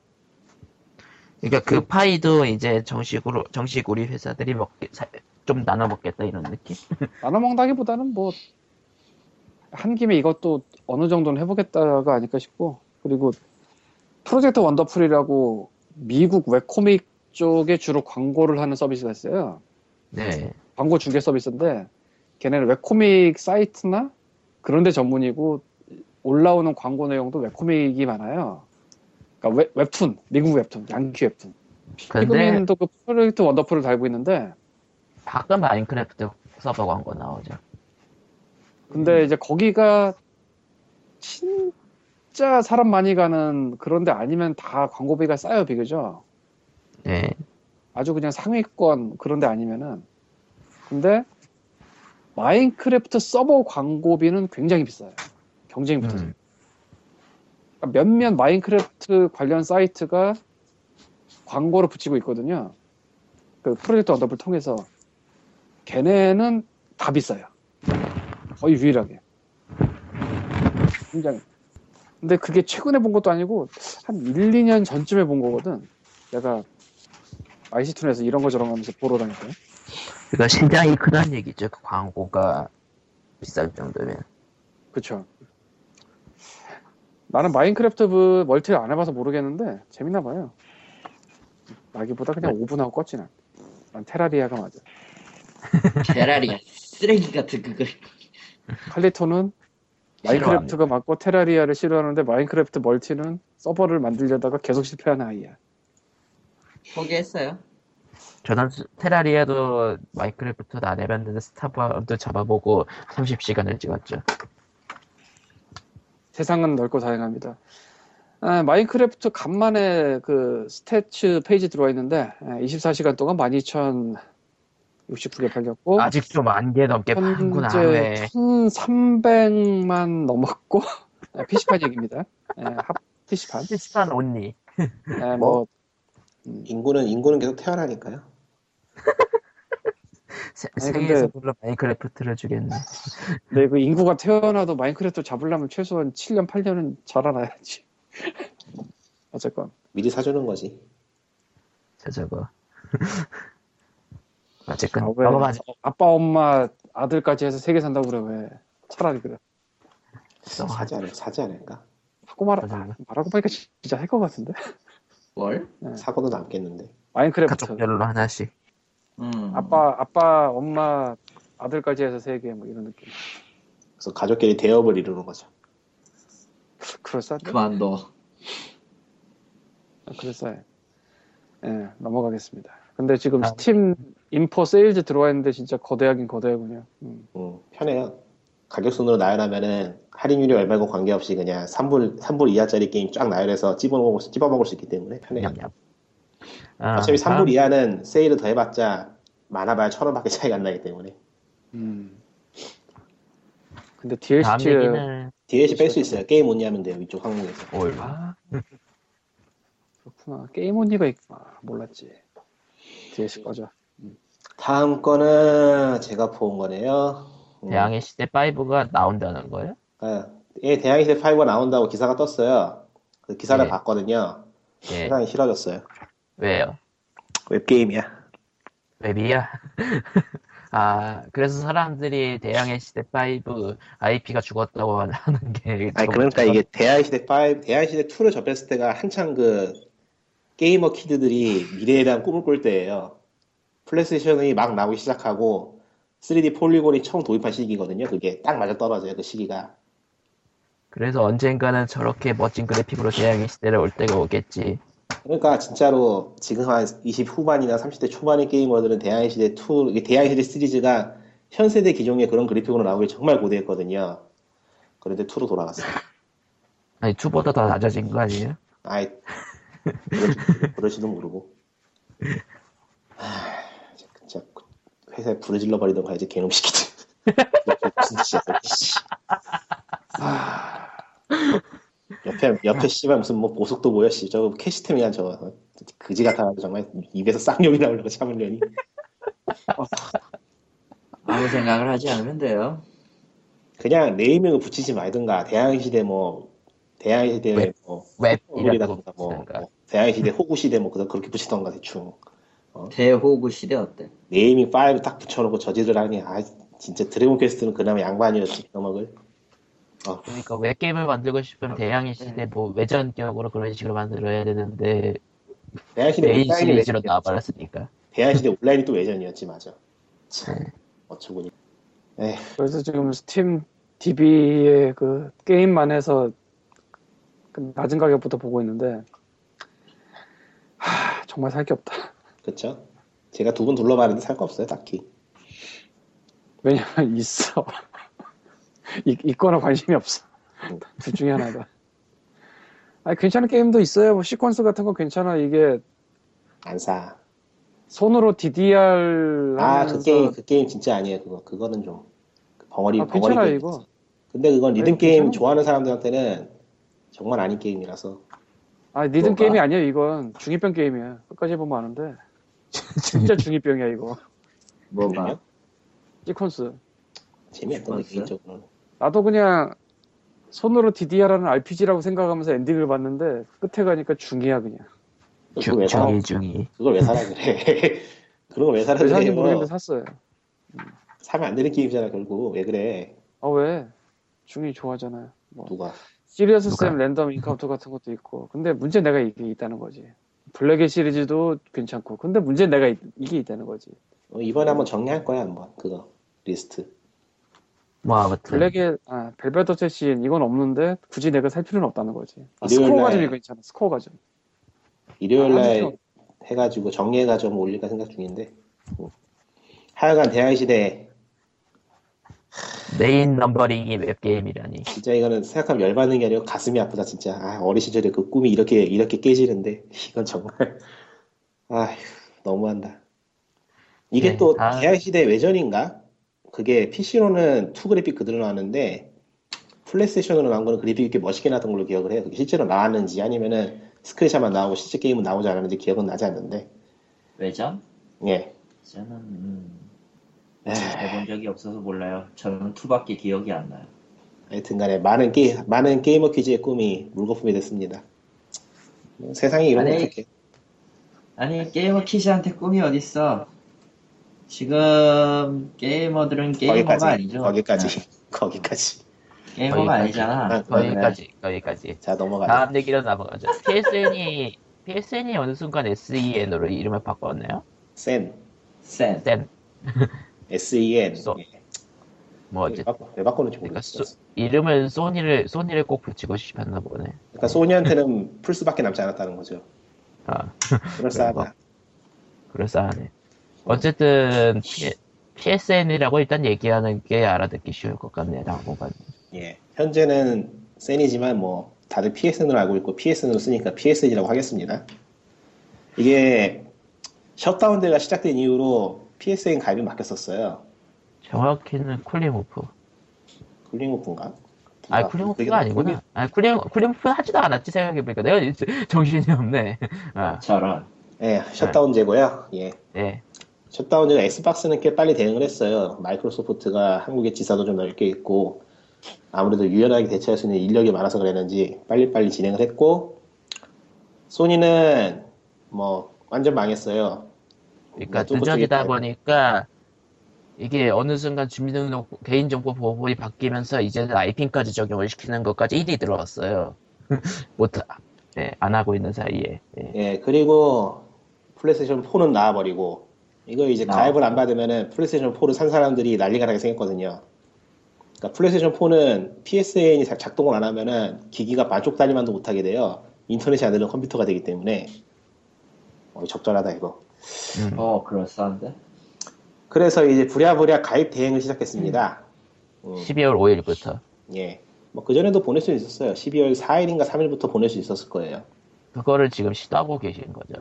[SPEAKER 1] 그러니까 그 파이도 이제 정식으로 정식 우리 회사들이 먹게 사- 좀 나눠 먹겠다 이런 느낌
[SPEAKER 3] 나눠 먹는다기보다는 뭐 한 김에 이것도 어느 정도는 해보겠다가 아닐까 싶고 그리고 프로젝트 원더풀이라고 미국 웹코믹 쪽에 주로 광고를 하는 서비스가 있어요.
[SPEAKER 1] 네
[SPEAKER 3] 광고 중개 서비스인데 걔네는 웹코믹 사이트나 그런 데 전문이고 올라오는 광고 내용도 웹코믹이 많아요. 그러니까 웹, 웹툰, 미국 웹툰, 양키 웹툰.
[SPEAKER 1] 근데
[SPEAKER 3] 피그민도 그 프로젝트 원더풀을 달고 있는데
[SPEAKER 1] 가끔 마인크래프트 서버 광고 나오죠
[SPEAKER 3] 근데 이제 거기가 진짜 사람 많이 가는 그런데 아니면 다 광고비가 싸요 비교죠.
[SPEAKER 1] 네
[SPEAKER 3] 아주 그냥 상위권 그런데 아니면은 근데 마인크래프트 서버 광고비는 굉장히 비싸요. 경쟁이 붙어서
[SPEAKER 1] 음.
[SPEAKER 3] 그러니까 몇몇 마인크래프트 관련 사이트가 광고를 붙이고 있거든요. 그 프로젝트 언더블 통해서 걔네는 다 비싸요. 거의 유일하게. 굉장히. 근데 그게 최근에 본 것도 아니고 한 1, 2년 전쯤에 본 거거든. 내가 IC툰에서 이런 거 저런 거 하면서 보러 다닐 때.
[SPEAKER 1] 그러니까 신장이 크다는 얘기죠 그 광고가 비쌀 정도면
[SPEAKER 3] 그쵸. 나는 마인크래프트 그 멀티를 안 해봐서 모르겠는데 재밌나 봐요. 나기보다 그냥 오븐하고 껐지 난. 난 테라리아가 맞아.
[SPEAKER 4] 테라리아 쓰레기 같은 그걸
[SPEAKER 3] 칼리토는 마인크래프트가 맞고 테라리아를 싫어하는데 마인크래프트 멀티는 서버를 만들려다가 계속 실패한 아이야.
[SPEAKER 4] 포기했어요.
[SPEAKER 1] 저는 스- 테라리아도 마인크래프트도 안 해봤는데 스타바도 잡아보고 30시간을 찍었죠
[SPEAKER 3] 세상은 넓고 다양합니다. 아, 마인크래프트 간만에 그 스태츠 페이지 들어와 있는데 24시간 동안 12,069개 팔렸고
[SPEAKER 1] 아직 좀 만 개 넘게 파는구나 네. 왜.
[SPEAKER 3] 1,300만 넘었고 네, PC판 얘기입니다. 예, 합 PC판.
[SPEAKER 1] 시스판 온니
[SPEAKER 3] 예, 뭐
[SPEAKER 2] 음. 인구는 인구는 계속 태어나니까요.
[SPEAKER 1] 세,
[SPEAKER 3] 아니,
[SPEAKER 1] 세계에서
[SPEAKER 3] 근데-
[SPEAKER 1] 물론 마인크래프트를 주겠네
[SPEAKER 3] 근데 그 인구가 태어나도 마인크래프트 잡으려면 최소한 7년 8년은 자라나야지. 어쨌건
[SPEAKER 2] 미리 사주는 거지.
[SPEAKER 1] 저 저거 어쨌건
[SPEAKER 3] 아, 왜?
[SPEAKER 1] 그, 넘어가죠
[SPEAKER 3] 아빠 엄마 아들까지 해서 세 개 산다고 그래 왜? 차라리 그래.
[SPEAKER 1] 넘어가죠
[SPEAKER 2] 사지 않을 사지 않을까?
[SPEAKER 3] 하고 말
[SPEAKER 1] 맞아요.
[SPEAKER 3] 말하고 보니까 진짜 할 것 같은데.
[SPEAKER 4] 뭘?
[SPEAKER 2] 사고도 남겠는데.
[SPEAKER 3] 마인크래프트
[SPEAKER 1] 가족별로 하나씩
[SPEAKER 4] 음.
[SPEAKER 3] 아빠 아빠 엄마 아들까지 해서 세 개 뭐 이런 느낌.
[SPEAKER 2] 그래서 가족끼리 대업을 이루는 거죠.
[SPEAKER 3] 그럴싸한데.
[SPEAKER 4] 그만 둬.
[SPEAKER 3] 아, 그래서 예 넘어가겠습니다. 근데 지금
[SPEAKER 1] 아.
[SPEAKER 3] 스팀 인포 세일즈 들어와 있는데 진짜 거대하긴 거대하군요. 음,
[SPEAKER 2] 음, 편해요. 가격순으로 나열하면은 할인율이 얼마고 관계없이 그냥 3불 3불 이하짜리 게임 쫙 나열해서 찝어먹을 수, 찝어먹을 수 있기 때문에 편해요.
[SPEAKER 1] 냠냠 아,
[SPEAKER 2] 네. 어차피 3불
[SPEAKER 1] 다음-
[SPEAKER 2] 이하는 세일을 더해봤자 많아봐야 천 원밖에 차이가 안 나기 때문에
[SPEAKER 3] 음. 근데
[SPEAKER 1] 다음
[SPEAKER 3] DLC 에
[SPEAKER 1] 얘기는
[SPEAKER 2] DLC
[SPEAKER 1] 그렇죠.
[SPEAKER 2] 뺄 수 있어요. 게임 온리 하면 돼요. 이쪽 항목에서.
[SPEAKER 1] 올바
[SPEAKER 3] 아 그렇구나 게임 언니가 있구나 몰랐지. DLC 꺼져.
[SPEAKER 2] 다음 거는 제가 본 거네요. 음,
[SPEAKER 1] 대항해 시대 5가 나온다는 거예요?
[SPEAKER 2] 아, 예, 대항의 시대 5가 나온다고 기사가 떴어요. 그 기사를
[SPEAKER 1] 예.
[SPEAKER 2] 봤거든요.
[SPEAKER 1] 예
[SPEAKER 2] 세상이 싫어졌어요.
[SPEAKER 1] 왜요?
[SPEAKER 2] 웹게임이야.
[SPEAKER 1] 웹이야. 아, 그래서 사람들이 대항해 시대 5 IP가 죽었다고 하는 게.
[SPEAKER 2] 아니
[SPEAKER 1] 좀-
[SPEAKER 2] 그러니까 이게 대한시대 5, 대한시대 2를 접했을 때가 한창 그 게이머 키드들이 미래에 대한 꿈을 꿀 때예요. 플레이스테이션이 막 나오기 시작하고 3D 폴리곤이 처음 도입한 시기거든요. 그게 딱 맞아 떨어져요 그 시기가.
[SPEAKER 1] 그래서 언젠가는 저렇게 멋진 그래픽으로 대항해 시대를 올 때가 오겠지.
[SPEAKER 2] 그러니까 진짜로 지금 한 20 후반이나 30대 초반의 게이머들은 대한시대 2, 이게 대한시대 시리즈가 현 세대 기종의 그런 그래픽으로 나오길 정말 고대했거든요. 그런데 2로 돌아갔어요.
[SPEAKER 1] 아니, 2보다 더 낮아진 거 아니에요?
[SPEAKER 2] 아이 그럴지- 그럴지도 모르고 하, 진짜 회사에 부르질러 버리던 가야지 개놈 시키지 무슨 짓이야 씨. 아, 옆에 옆에 씨발 무슨 뭐 보석도 뭐야 씨저 캐시템이야 저 그지 같아가지고 정말 입에서 쌍욕이 나오려고 참으려니
[SPEAKER 3] 어,
[SPEAKER 4] 아무 생각을 하지 않으면 돼요.
[SPEAKER 2] 그냥 네이밍을 붙이지 말든가 대항시대 뭐 대항시대 뭐
[SPEAKER 1] 웹이라고.
[SPEAKER 2] 호구리라든가 뭐,
[SPEAKER 1] 생각.
[SPEAKER 2] 뭐 대항시대 호구시대 뭐 그런- 그렇게 붙이던가 대충
[SPEAKER 4] 어, 대호구 시대 어때?
[SPEAKER 2] 네이밍 파일 딱 붙여놓고 저지를 하니 아 진짜 드래곤 퀘스트는 그나마 양반이었지 그놈을 어,
[SPEAKER 1] 그러니까 웹게임을 만들고 싶으면 대항해 시대 뭐
[SPEAKER 2] 음.
[SPEAKER 1] 외전격으로 그런 식으로 만들어야 되는데,
[SPEAKER 2] 대한시대
[SPEAKER 1] 메인
[SPEAKER 2] 온라인이
[SPEAKER 1] 시리즈로
[SPEAKER 2] 외전이었지
[SPEAKER 1] 나와버렸으니까.
[SPEAKER 2] 대한시대 온라인이 또 외전이었지 맞아 참 어쩌고니 에휴
[SPEAKER 3] 그래서 지금 스팀 DB의 그 게임만 해서 그 낮은 가격부터 보고 있는데 하, 정말 살 게 없다.
[SPEAKER 2] 그쵸 제가 두 분 둘러봤는데 살 거 없어요 딱히
[SPEAKER 3] 왜냐면 있어. 있, 있거나 관심이 없어.
[SPEAKER 2] 음.
[SPEAKER 3] 둘 중에 하나가. 아니 괜찮은 게임도 있어요. 뭐 시퀀스 같은 건 괜찮아. 이게
[SPEAKER 2] 안사
[SPEAKER 3] 손으로 DDR
[SPEAKER 2] 아
[SPEAKER 3] 하면서
[SPEAKER 2] 그 게임 그 게임 진짜 아니에요 그거 그거는 좀그 벙어리
[SPEAKER 3] 아,
[SPEAKER 2] 벙어리
[SPEAKER 3] 괜찮아
[SPEAKER 2] 게임.
[SPEAKER 3] 이거.
[SPEAKER 2] 근데 그건 리듬
[SPEAKER 3] 아니,
[SPEAKER 2] 게임
[SPEAKER 3] 괜찮아.
[SPEAKER 2] 좋아하는 사람들한테는 정말 아닌 게임이라서
[SPEAKER 3] 아 니든
[SPEAKER 2] 뭐가?
[SPEAKER 3] 게임이 아니야 이건 중이병 게임이야. 끝까지 보면 아는데 진짜 중이병이야 이거.
[SPEAKER 4] 뭐가?
[SPEAKER 3] 시퀀스.
[SPEAKER 2] 재미없던데
[SPEAKER 4] 맞아요?
[SPEAKER 2] 개인적으로는
[SPEAKER 3] 나도 그냥 손으로 DDR하는 RPG라고 생각하면서 엔딩을 봤는데 끝에 가니까 중이야 그냥.
[SPEAKER 2] 그걸 왜 사라
[SPEAKER 1] 중이 중이.
[SPEAKER 2] 그걸 왜 사라 그래 아, 그런 걸 왜 사라
[SPEAKER 3] 왜 사는지
[SPEAKER 2] 그래요
[SPEAKER 3] 모르겠는데 샀어요.
[SPEAKER 2] 사면 안 되는 게임이잖아 결국 왜 그래
[SPEAKER 3] 아 왜? 중이 좋아하잖아요. 뭐
[SPEAKER 2] 누가
[SPEAKER 3] 시리어스
[SPEAKER 1] 누가?
[SPEAKER 3] 쌤 랜덤 인카운터 같은 것도 있고. 근데 문제 내가 이게 있다는 거지. 블랙의 시리즈도 괜찮고. 근데 문제 내가 이, 게 있다는 거지.
[SPEAKER 2] 어, 이번에 한번 정리할 거야 한번 그거 리스트
[SPEAKER 1] 뭐 아무튼.
[SPEAKER 3] 블랙의 아 벨벳 더시인 이건 없는데 굳이 내가 살 필요는 없다는 거지. 아,
[SPEAKER 2] 일요일
[SPEAKER 3] 스코어
[SPEAKER 2] 날-
[SPEAKER 3] 가좀 이거 있잖아. 스코어 가좀.
[SPEAKER 2] 일요일날
[SPEAKER 3] 아,
[SPEAKER 2] 해가지고 정리해가지고 한번 올릴까 생각 중인데 뭐. 하여간 대항시대
[SPEAKER 1] 메인 넘버링이 웹게임이라니.
[SPEAKER 2] 진짜 이거는 생각하면 열받는 게 아니고 가슴이 아프다 진짜 아, 어린 시절에 그 꿈이 이렇게 이렇게 깨지는데 이건 정말 아휴 너무한다 이게
[SPEAKER 1] 네,
[SPEAKER 2] 또
[SPEAKER 1] 아.
[SPEAKER 2] 대항시대 외전인가? 그게 PC로는 2 그래픽 그대로 나왔는데 플레이스테이션으로 나온 거는 그래픽이 이렇게 멋있게 나왔던 걸로 기억을 해요 그게 실제로 나왔는지 아니면은 스크린샷만 나오고 실제 게임은 나오지 않았는지 기억은 나지 않는데
[SPEAKER 4] 외전?
[SPEAKER 2] 예 아,
[SPEAKER 4] 저는 음,
[SPEAKER 2] 에휴.
[SPEAKER 4] 해본 적이 없어서 몰라요. 저는 투밖에 기억이 안 나요.
[SPEAKER 2] 하여튼간에 많은 게 많은 게이머 퀴즈의 꿈이 물거품이 됐습니다. 뭐, 세상이 이런
[SPEAKER 4] 아니.
[SPEAKER 2] 거 어떻게?
[SPEAKER 4] 아니 게이머 키즈한테 꿈이 어딨어? 지금 게이머들은
[SPEAKER 2] 거기까지
[SPEAKER 4] 게이머가 아니죠.
[SPEAKER 2] 거기까지 거기까지.
[SPEAKER 4] 네, 게이머가
[SPEAKER 1] 거기까지.
[SPEAKER 4] 아니잖아. 네,
[SPEAKER 2] 아,
[SPEAKER 1] 거기까지, 거기까지.
[SPEAKER 2] 자 넘어가.
[SPEAKER 1] 다음 얘기로 넘어가죠. PSN이, PSN이 어느 순간 SEN으로 이름을 바꿨나요?
[SPEAKER 2] 센
[SPEAKER 4] 센.
[SPEAKER 1] 센,
[SPEAKER 2] S E N.
[SPEAKER 1] 쏘. 뭐
[SPEAKER 2] 왜
[SPEAKER 1] 어쨌든.
[SPEAKER 2] 바꿔- 왜 바꾸는지
[SPEAKER 1] 그러니까
[SPEAKER 2] 모르겠어.
[SPEAKER 1] 쏘- 이름은 소니를, 소니를 꼭 붙이고 싶었나 보네.
[SPEAKER 2] 그러니까 소니한테는 플스밖에 남지 않았다는 거죠.
[SPEAKER 1] 아,
[SPEAKER 2] 그럴싸하다.
[SPEAKER 1] 그럴싸하네. 어쨌든, PSN이라고 일단 얘기하는 게 알아듣기 쉬울 것 같네, 당분간.
[SPEAKER 2] 예. 현재는 센이지만 뭐 다들 PSN으로 알고 있고 PSN으로 쓰니까 PSN이라고 하겠습니다. 이게 셧다운제가 시작된 이후로 PSN 가입이 막혔었어요.
[SPEAKER 1] 정확히는 쿨링 오프.
[SPEAKER 2] 쿨링 오프인가? 뭐
[SPEAKER 1] 아, 쿨링 오프가 아니구나. 아, 쿨링, 쿨링 오프 하지도 않았지, 생각해보니까. 내가 이제 정신이 없네. 아,
[SPEAKER 4] 저런.
[SPEAKER 2] 예,
[SPEAKER 1] 네.
[SPEAKER 2] 셧다운제고요. 예.
[SPEAKER 1] 예.
[SPEAKER 2] 셧다운제가 엑스박스는 꽤 빨리 대응을 했어요. 마이크로소프트가 한국에 지사도 좀 넓게 있고 아무래도 유연하게 대처할 수 있는 인력이 많아서 그랬는지 빨리빨리 진행을 했고 소니는 뭐 완전 망했어요.
[SPEAKER 1] 그러니까
[SPEAKER 2] 어쩌고
[SPEAKER 1] 누적이다
[SPEAKER 2] 저쩌고
[SPEAKER 1] 보니까 이게 어느 순간 주민등록 개인정보 보호법이 바뀌면서 이제는 아이핀까지 적용을 시키는 것까지 일이 들어왔어요. 못, 예, 안 하고 있는 사이에. 예.
[SPEAKER 2] 예, 그리고 플레이스테이션 4는 나와버리고 이거 이제
[SPEAKER 4] 나와.
[SPEAKER 2] 가입을 안 받으면은 플레이스테이션 4를 산 사람들이 난리가 나게 생겼거든요. 그러니까 플레이스테이션 4는 PSN이 작동을 안 하면은 기기가 반쪽 다리만도 못하게 돼요. 인터넷이 안 되는 컴퓨터가 되기 때문에 어, 적절하다 이거.
[SPEAKER 1] 음.
[SPEAKER 4] 어 그럴싸한데.
[SPEAKER 2] 그래서 이제 부랴부랴 가입 대행을 시작했습니다. 음,
[SPEAKER 1] 12월 5일부터.
[SPEAKER 2] 예. 뭐 그전에도 보낼 수 있었어요. 12월 4일인가 3일부터 보낼 수 있었을 거예요.
[SPEAKER 1] 그거를 지금 시도하고 계신 거죠.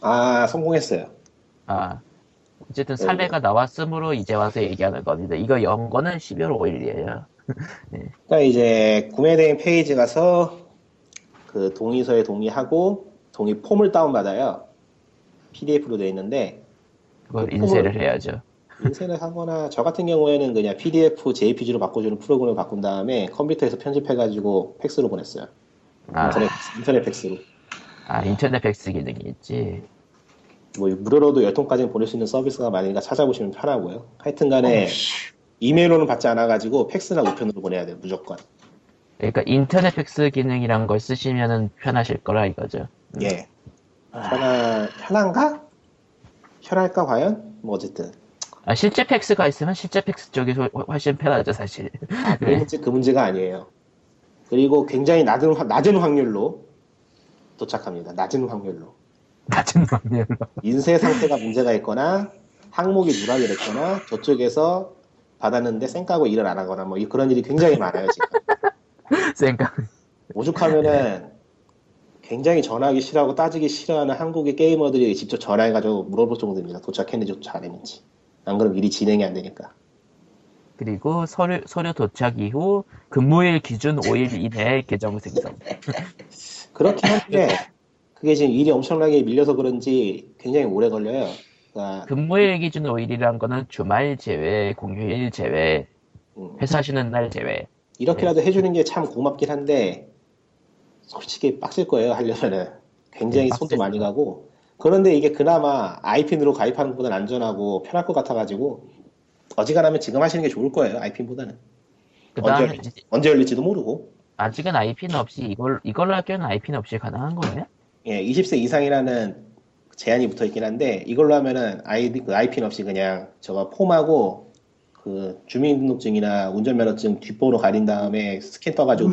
[SPEAKER 2] 아, 성공했어요.
[SPEAKER 1] 아. 어쨌든 사례가 나왔으므로 이제 와서 얘기하는 겁니다. 이거 연 거는 12월 5일이에요.
[SPEAKER 2] 그러니까 이제 구매대행 페이지 가서 그 동의서에 동의하고 동의 폼을 다운받아요. PDF로 되어 있는데
[SPEAKER 1] 그걸
[SPEAKER 2] 그걸-
[SPEAKER 1] 인쇄를 해야죠.
[SPEAKER 2] 인쇄를 하거나 저 같은 경우에는 그냥 PDF, JPG로 바꿔주는 프로그램을 바꾼 다음에 컴퓨터에서 편집해가지고 팩스로 보냈어요.
[SPEAKER 1] 아,
[SPEAKER 2] 인터넷, 인터넷 팩스로.
[SPEAKER 1] 아, 인터넷 팩스 기능이 있지.
[SPEAKER 2] 뭐 무료로도 열통까지 보낼 수 있는 서비스가 많으니까 찾아보시면 편하고요. 하여튼간에 이메일로는 받지 않아가지고 팩스나 우편으로 보내야 돼요. 무조건.
[SPEAKER 1] 그러니까 인터넷 팩스 기능이란 걸 쓰시면은 편하실 거라 이거죠.
[SPEAKER 2] 예.
[SPEAKER 4] 아,
[SPEAKER 2] 편한, 편한가? 편할까 과연? 뭐 어쨌든.
[SPEAKER 1] 아, 실제 팩스가 있으면 실제 팩스 쪽이 소- 훨씬 편하죠 사실.
[SPEAKER 2] 그 문제 그 문제가 아니에요. 그리고 굉장히 낮은 확- 낮은 확률로 도착합니다. 낮은 확률로
[SPEAKER 1] 낮은 확률로.
[SPEAKER 2] 인쇄 상태가 문제가 있거나 항목이 누락이 됐거나 저쪽에서 받았는데 쌩까고 일을 안 하거나 뭐 이- 그런 일이 굉장히 많아요 지금.
[SPEAKER 1] 생각.
[SPEAKER 2] 오죽하면은 굉장히 전화하기 싫어하고 따지기 싫어하는 한국의 게이머들이 직접 전화해가지고 물어볼 정도입니다. 도착했는지 잘했는지. 안 그럼 일이 진행이 안 되니까.
[SPEAKER 1] 그리고 서류 서류 도착 이후 근무일 기준 5일 이내 계정 생성.
[SPEAKER 2] 그렇긴 한데 그게 지금 일이 엄청나게 밀려서 그런지 굉장히 오래 걸려요. 그러니까
[SPEAKER 1] 근무일 기준 5일이란 거는 주말 제외, 공휴일 제외,
[SPEAKER 2] 음,
[SPEAKER 1] 회사 쉬는 날 제외.
[SPEAKER 2] 이렇게라도 해주는 게 참 고맙긴 한데 솔직히 빡칠 거예요 하려면은 굉장히
[SPEAKER 1] 네,
[SPEAKER 2] 손도
[SPEAKER 1] 빡세죠.
[SPEAKER 2] 많이 가고 그런데 이게 그나마 아이핀으로 가입하는 것보다는 안전하고 편할 것 같아가지고 어지간하면 지금 하시는 게 좋을 거예요 아이핀보다는 언제
[SPEAKER 1] 그다음에
[SPEAKER 2] 열릴지, 언제 열릴지도 모르고
[SPEAKER 1] 아직은 IP는 없이 이걸 이걸로 할게는 IP는 없이 가능한 거예요?
[SPEAKER 2] 예 20세 이상이라는 제한이 붙어 있긴 한데 이걸로 하면은 아이디 그 아이핀 없이 그냥 저거 폼하고 그 주민등록증이나 운전면허증 뒷번호 가린 다음에 스캔 떠가지고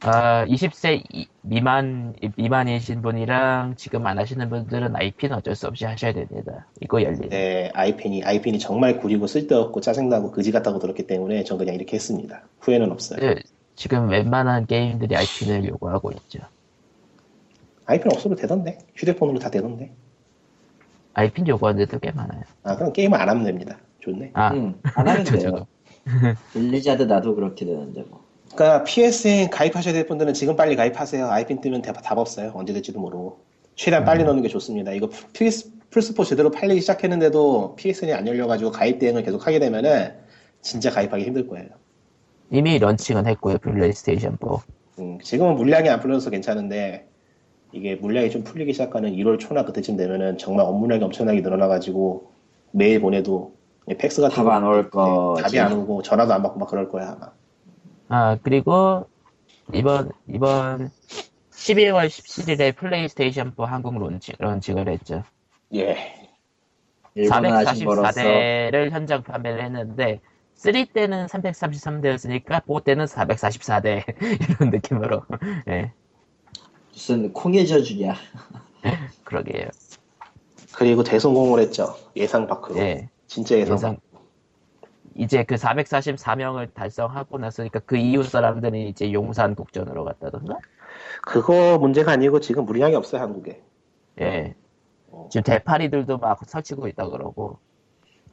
[SPEAKER 1] 아, 20세 이- 미만, 미만이신 분이랑 지금 안 하시는 분들은 IP는 어쩔 수 없이 하셔야 됩니다. 이거 열리네.
[SPEAKER 2] 네, 아이핀이 아이핀이 정말 구리고 쓸데없고 짜증나고 그지 같다고 들었기 때문에 전 그냥 이렇게 했습니다. 후회는 없어요.
[SPEAKER 1] 네, 지금 웬만한 게임들이 IP를 요구하고 있죠.
[SPEAKER 2] 아이핀 없어도 되던데 휴대폰으로 다 되던데.
[SPEAKER 1] IP는 요구하는 데도 꽤 많아요.
[SPEAKER 2] 아 그럼 게임을 안 하면 됩니다. 좋네.
[SPEAKER 1] 아,
[SPEAKER 4] 응. 음, 안 하면
[SPEAKER 1] 저,
[SPEAKER 4] 돼요.
[SPEAKER 1] 저거.
[SPEAKER 4] 블리자드 나도 그렇게 되는데 뭐.
[SPEAKER 2] 그러니까 PSN 가입하셔야 될 분들은 지금 빨리 가입하세요. 아이핀 뜨면 답, 답 없어요. 언제 될지도 모르고 최대한 빨리 넣는 게 좋습니다. 이거 PS 플스포 제대로 팔리기 시작했는데도 PSN이 안 열려가지고 가입 대행을 계속 하게 되면은 진짜 가입하기 힘들 거예요.
[SPEAKER 1] 이미 런칭은 했고요, 플레이스테이션 4.
[SPEAKER 2] 음, 지금은 물량이 안 풀려서 괜찮은데 이게 물량이 좀 풀리기 시작하는 1월 초나 그때쯤 되면은 정말 업무량이 엄청나게 늘어나가지고 메일 보내도 이 팩스 같은
[SPEAKER 4] 답 안
[SPEAKER 2] 거 네,
[SPEAKER 4] 올 거.
[SPEAKER 2] 답이 안 오고 전화도 안 받고 막 그럴 거야 아마.
[SPEAKER 1] 아, 그리고 이번, 이번 12월 17일에 플레이스테이션 4 한국 런칭, 런칭을 했죠.
[SPEAKER 2] 예.
[SPEAKER 4] 일본은 아직 멀었어.
[SPEAKER 1] 444대를 현장 판매를 했는데 3 때는 333대였으니까 4 때는 444대 이런 느낌으로 예
[SPEAKER 4] 무슨 콩의 저주냐.
[SPEAKER 1] 그러게요
[SPEAKER 2] 그리고 대성공을 했죠 예상 밖으로.
[SPEAKER 1] 예
[SPEAKER 2] 진짜 네. 예상.
[SPEAKER 1] 예상 이제 그 444명을 달성하고 났으니까 그 이후 사람들은 이제 용산 국전으로 갔다던가
[SPEAKER 2] 그거 문제가 아니고 지금 물량이 없어요 한국에.
[SPEAKER 1] 예 지금 대파리들도 막 설치고 있다 그러고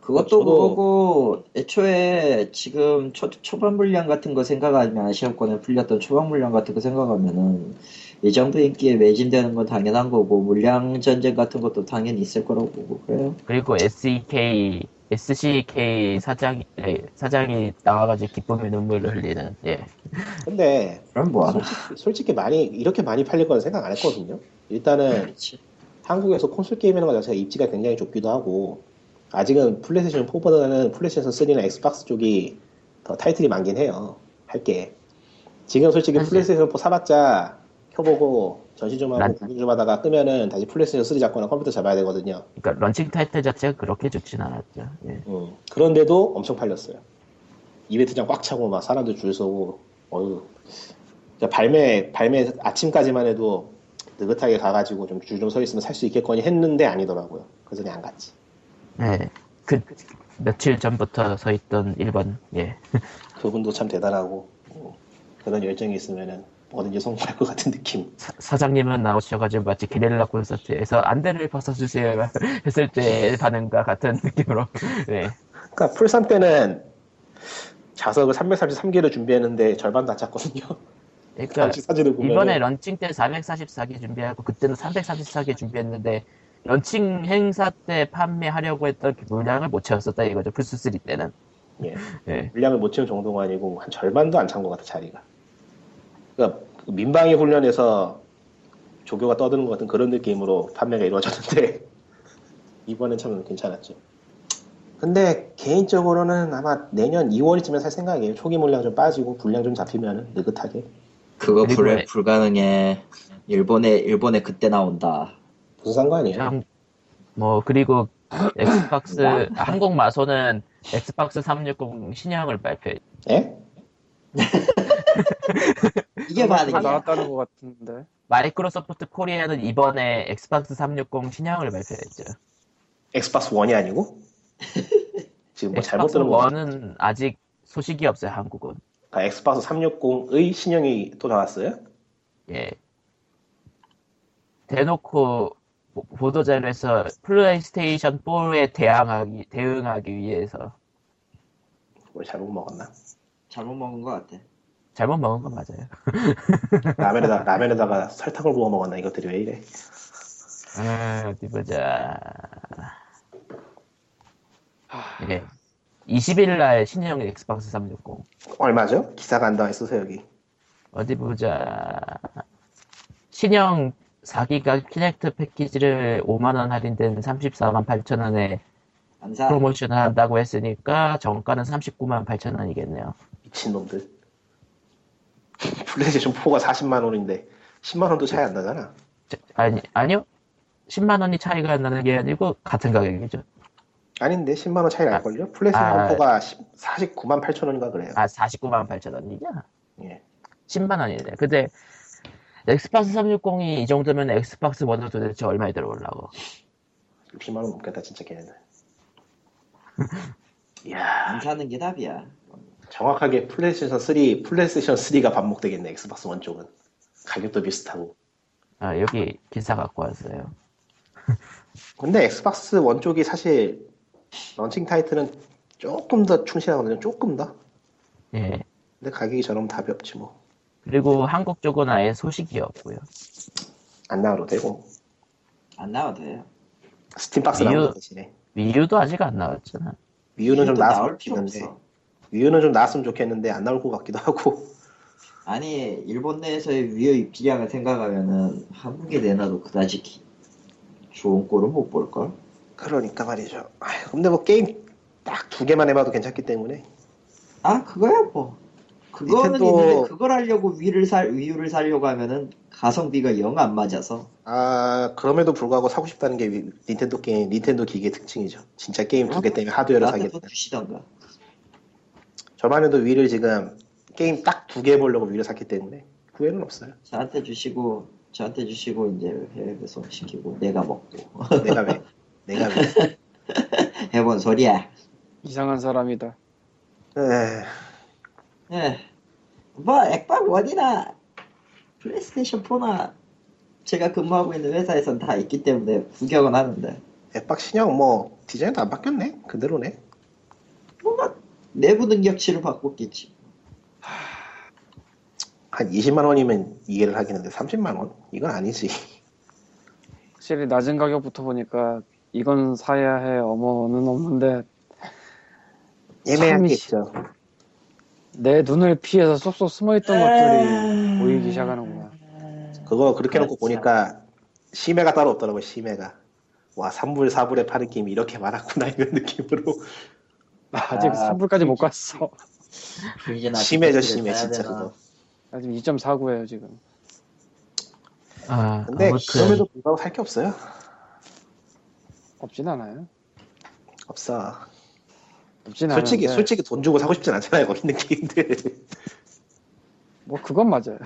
[SPEAKER 4] 그것도 뭐
[SPEAKER 2] 저도-
[SPEAKER 4] 그거고 애초에 지금 초, 초반 물량 같은 거 생각하면 아시아권에 풀렸던 초반 물량 같은 거 생각하면은 이 정도 인기에 매진되는 건 당연한 거고 물량 전쟁 같은 것도 당연히 있을 거라고 보고 그래요.
[SPEAKER 1] 그리고 E SEK SCK 사장이 예, 사장이 나와가지고 기쁨의 눈물을 흘리는 예
[SPEAKER 2] 근데
[SPEAKER 4] 그럼 뭐하나.
[SPEAKER 2] 솔직히 많이 이렇게 많이 팔릴 거는 생각 안 했거든요. 일단은
[SPEAKER 4] 그렇지.
[SPEAKER 2] 한국에서 콘솔 게임이라는 것 자체가 입지가 굉장히 좁기도 하고 아직은 플레이스테이션 4보다는 플레이스테이션 3나 엑스박스 쪽이 더 타이틀이 많긴 해요. 할 게. 지금 솔직히
[SPEAKER 1] 사실-
[SPEAKER 2] 플레이스테이션 4 사봤자 켜보고 전시 좀 하고
[SPEAKER 1] 난-
[SPEAKER 2] 구경 좀 하다가 끄면은 다시 플레이스테이션 3 잡거나 컴퓨터 잡아야 되거든요.
[SPEAKER 1] 그러니까 런칭 타이틀 자체가 그렇게 좋진 않았죠. 예.
[SPEAKER 2] 음. 그런데도 엄청 팔렸어요. 이벤트장 꽉 차고 막 사람들 줄 서고 어휴. 그러니까 발매 발매 아침까지만 해도 느긋하게 가가지고 좀 줄 좀 서 있으면 살 수 있겠거니 했는데 아니더라고요. 그래서 그냥 안 갔지.
[SPEAKER 1] 예. 그 며칠 전부터 서 있던 1번 예.
[SPEAKER 2] 그분도 참 대단하고 어, 그런 열정이 있으면은 뭐든지 성공할 것 같은 느낌.
[SPEAKER 1] 사, 장님은 나오셔가지고 마치 게릴라 콘서트에서 안대를 벗어주세요 했을 때 반응과 같은 느낌으로 네.
[SPEAKER 2] 그러니까 풀산 때는 좌석을 333개를 준비했는데 절반 다 찼거든요.
[SPEAKER 1] 그러니까
[SPEAKER 2] 당시 사진을 보면
[SPEAKER 1] 이번에 런칭 때 444개 준비하고 그때는 344개 준비했는데 런칭 행사 때 판매하려고 했던 그 물량을 못 채웠었다 이거죠 플스 3 때는
[SPEAKER 2] 예.
[SPEAKER 1] 예.
[SPEAKER 2] 물량을 못 채운 정도가 아니고 한 절반도 안 찬 것 같아 자리가. 그러니까 그 민방위 훈련에서 조교가 떠드는 것 같은 그런 느낌으로 판매가 이루어졌는데 이번엔 참 괜찮았죠. 근데 개인적으로는 아마 내년 2월쯤에 살 생각이에요. 초기 물량 좀 빠지고 분량 좀 잡히면은 느긋하게
[SPEAKER 4] 그거
[SPEAKER 1] 그리고
[SPEAKER 2] 뭐
[SPEAKER 4] 불,
[SPEAKER 1] 왜-
[SPEAKER 4] 불가능해. 일본에 일본에 그때 나온다.
[SPEAKER 2] 무슨 상관이에요?
[SPEAKER 1] 그냥 뭐 그리고 엑스박스 아, 한국 마소는 엑스박스 360 신형을 발표해
[SPEAKER 2] 예?
[SPEAKER 4] 이게 반응이야.
[SPEAKER 3] 나왔다는 것 같은데
[SPEAKER 1] 마이크로소프트 코리아는 이번에 엑스박스 360 신형을 발표했죠
[SPEAKER 2] 엑스박스 1이 아니고? 지금 뭐 잘못
[SPEAKER 1] 네, 엑스박스
[SPEAKER 2] 들은 거 같아.
[SPEAKER 1] 1은 아직 소식이 없어요 한국은
[SPEAKER 2] 아, 엑스박스 360의 신형이 또 나왔어요?
[SPEAKER 1] 예. 대놓고 보- 보도자료에서 플레이스테이션 4에 대항하기, 대응하기 위해서
[SPEAKER 2] 뭘 잘못 먹었나?
[SPEAKER 4] 잘못 먹은 것 같아.
[SPEAKER 1] 잘못 먹은 건 맞아요.
[SPEAKER 2] 라면에다, 라면에다가 설탕을 부어 먹었나? 이것들이 왜 이래?
[SPEAKER 1] 음, 어디 보자. 예. 20일 날 신형 엑스박스 360.
[SPEAKER 2] 얼마죠? 기사가 안 나와 있어서 여기.
[SPEAKER 1] 어디 보자. 신형 4기가 키넥트 패키지를 5만원 할인된 34만 8천원에
[SPEAKER 4] 안사.
[SPEAKER 2] 뭐
[SPEAKER 1] 프로모션을 한다고 했으니까 정가는 39만 8천원이겠네요.
[SPEAKER 2] 미친놈들. 플레이스테이션 4가 40만원인데, 10만원도 차이 안 나잖아.
[SPEAKER 1] 자, 아니, 아니요. 10만 원이 차이가 나는 게 아니고 같은 가격이죠.
[SPEAKER 2] 아닌데, 10만원 차이 날걸요? 플레이스테이션
[SPEAKER 1] 아.
[SPEAKER 2] 4가 49만 8천원인가 그래요.
[SPEAKER 1] 아, 49만 8천 원이냐?
[SPEAKER 2] 예.
[SPEAKER 1] 10만 원이네. 근데 엑스박스 360이 이 정도면 엑스박스 원은 도대체 얼마에 들어올라고.
[SPEAKER 2] 60만원 넘겠다, 진짜 걔네들. 이야.
[SPEAKER 4] 안 사는 게 답이야.
[SPEAKER 2] 정확하게 플레이스테이션 3, 플레이스테이션 3가 반복되겠네 엑스박스 원 쪽은 가격도 비슷하고
[SPEAKER 1] 아, 여기 기사 갖고 왔어요.
[SPEAKER 2] 근데 엑스박스 원 쪽이 사실 런칭 타이틀은 조금 더 충실하거든요 조금 더
[SPEAKER 1] 예.
[SPEAKER 2] 근데 가격이 저러면 답이 없지 뭐 안
[SPEAKER 1] 그리고 한국 쪽은 아예 소식이 없고요.
[SPEAKER 2] 나와도 되고
[SPEAKER 4] 안 나와도 돼요.
[SPEAKER 2] 스팀박스
[SPEAKER 1] 미유-
[SPEAKER 2] 나오는 대신에
[SPEAKER 1] 위유도 아직 안 나왔잖아.
[SPEAKER 2] 위유는 좀
[SPEAKER 4] 또 나올
[SPEAKER 2] 나왔으면
[SPEAKER 4] 필요
[SPEAKER 2] 좋겠는데
[SPEAKER 4] 없어.
[SPEAKER 2] 위유는 좀 나왔으면 좋겠는데 안 나올 것 같기도 하고
[SPEAKER 4] 아니 일본 내에서의 위의 입지량을 생각하면은 한국에 내놔도 그다지 기- 좋은 꼴은 못 볼 걸.
[SPEAKER 2] 그러니까 말이죠 아휴, 근데 뭐 게임 딱 두 개만 해봐도 괜찮기 때문에
[SPEAKER 4] 아 그거야 뭐. 그거는
[SPEAKER 2] 닌텐도-
[SPEAKER 4] 있는데 그걸 하려고 위를 살 위유를 살려고 하면은 가성비가 영 안 맞아서
[SPEAKER 2] 아 그럼에도 불구하고 사고 싶다는 게 위- 닌텐도 게임 닌텐도 기기의 특징이죠 진짜 게임 두 개 때문에 하드웨어를 사게
[SPEAKER 4] 나한테 더
[SPEAKER 2] 되는
[SPEAKER 4] 주시던가.
[SPEAKER 2] 저만 해도 위를 지금 게임 딱 두 개 보려고 위를 샀기 때문에 후회는 없어요.
[SPEAKER 4] 저한테 주시고 저한테 주시고 이제 해외 배송 시키고 내가 뭐 먹고
[SPEAKER 2] 내가 왜? 내가 왜?
[SPEAKER 4] 해본 소리야.
[SPEAKER 3] 이상한 사람이다
[SPEAKER 2] 에,
[SPEAKER 4] 예. 뭐 액박 원이나 플레이스테이션 4나 제가 근무하고 있는 회사에선 다 있기 때문에 구경은 하는데
[SPEAKER 2] 앱박 신형 뭐 디자인도 안 바뀌었네. 그대로네.
[SPEAKER 4] 뭔가 내부 능력치를 바꿨겠지.
[SPEAKER 2] 한 20만 원이면 이해를 하긴 했는데 30만 원? 이건 아니지.
[SPEAKER 3] 확실히 낮은 가격부터 보니까 이건 사야 해 어머는 없는데
[SPEAKER 2] 애매한
[SPEAKER 3] 참이
[SPEAKER 2] 게 있죠.
[SPEAKER 3] 내 눈을 피해서
[SPEAKER 4] 아. 네.
[SPEAKER 3] 쏙쏙 숨어있던 것들이 보이기 시작하는구나
[SPEAKER 2] 그거 그렇게 놓고
[SPEAKER 4] 그렇지.
[SPEAKER 2] 보니까 심해가 따로 없더라고 심해가 와 3불 4불에 파는 게임이 이렇게 많았구나 이런 느낌으로
[SPEAKER 3] 아직
[SPEAKER 4] 아,
[SPEAKER 3] 3불까지 못 갔어.
[SPEAKER 4] 이제는 아직
[SPEAKER 2] 심해져
[SPEAKER 4] 배치를
[SPEAKER 2] 심해
[SPEAKER 4] 써야
[SPEAKER 2] 진짜
[SPEAKER 4] 되나.
[SPEAKER 2] 그거
[SPEAKER 3] 나 지금 2.49예요 지금.
[SPEAKER 1] 아,
[SPEAKER 2] 근데
[SPEAKER 1] 아무튼
[SPEAKER 2] 그럼에도 불구하고 살 게 없어요
[SPEAKER 3] 없진 않아요.
[SPEAKER 2] 없어
[SPEAKER 3] 없진
[SPEAKER 2] 솔직히
[SPEAKER 3] 않은데
[SPEAKER 2] 솔직히 돈 주고 사고 싶진 않잖아요 거기 있는 게임들 그러니까
[SPEAKER 3] 뭐 그건 맞아요.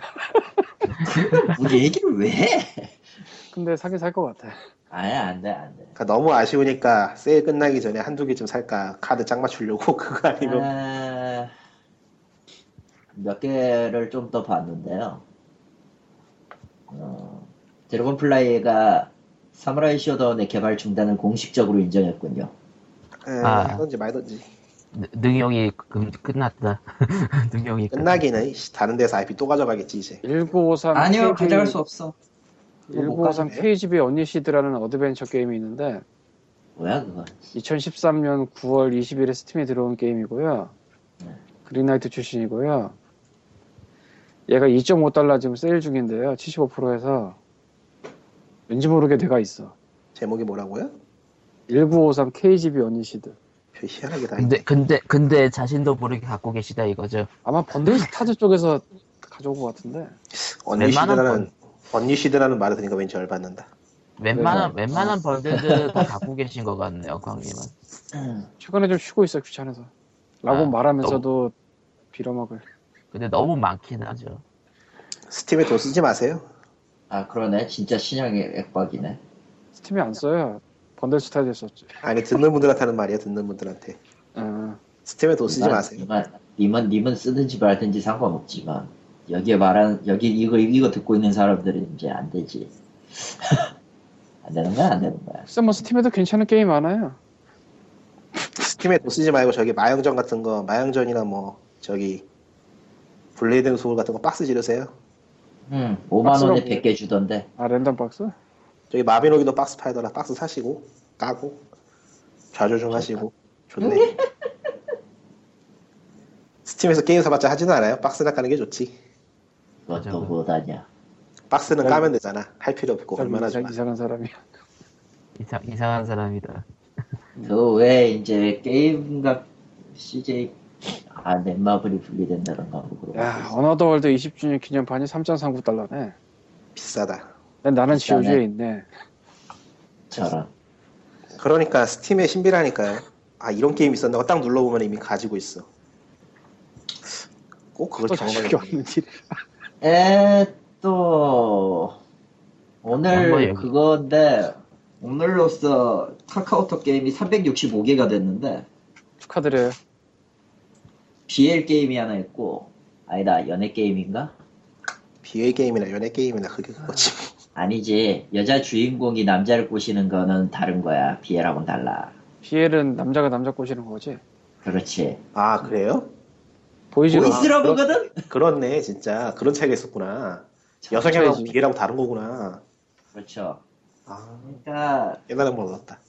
[SPEAKER 4] 우리 얘기를 왜 해?
[SPEAKER 3] 근데 사긴 살 것 같아.
[SPEAKER 4] 아야 안돼 안돼.
[SPEAKER 2] 그러니까 너무 아쉬우니까 세일 끝나기 전에 한두 개 좀 살까 카드 짝 맞추려고 그거 아니면
[SPEAKER 4] 아, 몇 개를 좀 더 봤는데요. 어, 드래곤플라이가 사무라이 쇼다운의 개발 중단을 공식적으로 인정했군요.
[SPEAKER 2] 에,
[SPEAKER 1] 아.
[SPEAKER 2] 하던지 예, 말던지
[SPEAKER 1] 능- 능용이 금- 끝났다. 능용이
[SPEAKER 2] 끝나기는 이씨, 다른 데서 IP 또 가져가겠지 이제
[SPEAKER 3] 1953
[SPEAKER 4] 아니요
[SPEAKER 3] KG
[SPEAKER 4] 가져갈 수 없어.
[SPEAKER 2] 없어. 못
[SPEAKER 3] 1953
[SPEAKER 2] 가지네.
[SPEAKER 3] KGB 언니시드라는 어드벤처 게임이 있는데
[SPEAKER 4] 뭐야 그건?
[SPEAKER 3] 2013년 9월 20일에 스팀에 들어온 게임이고요. 그린라이트 출신이고요. 얘가 2.5달러 지금 세일 중인데요. 75%에서 왠지 모르게 내가 있어.
[SPEAKER 2] 제목이 뭐라고요?
[SPEAKER 3] 1953 KGB 언니시드.
[SPEAKER 2] 별 희한하게 다
[SPEAKER 1] 근데 근데 근데 자신도 모르게 갖고 계시다 이거죠.
[SPEAKER 3] 아마 번들스타즈 쪽에서 가져온 것 같은데.
[SPEAKER 2] 언니시드라는
[SPEAKER 1] 웬만한
[SPEAKER 2] 언니시드라는 말을 들으니까 왠지 열받는다
[SPEAKER 1] 웬만한
[SPEAKER 4] 네.
[SPEAKER 1] 웬만한 번들들 다 갖고 계신 것 같네요, 광님은.
[SPEAKER 3] 최근에 좀 쉬고 있어 귀찮아서. 라고
[SPEAKER 1] 아,
[SPEAKER 3] 말하면서도 빌어먹을.
[SPEAKER 1] 근데 너무 많긴 하죠.
[SPEAKER 2] 스팀에 돈 쓰지 마세요
[SPEAKER 4] 아 그러네 진짜 신형의 액박이네.
[SPEAKER 3] 스팀이 안 써요. 번들스타즈에 썼지.
[SPEAKER 2] 아니 듣는 분들한테 하는 말이야 듣는 분들한테
[SPEAKER 3] 아,
[SPEAKER 2] 스팀에 돈 쓰지
[SPEAKER 4] 니만-
[SPEAKER 2] 마세요
[SPEAKER 4] 니만- 님은 님은 쓰든지 말든지 상관없지만 여기에 말하는 여기 이거 이거 듣고 있는 사람들은 이제 안 되지. 안 되는 거야 안 되는 거야.
[SPEAKER 3] 글쎄 뭐 스팀에도 괜찮은 게임 많아요.
[SPEAKER 2] 스팀에 돈 쓰지 말고 저기 마영전 같은 거 마영전이나 뭐 저기 블레이드 소울 같은 거 박스 지르세요
[SPEAKER 4] 음, 5만 원에
[SPEAKER 3] 박스가
[SPEAKER 4] 100개 주던데.
[SPEAKER 3] 아 랜덤
[SPEAKER 2] 뭐,
[SPEAKER 3] 박스?
[SPEAKER 2] 저기 마비노기도 박스 팔더라 박스 사시고 까고 좌조정 하시고 좋네 스팀에서 게임 사봤자 하지는 않아요 박스나 까는 게 좋지
[SPEAKER 1] 맞아,
[SPEAKER 4] 그것도
[SPEAKER 1] 맞아.
[SPEAKER 4] 뭐다냐.
[SPEAKER 2] 박스는 까면 되잖아 할 필요 없고 얼마나
[SPEAKER 3] 이상,
[SPEAKER 2] 좋아
[SPEAKER 3] 이상한 사람이.
[SPEAKER 1] 이상 이상한 사람이다.
[SPEAKER 2] 음.
[SPEAKER 4] 그 왜 이제 게임과 CJ 아 넷마블이 분리된다던가 그러고.
[SPEAKER 3] 야, 어너더월드 20주년 기념판이 3.39달러네.
[SPEAKER 2] 비싸다
[SPEAKER 3] 나는
[SPEAKER 4] 비싸네.
[SPEAKER 3] 지오지에 있네.
[SPEAKER 4] 저런.
[SPEAKER 2] 그러니까 스팀의 신비라니까요 아 이런 게임 있었나 딱 눌러보면 이미 가지고 있어 꼭 그걸
[SPEAKER 3] 또 자식이
[SPEAKER 2] 경험하게
[SPEAKER 3] 없는 일.
[SPEAKER 4] 에또
[SPEAKER 1] 한번
[SPEAKER 4] 오늘
[SPEAKER 1] 얘기-
[SPEAKER 4] 그건데 오늘로써 카카오톡 게임이 365개가 됐는데
[SPEAKER 3] 축하드려요.
[SPEAKER 4] BL 게임이 하나 있고 아니다 연애 게임인가?
[SPEAKER 2] 비의 게임이나 연애 게임이나 그게 그거지
[SPEAKER 4] 아니지 여자 주인공이 남자를 꼬시는 거는 다른 거야 BL하고는 달라.
[SPEAKER 3] BL은 남자가 남자 꼬시는 거지.
[SPEAKER 4] 그렇지.
[SPEAKER 2] 아 그래요?
[SPEAKER 3] 보이지?
[SPEAKER 2] 보이스-
[SPEAKER 4] 보이스러브거든.
[SPEAKER 2] 그렇네 진짜 그런 차이가 있었구나 여성이랑
[SPEAKER 3] 차이지.
[SPEAKER 2] 비애랑 다른 거구나
[SPEAKER 4] 그렇죠.
[SPEAKER 2] 아
[SPEAKER 4] 그러니까
[SPEAKER 2] 깨달은 걸 얻었다.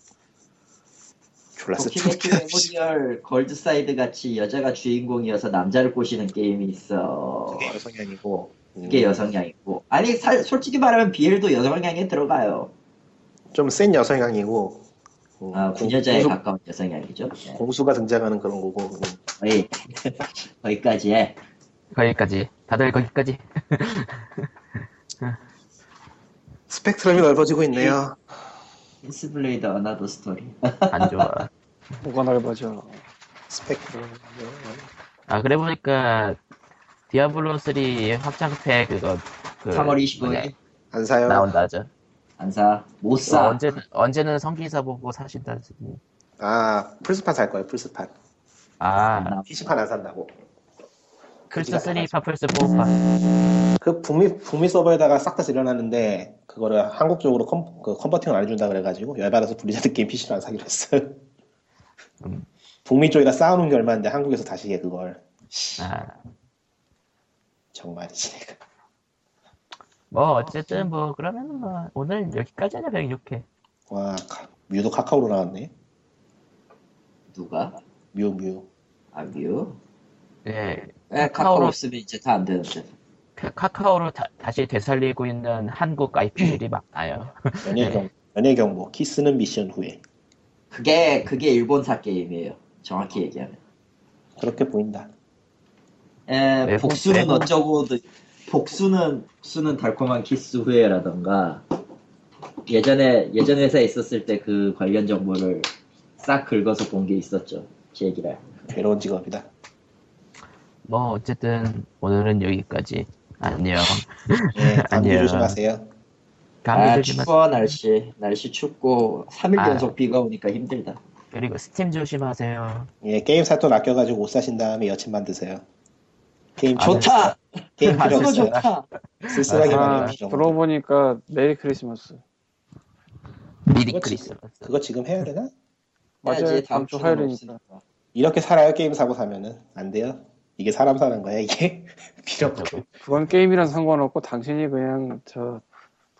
[SPEAKER 2] 졸랐어.
[SPEAKER 4] 도키메키 메모리얼 골드 사이드 같이 여자가 주인공이어서 남자를 꼬시는 게임이 있어.
[SPEAKER 2] 그게 여성향이고.
[SPEAKER 4] 그게 여성향이고. 아니 사- 솔직히 말하면 비엘도 여성향에 들어가요.
[SPEAKER 2] 좀센 여성향이고. 음,
[SPEAKER 4] 아,
[SPEAKER 2] 공-
[SPEAKER 4] 구녀자에
[SPEAKER 2] 공수,
[SPEAKER 4] 가까운 여성향이죠. 네.
[SPEAKER 2] 공수가 등장하는 그런 거고. 음.
[SPEAKER 4] 거의 거기까지 해.
[SPEAKER 1] 거기까지. 다들 거기까지.
[SPEAKER 2] 스펙트럼이 넓어지고 있네요.
[SPEAKER 4] 힌스블레이드 어나더 스토리.
[SPEAKER 1] 안 좋아.
[SPEAKER 3] 뭐가 넓어져.
[SPEAKER 2] 스펙트럼.
[SPEAKER 1] 아 그래 보니까 디아블로 3 확장팩 그거 그
[SPEAKER 4] 3월
[SPEAKER 1] 뭐냐,
[SPEAKER 4] 25일
[SPEAKER 2] 안 사요.
[SPEAKER 1] 나온다죠.
[SPEAKER 4] 안 사. 못
[SPEAKER 1] 어,
[SPEAKER 4] 사.
[SPEAKER 1] 언제 언제는 성기사 보고 사신다.
[SPEAKER 2] 아 플스판 살 거예요. 플스판.
[SPEAKER 1] 아
[SPEAKER 2] PC판 안 산다고.
[SPEAKER 1] 플스 3 파플스 4파
[SPEAKER 2] 그 북미 북미 서버에다가 싹 다 질러놨는데 그거를 한국 쪽으로 컨, 그 컨버팅을 안 해준다 그래가지고 열받아서 블리자드 게임 PC로 안 사기로 했어요.
[SPEAKER 1] 음.
[SPEAKER 2] 북미 쪽이랑 싸우는 게 얼마인데 한국에서 다시 해 그걸
[SPEAKER 1] 아,
[SPEAKER 2] 정말이지.
[SPEAKER 1] 뭐 어쨌든 뭐 그러면 뭐 오늘 여기까지 하자 106회.
[SPEAKER 2] 와, 카- 뮤도 카카오로 나왔네.
[SPEAKER 4] 누가?
[SPEAKER 2] 뮤, 뮤.
[SPEAKER 4] 아뮤.
[SPEAKER 1] 예.
[SPEAKER 4] 에,
[SPEAKER 1] 카카오로-
[SPEAKER 4] 예, 카카오 없으면 이제 다 안 되는데.
[SPEAKER 1] 그 카- 카카오로 다, 시 되살리고 있는 한국 IP들이
[SPEAKER 4] 음.
[SPEAKER 1] 많아요.
[SPEAKER 4] 네.
[SPEAKER 2] 연애 경 연애 경보 키스는 미션 후에
[SPEAKER 4] 그게 그게 일본사 게임이에요. 정확히 얘기하면.
[SPEAKER 2] 그렇게 보인다.
[SPEAKER 4] 에,
[SPEAKER 1] 네,
[SPEAKER 4] 복수는
[SPEAKER 1] 네.
[SPEAKER 4] 어쩌고 복수는 복수는 달콤한 키스 후에라던가 예전에 예전 회사에 있었을 때 그 관련 정보를 싹 긁어서 본 게 있었죠. 제 얘기를.
[SPEAKER 2] 괴로운 직업이다.
[SPEAKER 1] 뭐 어쨌든 오늘은 여기까지. 안녕.
[SPEAKER 2] 예, 감기
[SPEAKER 1] 아니야.
[SPEAKER 2] 조심하세요.
[SPEAKER 1] 감기
[SPEAKER 4] 아
[SPEAKER 1] 조심하세요.
[SPEAKER 4] 추워 날씨 날씨 춥고 3일
[SPEAKER 1] 아.
[SPEAKER 4] 연속 비가 오니까 힘들다.
[SPEAKER 1] 그리고 스팀 조심하세요.
[SPEAKER 2] 예, 게임 사돈 아껴가지고 옷 사신 다음에 여친 만드세요. 게임
[SPEAKER 1] 아,
[SPEAKER 2] 필요
[SPEAKER 4] 좋다. 아,
[SPEAKER 2] 없- 게임 필요
[SPEAKER 1] 그거
[SPEAKER 4] 그거
[SPEAKER 2] 없어요.
[SPEAKER 4] 좋다.
[SPEAKER 2] 쓸쓸하게
[SPEAKER 3] 아,
[SPEAKER 2] 만이 필요 없어.
[SPEAKER 3] 들어보니까 내일 크리스마스.
[SPEAKER 1] 미리
[SPEAKER 2] 그거 지-
[SPEAKER 1] 크리스마스.
[SPEAKER 2] 그거 지금 해야 되나?
[SPEAKER 3] 맞아요.
[SPEAKER 4] 해야지,
[SPEAKER 3] 다음 주
[SPEAKER 4] 네, 주는
[SPEAKER 3] 화요일이니까.
[SPEAKER 4] 없으니까.
[SPEAKER 2] 이렇게 살아요 게임 사고 사면은 안 돼요. 이게 사람 사는 거야 이게 필요 없고
[SPEAKER 3] 그건 게임이랑 상관없고 당신이 그냥 저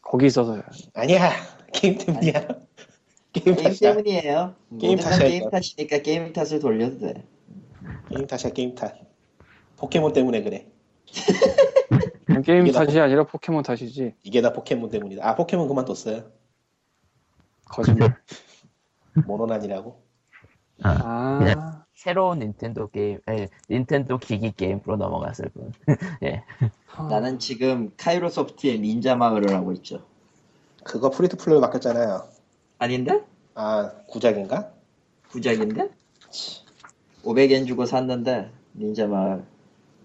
[SPEAKER 3] 거기 있어서요.
[SPEAKER 2] 아니야 게임 때문이야 게임
[SPEAKER 4] 게임
[SPEAKER 2] 탓이야
[SPEAKER 4] 때문이에요.
[SPEAKER 2] 게임
[SPEAKER 4] 모든 건
[SPEAKER 2] 탓이야,
[SPEAKER 4] 게임
[SPEAKER 2] 이거.
[SPEAKER 4] 탓이니까 게임 탓을 돌려도 돼.
[SPEAKER 2] 게임 탓이야 게임 탓 포켓몬 때문에 그래
[SPEAKER 3] 그냥 게임
[SPEAKER 2] 이게 나-
[SPEAKER 3] 탓이 아니라 포켓몬 탓이지.
[SPEAKER 2] 이게 다 포켓몬 때문이다 아 포켓몬 그만뒀어요
[SPEAKER 3] 거짓말.
[SPEAKER 2] 모노난이라고
[SPEAKER 3] 아,
[SPEAKER 1] 새로운 닌텐도 게임, 에, 닌텐도 기기 게임으로 넘어갔을 뿐. 예.
[SPEAKER 4] 나는 지금 카이로소프트의 닌자 마을을 하고 있죠.
[SPEAKER 2] 그거 프리투플레이로 바뀌었잖아요
[SPEAKER 4] 아닌데?
[SPEAKER 2] 아 구작인가?
[SPEAKER 4] 부작인데? 500엔 주고 샀는데 닌자 마을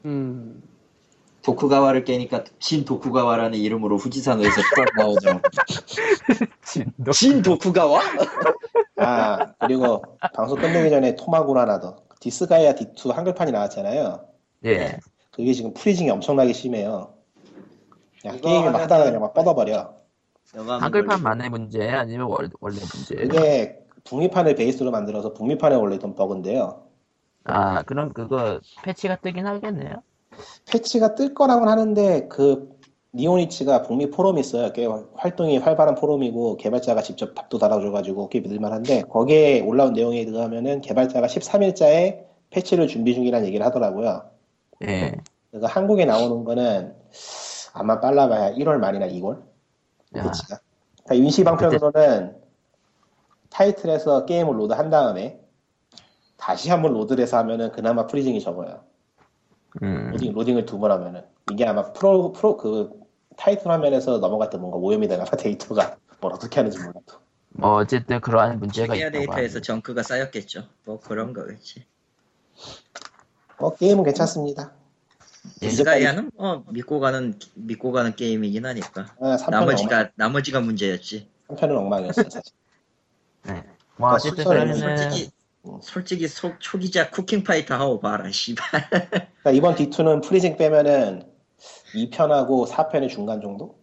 [SPEAKER 3] 음,
[SPEAKER 4] 도쿠가와를 깨니까 진 도쿠가와라는 이름으로 후지산에서 쫙 나오더라고.
[SPEAKER 1] 진도.
[SPEAKER 4] 진 도쿠가와?
[SPEAKER 2] 아 그리고 방송 끝내기 전에 토마군 하나 더 디스가이아 D2 한글판이 나왔잖아요
[SPEAKER 1] 예.
[SPEAKER 2] 그게 지금 프리징이 엄청나게 심해요 그냥
[SPEAKER 4] 이거
[SPEAKER 2] 게임이 막
[SPEAKER 4] 하면은-
[SPEAKER 2] 하다가 그냥 막 뻗어버려
[SPEAKER 4] 영화
[SPEAKER 1] 한글판만의 문제 아니면 월, 원래
[SPEAKER 4] 네.
[SPEAKER 1] 문제?
[SPEAKER 2] 그게 북미판을 베이스로 만들어서 북미판에 원래 있던 버그인데요
[SPEAKER 1] 아 그럼 그거 패치가 뜨긴 하겠네요.
[SPEAKER 2] 패치가 뜰 거라고는 하는데 그 니오니치가 북미 포럼이 있어요. 꽤 활동이 활발한 포럼이고 개발자가 직접 답도 달아줘가지고 꽤 믿을만한데 거기에 올라온 내용에 들어가면은 개발자가 13일자에 패치를 준비 중이라는 얘기를 하더라고요.
[SPEAKER 1] 예.
[SPEAKER 2] 그래서 한국에 나오는 거는 아마 빨라봐야 1월 말이나 2월
[SPEAKER 1] 야,
[SPEAKER 2] 패치가. 그러니까 임시방편으로는 타이틀에서 게임을 로드한 다음에 다시 한번 로드를 해서 하면은 그나마 프리징이 적어요.
[SPEAKER 1] 음.
[SPEAKER 2] 로딩, 로딩을 두 번 하면은 이게 아마 프로 프로 그 타이틀 화면에서 넘어갔던 뭔가 오염이 되나 봐 데이터가 뭘 어떻게 하는지 몰라도
[SPEAKER 1] 뭐 어쨌든 그러한 문제가
[SPEAKER 4] 시리아
[SPEAKER 1] 있다고
[SPEAKER 4] 데이터에서
[SPEAKER 1] 하네요.
[SPEAKER 4] 정크가 쌓였겠죠. 뭐 그런 거겠지.
[SPEAKER 2] 어 게임은 괜찮습니다.
[SPEAKER 1] 예.
[SPEAKER 4] 디스가이아는 뭐 믿고 가는 믿고 가는 게임이긴 하니까.
[SPEAKER 2] 아, 3편은
[SPEAKER 4] 나머지가
[SPEAKER 2] 엉망,
[SPEAKER 4] 나머지가 문제였지.
[SPEAKER 2] 3편은 엉망이었어요 사실.
[SPEAKER 1] 뭐
[SPEAKER 2] 아,
[SPEAKER 1] 어쨌든
[SPEAKER 2] 순서는
[SPEAKER 1] 그러면은
[SPEAKER 4] 솔직히 어, 솔직히 소, 초기작 쿠킹 파이터 하고 봐라 씨발.
[SPEAKER 2] 그러니까 이번 D2는 프리징 빼면은 2편하고 4편의 중간 정도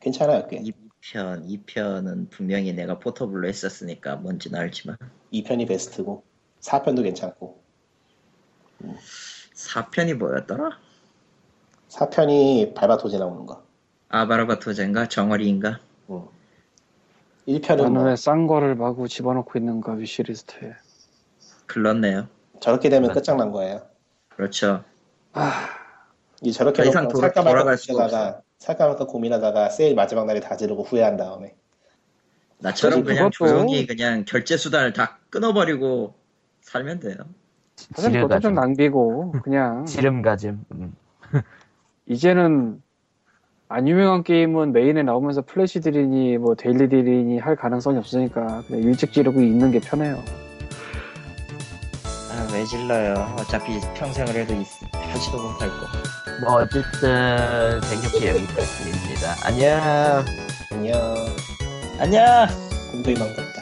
[SPEAKER 2] 괜찮아요 꽤.
[SPEAKER 4] 2편 2편은 분명히 내가 포터블로 했었으니까 뭔지는 알지만
[SPEAKER 2] 2편이 베스트고 4편도 괜찮고
[SPEAKER 4] 4편이 뭐였더라?
[SPEAKER 2] 4편이 발바토지 나오는 거.
[SPEAKER 4] 아바라바토젠가 정어리인가?
[SPEAKER 2] 1편은
[SPEAKER 3] 나는
[SPEAKER 2] 뭐
[SPEAKER 3] 왜 싼 거를 마구 집어넣고 있는가 위시리스트에.
[SPEAKER 4] 글렀네요.
[SPEAKER 2] 저렇게 되면 끝장난 거예요.
[SPEAKER 4] 그렇죠.
[SPEAKER 2] 이 저렇게
[SPEAKER 4] 더 이상
[SPEAKER 2] 놓고
[SPEAKER 4] 돌아-
[SPEAKER 2] 살까 말까
[SPEAKER 4] 돌아갈 수가
[SPEAKER 2] 고민하다가 살까 말까 고민하다가 세일 마지막 날에 다 지르고 후회한 다음에
[SPEAKER 4] 나처럼
[SPEAKER 3] 그래서
[SPEAKER 4] 그냥
[SPEAKER 3] 그것도-
[SPEAKER 4] 조용히 그냥 결제 수단을 다 끊어버리고 살면 돼요.
[SPEAKER 3] 사실 그것도 좀
[SPEAKER 1] 지뢰가지고.
[SPEAKER 3] 낭비고 그냥
[SPEAKER 1] 지름 가짐. 음.
[SPEAKER 3] 이제는 안 유명한 게임은 메인에 나오면서 플래시 딜이니 뭐 데일리 딜이니 할 가능성이 없으니까 그냥 일찍 지르고 있는 게 편해요.
[SPEAKER 4] 아, 왜 질러요? 어차피 평생을 해도 있- 하지도 못할 거.
[SPEAKER 1] 뭐 어쨌든 생각해 여기까지입니다. 안녕.
[SPEAKER 2] 안녕
[SPEAKER 4] 안녕.
[SPEAKER 2] 공도 이만큼